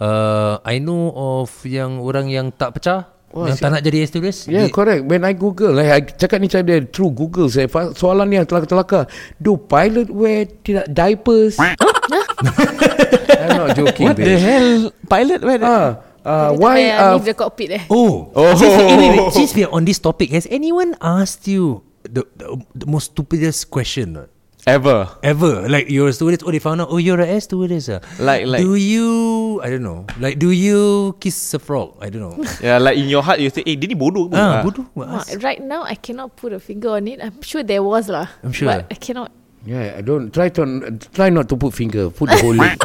[SPEAKER 6] Uh, I know of yang orang yang tak pecah, yang tak nak jadi air stewardess.
[SPEAKER 5] Yeah,
[SPEAKER 6] they,
[SPEAKER 5] correct. When I Google, like, I cakap ni cara dia through Google saya. Fa- Soalan ni yang telaka-telaka. Do pilot wear tidak diapers? <laughs> I'm not joking.
[SPEAKER 7] What the
[SPEAKER 5] babe.
[SPEAKER 7] hell? Pilot? Where?
[SPEAKER 5] Ah, uh,
[SPEAKER 8] Dia tak
[SPEAKER 5] why?
[SPEAKER 8] payah
[SPEAKER 5] Uh,
[SPEAKER 8] leave the cockpit eh
[SPEAKER 6] Oh, oh. Since, wait, wait, wait. Since we're on this topic, has anyone asked you the, the, the most stupidest question? or not?
[SPEAKER 7] Ever.
[SPEAKER 6] Ever Like you're a stewardess Oh they found out Oh you're a air stewardess ah.
[SPEAKER 7] Like- like-
[SPEAKER 6] Do you I don't know Like do you Kiss a frog I don't know
[SPEAKER 7] <laughs> Yeah, like in your heart you say, eh, dia ni bodoh ke?
[SPEAKER 6] Ah,
[SPEAKER 7] Ah.
[SPEAKER 6] bodoh
[SPEAKER 8] Ma,
[SPEAKER 6] was.
[SPEAKER 8] right now, I cannot put a finger on it. I'm sure there was lah.
[SPEAKER 6] I'm sure.
[SPEAKER 8] But I cannot.
[SPEAKER 5] Yeah, I don't try to try not to put finger, put the whole leg.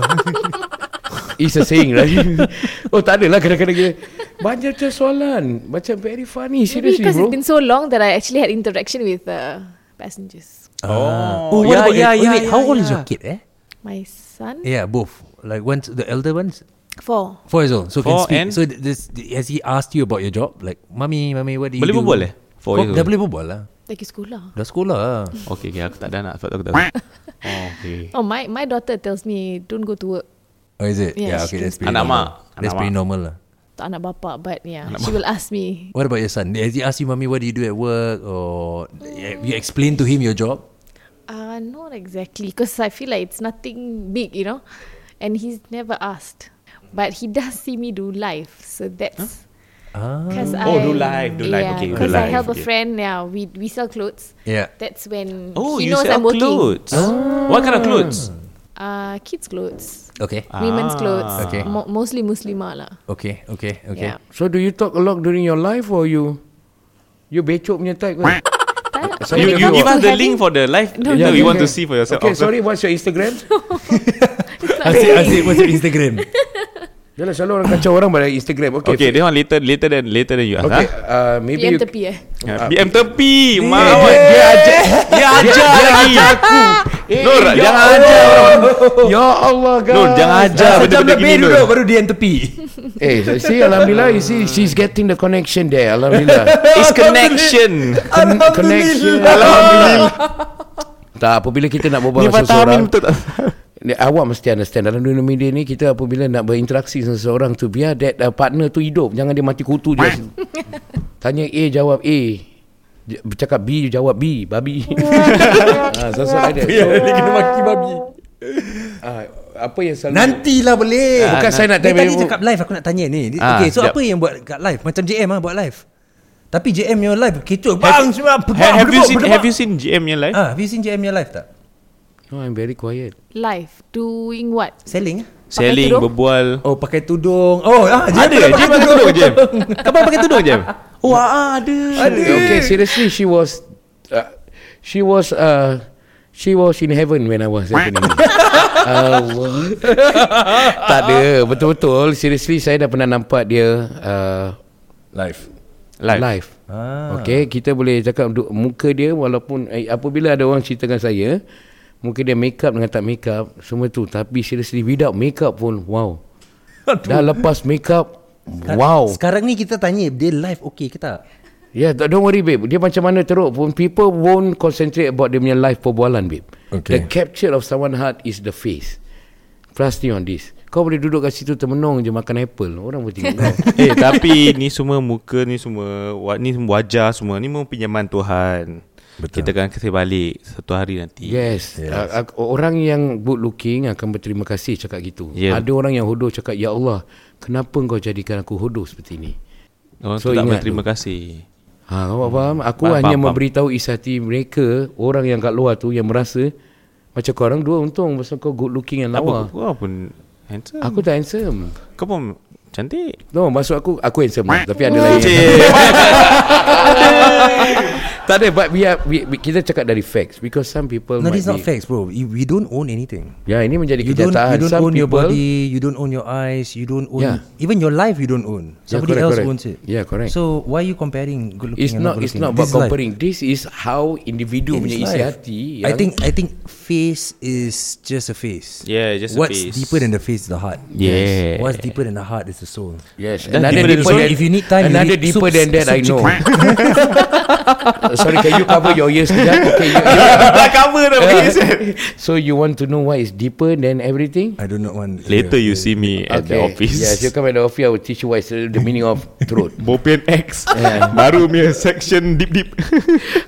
[SPEAKER 5] <laughs> It's a saying right <laughs> Oh tak adalah kadang-kadang gila Banyak macam soalan Macam very funny
[SPEAKER 8] Maybe
[SPEAKER 5] Seriously
[SPEAKER 8] because
[SPEAKER 5] bro
[SPEAKER 8] it's been so long that I actually had interaction with uh, passengers.
[SPEAKER 6] Oh, what
[SPEAKER 7] yeah,
[SPEAKER 6] about-
[SPEAKER 7] yeah,
[SPEAKER 6] wait,
[SPEAKER 7] yeah,
[SPEAKER 6] wait, How
[SPEAKER 7] yeah,
[SPEAKER 6] old is
[SPEAKER 7] yeah.
[SPEAKER 6] your kid eh
[SPEAKER 8] My son,
[SPEAKER 6] Yeah both Like one's The elder one's
[SPEAKER 8] four.
[SPEAKER 6] Four years old So
[SPEAKER 7] Four
[SPEAKER 6] can speak
[SPEAKER 7] and-
[SPEAKER 6] So th- this, Has he asked you about your job Like Mummy Mummy what do you
[SPEAKER 7] Boleh
[SPEAKER 6] do
[SPEAKER 7] berbual eh? Four years
[SPEAKER 6] Dah
[SPEAKER 7] old. Hmm.
[SPEAKER 6] boleh berbual lah
[SPEAKER 8] Lagi sekolah.
[SPEAKER 6] Dah sekolah ah? lah
[SPEAKER 7] Okay, okay, aku tak ada anak sebab tu aku tak tahu. Oh, okay.
[SPEAKER 8] Oh, my my daughter tells me don't go to work.
[SPEAKER 6] Oh is it
[SPEAKER 8] Yeah,
[SPEAKER 6] Yeah,
[SPEAKER 8] she
[SPEAKER 6] okay that's
[SPEAKER 8] can
[SPEAKER 6] pretty
[SPEAKER 7] Anak
[SPEAKER 6] normal
[SPEAKER 7] mak. Anak
[SPEAKER 6] That's pretty
[SPEAKER 7] mak.
[SPEAKER 6] normal lah
[SPEAKER 8] Tak anak bapa, but yeah, she will ask me.
[SPEAKER 6] What about your son? Has he asked you, mommy, what do you do at work? Or eh, have you explained to him your job?
[SPEAKER 8] Uh, not exactly, because I feel like it's nothing big, you know, and he's never asked. But he does see me do live, so that's
[SPEAKER 6] Ah.
[SPEAKER 8] because I
[SPEAKER 7] Oh, do live, do live, okay, do
[SPEAKER 8] because I
[SPEAKER 7] live,
[SPEAKER 8] help a
[SPEAKER 7] okay.
[SPEAKER 8] friend. Yeah, we we sell clothes.
[SPEAKER 6] Yeah.
[SPEAKER 8] That's when
[SPEAKER 7] Oh,
[SPEAKER 8] he
[SPEAKER 7] you
[SPEAKER 8] knows
[SPEAKER 7] sell
[SPEAKER 8] I'm working.
[SPEAKER 7] clothes. What kind of clothes?
[SPEAKER 8] Uh, kids clothes,
[SPEAKER 6] Okay.
[SPEAKER 7] Ah.
[SPEAKER 8] women's clothes,
[SPEAKER 6] Okay.
[SPEAKER 8] Mo- mostly Muslimah lah.
[SPEAKER 6] Okay, okay, okay.
[SPEAKER 8] Yeah.
[SPEAKER 5] So do you talk a lot during your life Or you You becok punya type kan
[SPEAKER 8] But
[SPEAKER 5] So
[SPEAKER 7] You,
[SPEAKER 8] when it
[SPEAKER 7] you
[SPEAKER 8] comes
[SPEAKER 7] give
[SPEAKER 8] to
[SPEAKER 7] us the
[SPEAKER 8] having-
[SPEAKER 7] link for the live. No, no, you want to see for yourself.
[SPEAKER 5] Okay
[SPEAKER 7] Also.
[SPEAKER 5] sorry What's your Instagram
[SPEAKER 6] Asyik, asyik, what's your Instagram?
[SPEAKER 5] Yalah selalu orang kacau orang Pada Instagram Okay,
[SPEAKER 7] Okay, ha? that one later, later than later than you ask.
[SPEAKER 5] okay
[SPEAKER 7] huh?
[SPEAKER 5] uh, Maybe
[SPEAKER 8] PM
[SPEAKER 5] you
[SPEAKER 8] tepi eh.
[SPEAKER 7] Yeah, BM tepi Mak
[SPEAKER 5] dia,
[SPEAKER 7] awak
[SPEAKER 5] dia ajak
[SPEAKER 7] Dia ajar lagi aku Nur jangan ajar
[SPEAKER 5] <laughs> Ya Allah guys
[SPEAKER 7] Nur jangan ajar
[SPEAKER 6] Sejam
[SPEAKER 7] Benda-benda
[SPEAKER 6] lebih
[SPEAKER 7] gini
[SPEAKER 6] duduk,
[SPEAKER 7] Nur
[SPEAKER 6] baru DM tepi.
[SPEAKER 5] Eh so see Alhamdulillah You see she's getting the connection there Alhamdulillah
[SPEAKER 7] It's connection
[SPEAKER 5] Con- connection Alhamdulillah Tak apabila kita nak
[SPEAKER 7] Ni
[SPEAKER 5] berbual
[SPEAKER 7] Fatah
[SPEAKER 5] dengan
[SPEAKER 7] Amin
[SPEAKER 5] seseorang
[SPEAKER 7] betul tak
[SPEAKER 5] ni, Awak mesti understand Dalam dunia media ni Kita apabila nak berinteraksi dengan seseorang tu Biar that uh, partner tu hidup Jangan dia mati kutu je Tanya A jawab A J- Cakap B jawab B Babi <laughs> ha, so, so, ada. so,
[SPEAKER 6] Dia kena maki babi.
[SPEAKER 5] ah, Apa yang selalu
[SPEAKER 6] Nantilah boleh.
[SPEAKER 5] Bukan saya
[SPEAKER 6] Ah,
[SPEAKER 5] nak
[SPEAKER 6] Dia
[SPEAKER 5] tanya
[SPEAKER 6] tadi cakap live, aku nak tanya ni. Dia-
[SPEAKER 7] Ah,
[SPEAKER 6] okay, so
[SPEAKER 7] sekejap.
[SPEAKER 6] apa yang buat kat live? Macam JM ah buat live. Tapi JM your live, kecoh. Bang, semua
[SPEAKER 7] Ha- Have you
[SPEAKER 6] berdebar,
[SPEAKER 7] seen
[SPEAKER 6] berdebar.
[SPEAKER 7] Have you seen GM yang live
[SPEAKER 6] Ah, have you seen JM your live tak?
[SPEAKER 5] No Oh, I'm very quiet
[SPEAKER 8] Live doing what?
[SPEAKER 6] Selling ah?
[SPEAKER 7] Selling
[SPEAKER 8] tudung?
[SPEAKER 7] berbual
[SPEAKER 6] Oh, pakai tudung. Oh, ah, JM
[SPEAKER 7] Ada Jim pakai tudung Jim Kau pun pakai tudung Jim Wah ada
[SPEAKER 5] Okay seriously She was uh, She was uh, She was in heaven When I was happening Allah Tak ada Betul-betul Seriously saya dah pernah nampak dia uh,
[SPEAKER 6] live.
[SPEAKER 5] Live,
[SPEAKER 7] Live
[SPEAKER 5] live. Ah. Okay Kita boleh cakap du- Muka dia walaupun eh, Apabila ada orang cerita dengan saya Muka dia make up dengan tak make up Semua tu Tapi seriously Without make up pun
[SPEAKER 6] <laughs>
[SPEAKER 5] Wow Dah lepas make up Wow
[SPEAKER 6] Sekarang ni kita tanya dia live okey ke tak?
[SPEAKER 5] Ya, yeah, tak- don't worry babe. Dia macam mana teruk pun people won't concentrate about dia punya live perbualan babe.
[SPEAKER 6] Okay.
[SPEAKER 5] The capture of someone heart is the face. Trust me on this. Kau boleh duduk kat situ termenung je makan apple. Orang boleh
[SPEAKER 6] <laughs>
[SPEAKER 5] tengok kau.
[SPEAKER 7] Eh tapi ni semua muka ni semua wa- ni semua wajah semua ni memang pinjaman Tuhan. Betul. Kita akan kasih balik satu hari nanti.
[SPEAKER 6] Ya.
[SPEAKER 5] Yes. yes. Uh, uh, orang yang good looking akan berterima kasih cakap gitu.
[SPEAKER 7] Yeah.
[SPEAKER 5] Ada orang yang hodoh cakap, Ya Allah, kenapa kau jadikan aku hodoh seperti ini?
[SPEAKER 7] Orang
[SPEAKER 5] So,
[SPEAKER 7] tu tak
[SPEAKER 5] ingat
[SPEAKER 7] berterima kasih.
[SPEAKER 5] Ha, awak faham?
[SPEAKER 7] Faham,
[SPEAKER 5] Aku faham, hanya
[SPEAKER 7] faham,
[SPEAKER 5] faham,
[SPEAKER 7] faham.
[SPEAKER 5] memberitahu isi hati mereka, orang yang kat luar tu yang merasa macam kau orang dua untung pasal kau good looking and
[SPEAKER 7] Tak apa
[SPEAKER 5] lawa.
[SPEAKER 7] kau pun handsome.
[SPEAKER 5] Aku tak handsome.
[SPEAKER 7] Kau pun cantik.
[SPEAKER 5] No, maksud aku aku handsome lah, tapi ada lain. <laughs> tak ada but we are we, we, kita cakap dari facts because some people
[SPEAKER 6] No,
[SPEAKER 5] might
[SPEAKER 6] this is not
[SPEAKER 5] be,
[SPEAKER 6] facts, bro. You, we don't own anything.
[SPEAKER 5] Ya, ini menjadi
[SPEAKER 6] You don't,
[SPEAKER 5] kenyataan.
[SPEAKER 6] you don't
[SPEAKER 5] some
[SPEAKER 6] own your
[SPEAKER 5] people,
[SPEAKER 6] body. You don't own your eyes. You don't own
[SPEAKER 5] Yeah.
[SPEAKER 6] even your life. You don't own. Somebody
[SPEAKER 5] correct,
[SPEAKER 6] else
[SPEAKER 5] correct.
[SPEAKER 6] owns it.
[SPEAKER 5] Yeah, correct.
[SPEAKER 6] So why are you comparing good looking?
[SPEAKER 5] It's
[SPEAKER 6] and
[SPEAKER 5] not
[SPEAKER 6] good
[SPEAKER 5] it's
[SPEAKER 6] looking?
[SPEAKER 5] not
[SPEAKER 6] This is
[SPEAKER 5] about
[SPEAKER 6] life.
[SPEAKER 5] comparing. This is how individu
[SPEAKER 6] It
[SPEAKER 5] punya
[SPEAKER 6] is
[SPEAKER 5] ya. isi
[SPEAKER 6] life.
[SPEAKER 5] hati.
[SPEAKER 6] I
[SPEAKER 5] yang-
[SPEAKER 6] think I think face is just a face.
[SPEAKER 7] Yeah, just a
[SPEAKER 6] What's
[SPEAKER 7] face.
[SPEAKER 6] deeper than the face is the heart.
[SPEAKER 7] Yeah.
[SPEAKER 6] What's deeper than the heart is the soul.
[SPEAKER 5] Yes,
[SPEAKER 7] Dan deeper
[SPEAKER 5] another
[SPEAKER 7] than
[SPEAKER 5] deeper
[SPEAKER 7] soup.
[SPEAKER 5] than,
[SPEAKER 6] If you need time, you
[SPEAKER 5] another
[SPEAKER 6] need
[SPEAKER 5] deeper
[SPEAKER 6] soup-
[SPEAKER 5] than that I
[SPEAKER 6] soup
[SPEAKER 5] know.
[SPEAKER 6] chicken.
[SPEAKER 5] Uh, Sorry, can you cover your ears? sekejap? Okay,
[SPEAKER 7] <laughs>
[SPEAKER 5] you, you,
[SPEAKER 7] Dah cover dah
[SPEAKER 5] so you want to know what is deeper than everything?
[SPEAKER 6] I do not want
[SPEAKER 7] Later you see me at the office.
[SPEAKER 5] Yes, you come at the office. I will teach you what is the meaning of throat.
[SPEAKER 7] <laughs> Bopian X Baru punya section deep-deep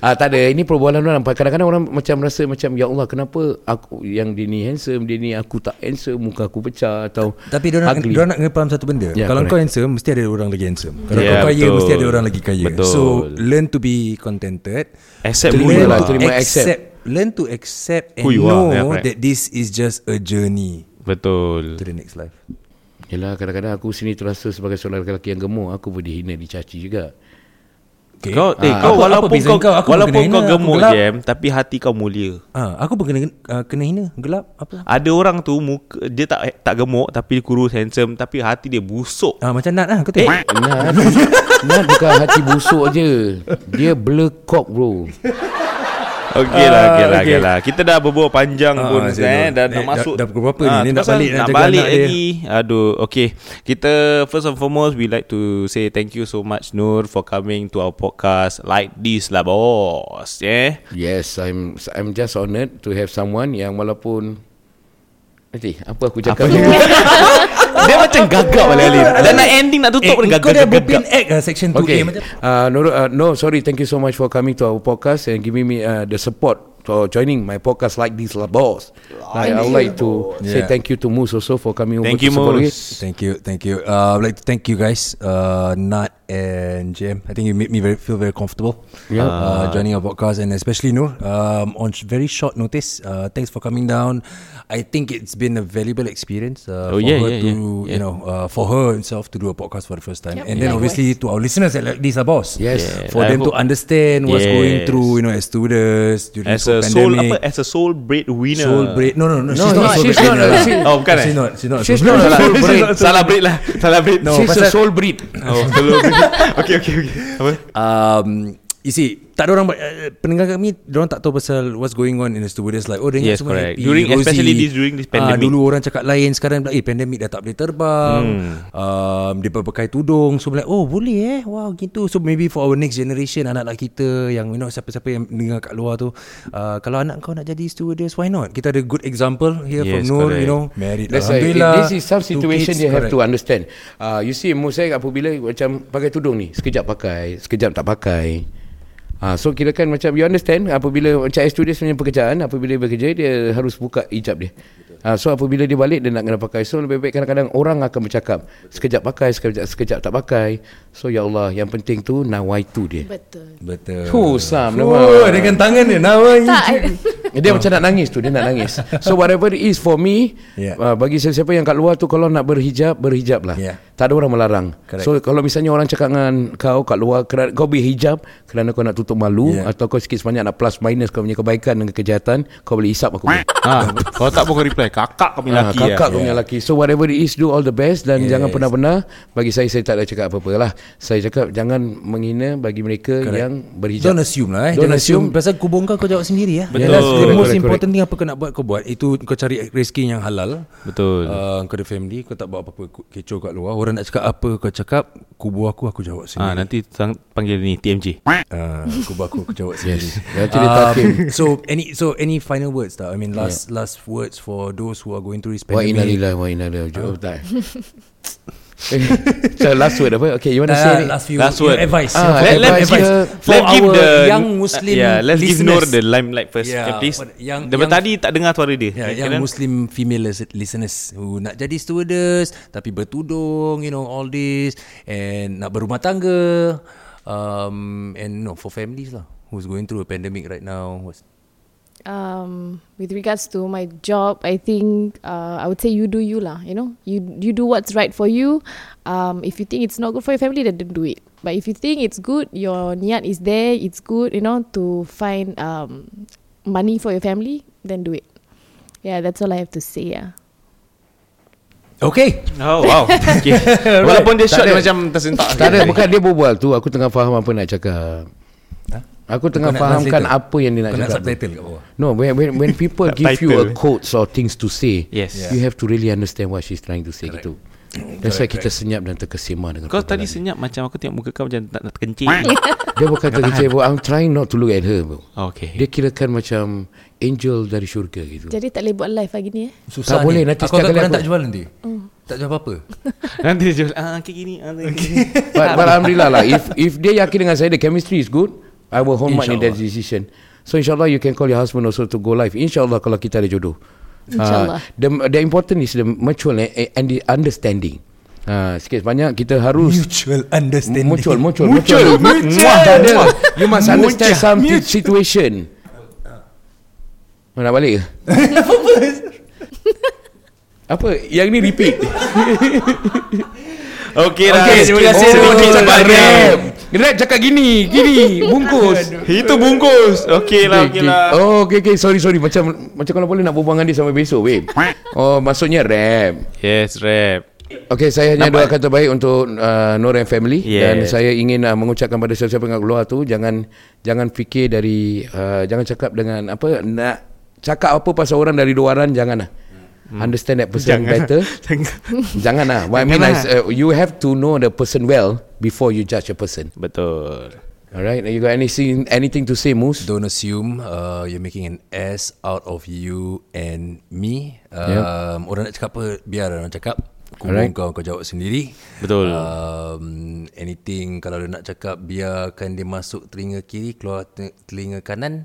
[SPEAKER 5] Ah tak ada ini perbualan orang kadang-kadang orang macam rasa macam ya Allah kenapa aku yang dia ni handsome dia ni aku tak handsome muka aku pecah atau
[SPEAKER 6] Tapi diorang,
[SPEAKER 5] ugly.
[SPEAKER 6] diorang nak kena faham satu benda yeah,
[SPEAKER 5] Yeah,
[SPEAKER 6] Kalau
[SPEAKER 5] correct.
[SPEAKER 6] kau handsome Mesti ada orang lagi handsome Kalau
[SPEAKER 7] Yeah,
[SPEAKER 6] yeah, kau kaya
[SPEAKER 7] Ya, betul.
[SPEAKER 6] Mesti ada orang lagi kaya
[SPEAKER 7] Betul.
[SPEAKER 6] So learn to be contented
[SPEAKER 7] <laughs> Accept
[SPEAKER 6] To
[SPEAKER 7] dulu
[SPEAKER 6] learn
[SPEAKER 7] lah.
[SPEAKER 6] to
[SPEAKER 5] Terima
[SPEAKER 6] accept learn to accept and
[SPEAKER 7] Who you
[SPEAKER 6] know
[SPEAKER 7] are, yeah, correct.
[SPEAKER 6] that this is just a journey
[SPEAKER 7] Betul
[SPEAKER 6] to the next life.
[SPEAKER 5] Yelah kadang-kadang aku sini terasa sebagai seorang lelaki yang gemuk Aku pun dihina dicaci juga
[SPEAKER 6] Okay.
[SPEAKER 7] Kau eh,
[SPEAKER 6] Ah, apa-
[SPEAKER 7] kau
[SPEAKER 6] apa
[SPEAKER 7] walaupun
[SPEAKER 6] beza
[SPEAKER 7] kau,
[SPEAKER 6] Aku
[SPEAKER 7] walaupun
[SPEAKER 6] kena
[SPEAKER 7] kau
[SPEAKER 6] hina, aku
[SPEAKER 7] gemuk
[SPEAKER 6] gelap.
[SPEAKER 7] jam tapi hati kau mulia.
[SPEAKER 6] Ah, aku pun kena ah, kena hina, gelap apa?
[SPEAKER 7] Ada orang tu muka dia tak tak gemuk tapi kurus handsome tapi hati dia busuk.
[SPEAKER 6] Ah, macam Nat lah
[SPEAKER 7] Eh,
[SPEAKER 6] kau tengok.
[SPEAKER 5] Nat Nat bukan hati busuk je Dia blur cock bro
[SPEAKER 7] Okey lah, okey lah,
[SPEAKER 6] okay.
[SPEAKER 7] okey lah. Kita dah berbual panjang
[SPEAKER 6] Ah,
[SPEAKER 7] pun
[SPEAKER 6] ah, saya
[SPEAKER 7] eh,
[SPEAKER 6] tahu.
[SPEAKER 7] dah,
[SPEAKER 6] Eh,
[SPEAKER 7] dah
[SPEAKER 6] dah-
[SPEAKER 7] masuk.
[SPEAKER 6] dah pukul berapa ni?
[SPEAKER 7] Ah,
[SPEAKER 6] Ni
[SPEAKER 7] tu
[SPEAKER 6] nak
[SPEAKER 7] pasal
[SPEAKER 6] balik nak
[SPEAKER 7] nak
[SPEAKER 6] jaga
[SPEAKER 7] balik
[SPEAKER 6] anak dia.
[SPEAKER 7] lagi. Aduh, okey. Kita first and foremost we like to say thank you so much Nur for coming to our podcast like this lah bos. Ya. Yeah.
[SPEAKER 5] Yes I'm I'm just honoured to have someone yang walaupun Nanti apa aku cakap <laughs>
[SPEAKER 7] Dia macam gagap kali-kali. Dah nak ending nak tutup pun
[SPEAKER 6] eh, kau dah berpin act ah, section 2A
[SPEAKER 5] Okay.
[SPEAKER 6] macam
[SPEAKER 5] Uh, no, uh, no, sorry. Thank you so much for coming to our podcast and giving me uh, the support for joining my podcast like this, lah, boss. Like, I would like to say
[SPEAKER 6] Yeah.
[SPEAKER 5] thank you to Moose also for coming over
[SPEAKER 7] Thank
[SPEAKER 5] to
[SPEAKER 7] you
[SPEAKER 5] support
[SPEAKER 7] Mus.
[SPEAKER 5] it.
[SPEAKER 6] Thank you, thank you. Uh, I'd like to thank you guys, uh, Nat and Jim. I think you made me very, feel very comfortable yeah. uh, joining our podcast, and especially Noor um, on sh- very short notice. Uh, thanks for coming down. I think it's been a valuable experience uh, for
[SPEAKER 7] Oh, yeah,
[SPEAKER 6] her
[SPEAKER 7] yeah,
[SPEAKER 6] to,
[SPEAKER 7] yeah, yeah.
[SPEAKER 6] you know, uh, for her herself to do a podcast for the first time, and then obviously to our listeners at like this, our boss.
[SPEAKER 5] Yes.
[SPEAKER 7] Yeah,
[SPEAKER 6] for
[SPEAKER 7] I
[SPEAKER 6] them to
[SPEAKER 7] hope-
[SPEAKER 6] understand what's going
[SPEAKER 7] Yes.
[SPEAKER 6] through, you know, as students during
[SPEAKER 7] As
[SPEAKER 6] the
[SPEAKER 7] a soul
[SPEAKER 6] pandemic.
[SPEAKER 7] apa as a soul breadwinner.
[SPEAKER 6] Soul break. No, no, no. she's
[SPEAKER 5] no,
[SPEAKER 6] not. a soul
[SPEAKER 5] she's
[SPEAKER 6] break
[SPEAKER 5] not a-
[SPEAKER 6] winner.
[SPEAKER 5] she-
[SPEAKER 7] Oh, bukan, eh?
[SPEAKER 6] She's not. <laughs> She's not. a
[SPEAKER 5] She's
[SPEAKER 6] soul
[SPEAKER 5] not
[SPEAKER 6] break.
[SPEAKER 5] a soul breed.
[SPEAKER 7] Salah breed lah. Salah breed.
[SPEAKER 6] No,
[SPEAKER 5] She's a
[SPEAKER 6] pasal-
[SPEAKER 5] soul breed.
[SPEAKER 7] <laughs> Oh, <laughs> soul breed. Okey okey okey. Apa?
[SPEAKER 6] um, You see Tak ada orang uh, Pendengar kami Diorang tak tahu pasal What's going on in the studio That's like Oh dengar
[SPEAKER 7] Yes,
[SPEAKER 6] semua
[SPEAKER 7] correct.
[SPEAKER 6] happy
[SPEAKER 7] During-
[SPEAKER 6] rosy.
[SPEAKER 7] especially this- during this
[SPEAKER 6] Ah,
[SPEAKER 7] pandemic.
[SPEAKER 6] Dulu orang cakap lain Sekarang pula Eh pandemic dah tak boleh terbang
[SPEAKER 7] Hmm.
[SPEAKER 6] um, Dia berpakai tudung So like Oh boleh eh Wow gitu So maybe for our next generation Anak-anak kita Yang you know Siapa-siapa yang dengar kat luar tu uh, Kalau anak kau nak jadi stewardess Why not Kita ada good example Here from
[SPEAKER 7] Yes,
[SPEAKER 6] Nur
[SPEAKER 7] correct.
[SPEAKER 6] You know Married
[SPEAKER 5] That's right.
[SPEAKER 6] Alhamdulillah
[SPEAKER 5] This is some
[SPEAKER 6] Two
[SPEAKER 5] situation
[SPEAKER 6] kids,
[SPEAKER 5] you have to
[SPEAKER 6] correct.
[SPEAKER 5] understand. Uh, you see, Moose saya apabila macam pakai tudung ni, sekejap pakai, sekejap tak pakai. Ah, so kira kan macam you understand apabila macam as student punya pekerjaan apabila dia bekerja dia harus buka hijab dia. Ah, so apabila dia balik dia nak kena pakai. So lebih baik kadang-kadang orang akan bercakap sekejap pakai sekejap sekejap tak pakai. So ya Allah yang penting tu nawaitu dia.
[SPEAKER 8] Betul.
[SPEAKER 6] Betul
[SPEAKER 5] Oh, Sam,
[SPEAKER 6] Oh, dengan tangan dia Nawa
[SPEAKER 8] Tak, I-
[SPEAKER 5] dia macam nak nangis tu Dia nak
[SPEAKER 6] <laughs>
[SPEAKER 5] nangis So whatever it is for me
[SPEAKER 6] Yeah.
[SPEAKER 5] yeah. uh, Bagi siapa-siapa yang kat luar tu Kalau nak berhijab Berhijab lah
[SPEAKER 6] Yeah.
[SPEAKER 5] Tak ada orang melarang
[SPEAKER 6] Correct.
[SPEAKER 5] So kalau misalnya orang cakap dengan kau Kat luar kerana, Kau berhijab Kerana kau nak tutup malu
[SPEAKER 6] Yeah.
[SPEAKER 5] yeah. Atau kau sikit sebanyak Nak plus minus Kau punya kebaikan dan kejahatan Kau boleh hisap aku boleh
[SPEAKER 7] Ha, kalau tak pun kau reply kakak kami
[SPEAKER 5] Ah,
[SPEAKER 7] lelaki. ah.
[SPEAKER 5] kakak kau punya lelaki So whatever it is Do all the best Dan jangan pernah-pernah Bagi saya Saya tak ada cakap apa-apa lah Saya cakap Jangan menghina Bagi mereka Correct. Yang berhijab
[SPEAKER 6] Don't assume lah eh.
[SPEAKER 5] Don't
[SPEAKER 6] Don't, assume.
[SPEAKER 5] assume.
[SPEAKER 6] Pasal kubur kau kau jawab sendiri lah.
[SPEAKER 5] Betul.
[SPEAKER 6] That's the
[SPEAKER 5] Correct,
[SPEAKER 6] most
[SPEAKER 5] correct,
[SPEAKER 6] important thing apa kau nak buat kau buat. Itu kau cari rezeki yang halal.
[SPEAKER 7] Betul.
[SPEAKER 6] Uh, kau ada family, kau tak buat apa-apa ku- kecoh kat luar. Orang nak cakap apa kau cakap, kubur aku aku jawab
[SPEAKER 7] Ah,
[SPEAKER 6] sendiri.
[SPEAKER 7] nanti sang, panggil ni TMJ.
[SPEAKER 6] Ah, kubur aku aku jawab sendiri.
[SPEAKER 5] Yes. Ah, Nanti dia takim.
[SPEAKER 6] so any so any final words tak? I mean last yeah. last words for those who are going through this
[SPEAKER 5] <laughs> Wa inna
[SPEAKER 6] pandemic.
[SPEAKER 5] lillahi wa inna ilaihi raji'un. Oh, tak. Eh, <laughs> So Ah, last word apa? Okay, you want to
[SPEAKER 6] Uh,
[SPEAKER 5] say it?
[SPEAKER 6] last few
[SPEAKER 7] Last
[SPEAKER 6] your
[SPEAKER 7] word.
[SPEAKER 6] advice.
[SPEAKER 5] Ah,
[SPEAKER 6] Your advice.
[SPEAKER 5] let- let's give-
[SPEAKER 6] for
[SPEAKER 7] let's give
[SPEAKER 6] our
[SPEAKER 7] the
[SPEAKER 6] young Muslim
[SPEAKER 7] yeah, let's give Nur
[SPEAKER 6] listeners.
[SPEAKER 7] the limelight first.
[SPEAKER 6] Yeah,
[SPEAKER 7] Yeah, please.
[SPEAKER 6] what- yang-
[SPEAKER 7] Daripada
[SPEAKER 6] yang-
[SPEAKER 7] tadi tak dengar suara
[SPEAKER 6] Yeah,
[SPEAKER 7] dia. kan? Kira-
[SPEAKER 6] Ya, yang
[SPEAKER 7] kira-
[SPEAKER 6] Muslim female lis- listeners who nak jadi stewardess tapi bertudung, you know, all this and nak berumah tangga um, and no for families lah who's going through a pandemic right now. What's,
[SPEAKER 8] um, with regards to my job, I think uh, I would say you do you lah. You know, you you do what's right for you. Um, if you think it's not good for your family, then don't do it. But if you think it's good, your niat is there. It's good, you know, to find um, money for your family, then do it. Yeah, that's all I have to say. Yeah.
[SPEAKER 6] okay.
[SPEAKER 7] Oh,
[SPEAKER 6] <laughs>
[SPEAKER 7] wow. Okay. Walaupun dia short dia macam tersentak.
[SPEAKER 5] Tak ada, bukan dia berbual tu. Aku tengah faham apa nak cakap. Aku
[SPEAKER 6] nak
[SPEAKER 5] tengah fahamkan
[SPEAKER 6] translate tu?
[SPEAKER 5] apa yang dia nak
[SPEAKER 6] Kau nak
[SPEAKER 5] cakap. tu.
[SPEAKER 6] subtitle kat bawah.
[SPEAKER 5] No, when when, when people give
[SPEAKER 7] Subtitle.
[SPEAKER 5] you a quotes or things to say,
[SPEAKER 7] Yes. Yeah.
[SPEAKER 5] you have to really understand what she's trying to say gitu. That's why kita senyap dan terkesima dengan
[SPEAKER 7] Kau
[SPEAKER 5] perbualan
[SPEAKER 7] tadi
[SPEAKER 5] dia.
[SPEAKER 7] senyap macam aku tengok muka kau macam tak nak
[SPEAKER 6] <laughs>
[SPEAKER 7] terkencing.
[SPEAKER 5] Dia bukan terkejut bro. I'm trying not to look at her bro.
[SPEAKER 7] Oh, okay.
[SPEAKER 5] Dia kirakan macam angel dari syurga
[SPEAKER 7] <laughs>
[SPEAKER 5] gitu
[SPEAKER 8] Jadi tak boleh buat live hari ni eh.
[SPEAKER 6] Susah
[SPEAKER 5] Tak boleh, nanti
[SPEAKER 6] Aku agak
[SPEAKER 5] setiap kali
[SPEAKER 6] korang
[SPEAKER 5] aku-
[SPEAKER 6] tak jual nanti. Tak jual apa-apa.
[SPEAKER 7] Nanti dia jual, ah, okay gini. Ah, okay.
[SPEAKER 5] But, but Alhamdulillah lah If if dia yakin dengan saya The chemistry is good I will hormat in that decision So insyaAllah you can call your husband also to go live InsyaAllah kalau kita ada jodoh
[SPEAKER 8] InsyaAllah.
[SPEAKER 5] uh, the, the important is the mutual and, and the understanding uh, Sikit banyak kita harus
[SPEAKER 6] Mutual understanding.
[SPEAKER 5] <laughs> Mutual, mutual, <laughs> mutual, mutual. mutual. mutual. You must understand some mutual. situation. Oh, nak <laughs> balik ke? Apa? Yang ni repeat.
[SPEAKER 3] Okey dah.
[SPEAKER 5] <laughs> Okey,
[SPEAKER 3] terima kasih.
[SPEAKER 5] Oh,
[SPEAKER 3] Sedikit cepat
[SPEAKER 5] rap. Rap cakap gini, <laughs> gini, bungkus.
[SPEAKER 3] Itu bungkus.
[SPEAKER 7] <laughs>
[SPEAKER 3] Okey lah, okey lah.
[SPEAKER 5] Oh, okay, okay. Sorry, sorry. Macam macam kalau boleh nak berbual dengan dia sampai besok, <laughs> babe. Oh, maksudnya rap.
[SPEAKER 3] Yes, rap.
[SPEAKER 5] Okay, saya hanya doakan terbaik untuk uh, Nur and family
[SPEAKER 3] Yeah.
[SPEAKER 5] yeah. dan saya ingin uh, mengucapkan pada siapa-siapa yang keluar tu jangan jangan fikir dari uh, jangan cakap dengan apa nak cakap apa pasal orang dari luaran janganlah. Hmm. Understand that person jangan. <laughs> better. janganlah. What I mean is uh, you have to know the person well before you judge a person.
[SPEAKER 3] Betul.
[SPEAKER 5] Alright, you got anything anything to say, Moose?
[SPEAKER 6] Don't assume uh, you're making an ass out of you and me. Um, Orang nak cakap apa, biar orang cakap. Kubung
[SPEAKER 5] Alright.
[SPEAKER 6] kau, kau jawab sendiri.
[SPEAKER 3] Betul.
[SPEAKER 6] Um, anything, kalau dia nak cakap, biarkan dia masuk telinga kiri, keluar te- telinga kanan.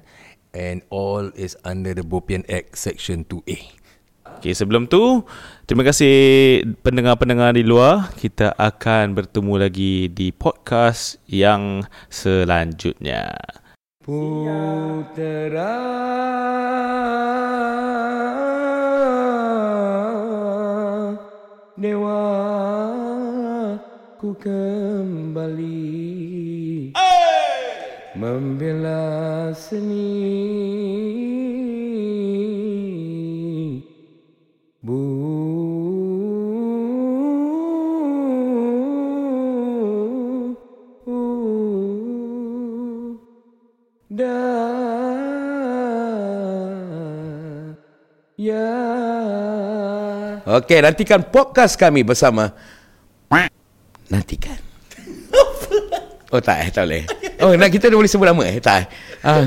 [SPEAKER 6] And all is under the Bopian Act Section 2A.
[SPEAKER 3] Okey, sebelum tu, terima kasih pendengar-pendengar di luar. Kita akan bertemu lagi di podcast yang selanjutnya.
[SPEAKER 5] Putera Dewa Ku kembali Membela seni Bu Da Ya Okey, nantikan podcast kami bersama Nantikan <laughs> Oh tak eh, tak boleh Oh nak kita dah boleh sebut nama eh, tak eh ah.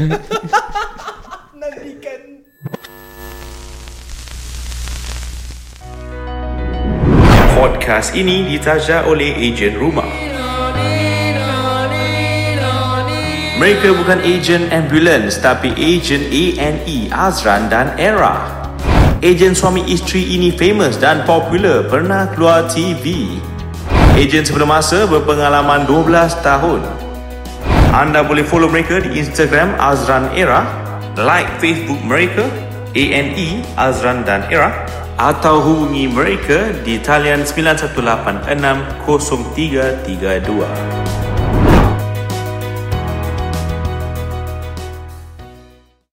[SPEAKER 7] Podcast ini ditaja oleh ejen rumah. Mereka bukan ejen ambulans tapi ejen ANE Azran dan Era. Ejen suami isteri ini famous dan popular pernah keluar TV. Ejen sebelum masa berpengalaman 12 tahun. Anda boleh follow mereka di Instagram Azran Era, like Facebook mereka ANE Azran dan Era atau hubungi mereka di talian 9186 0332.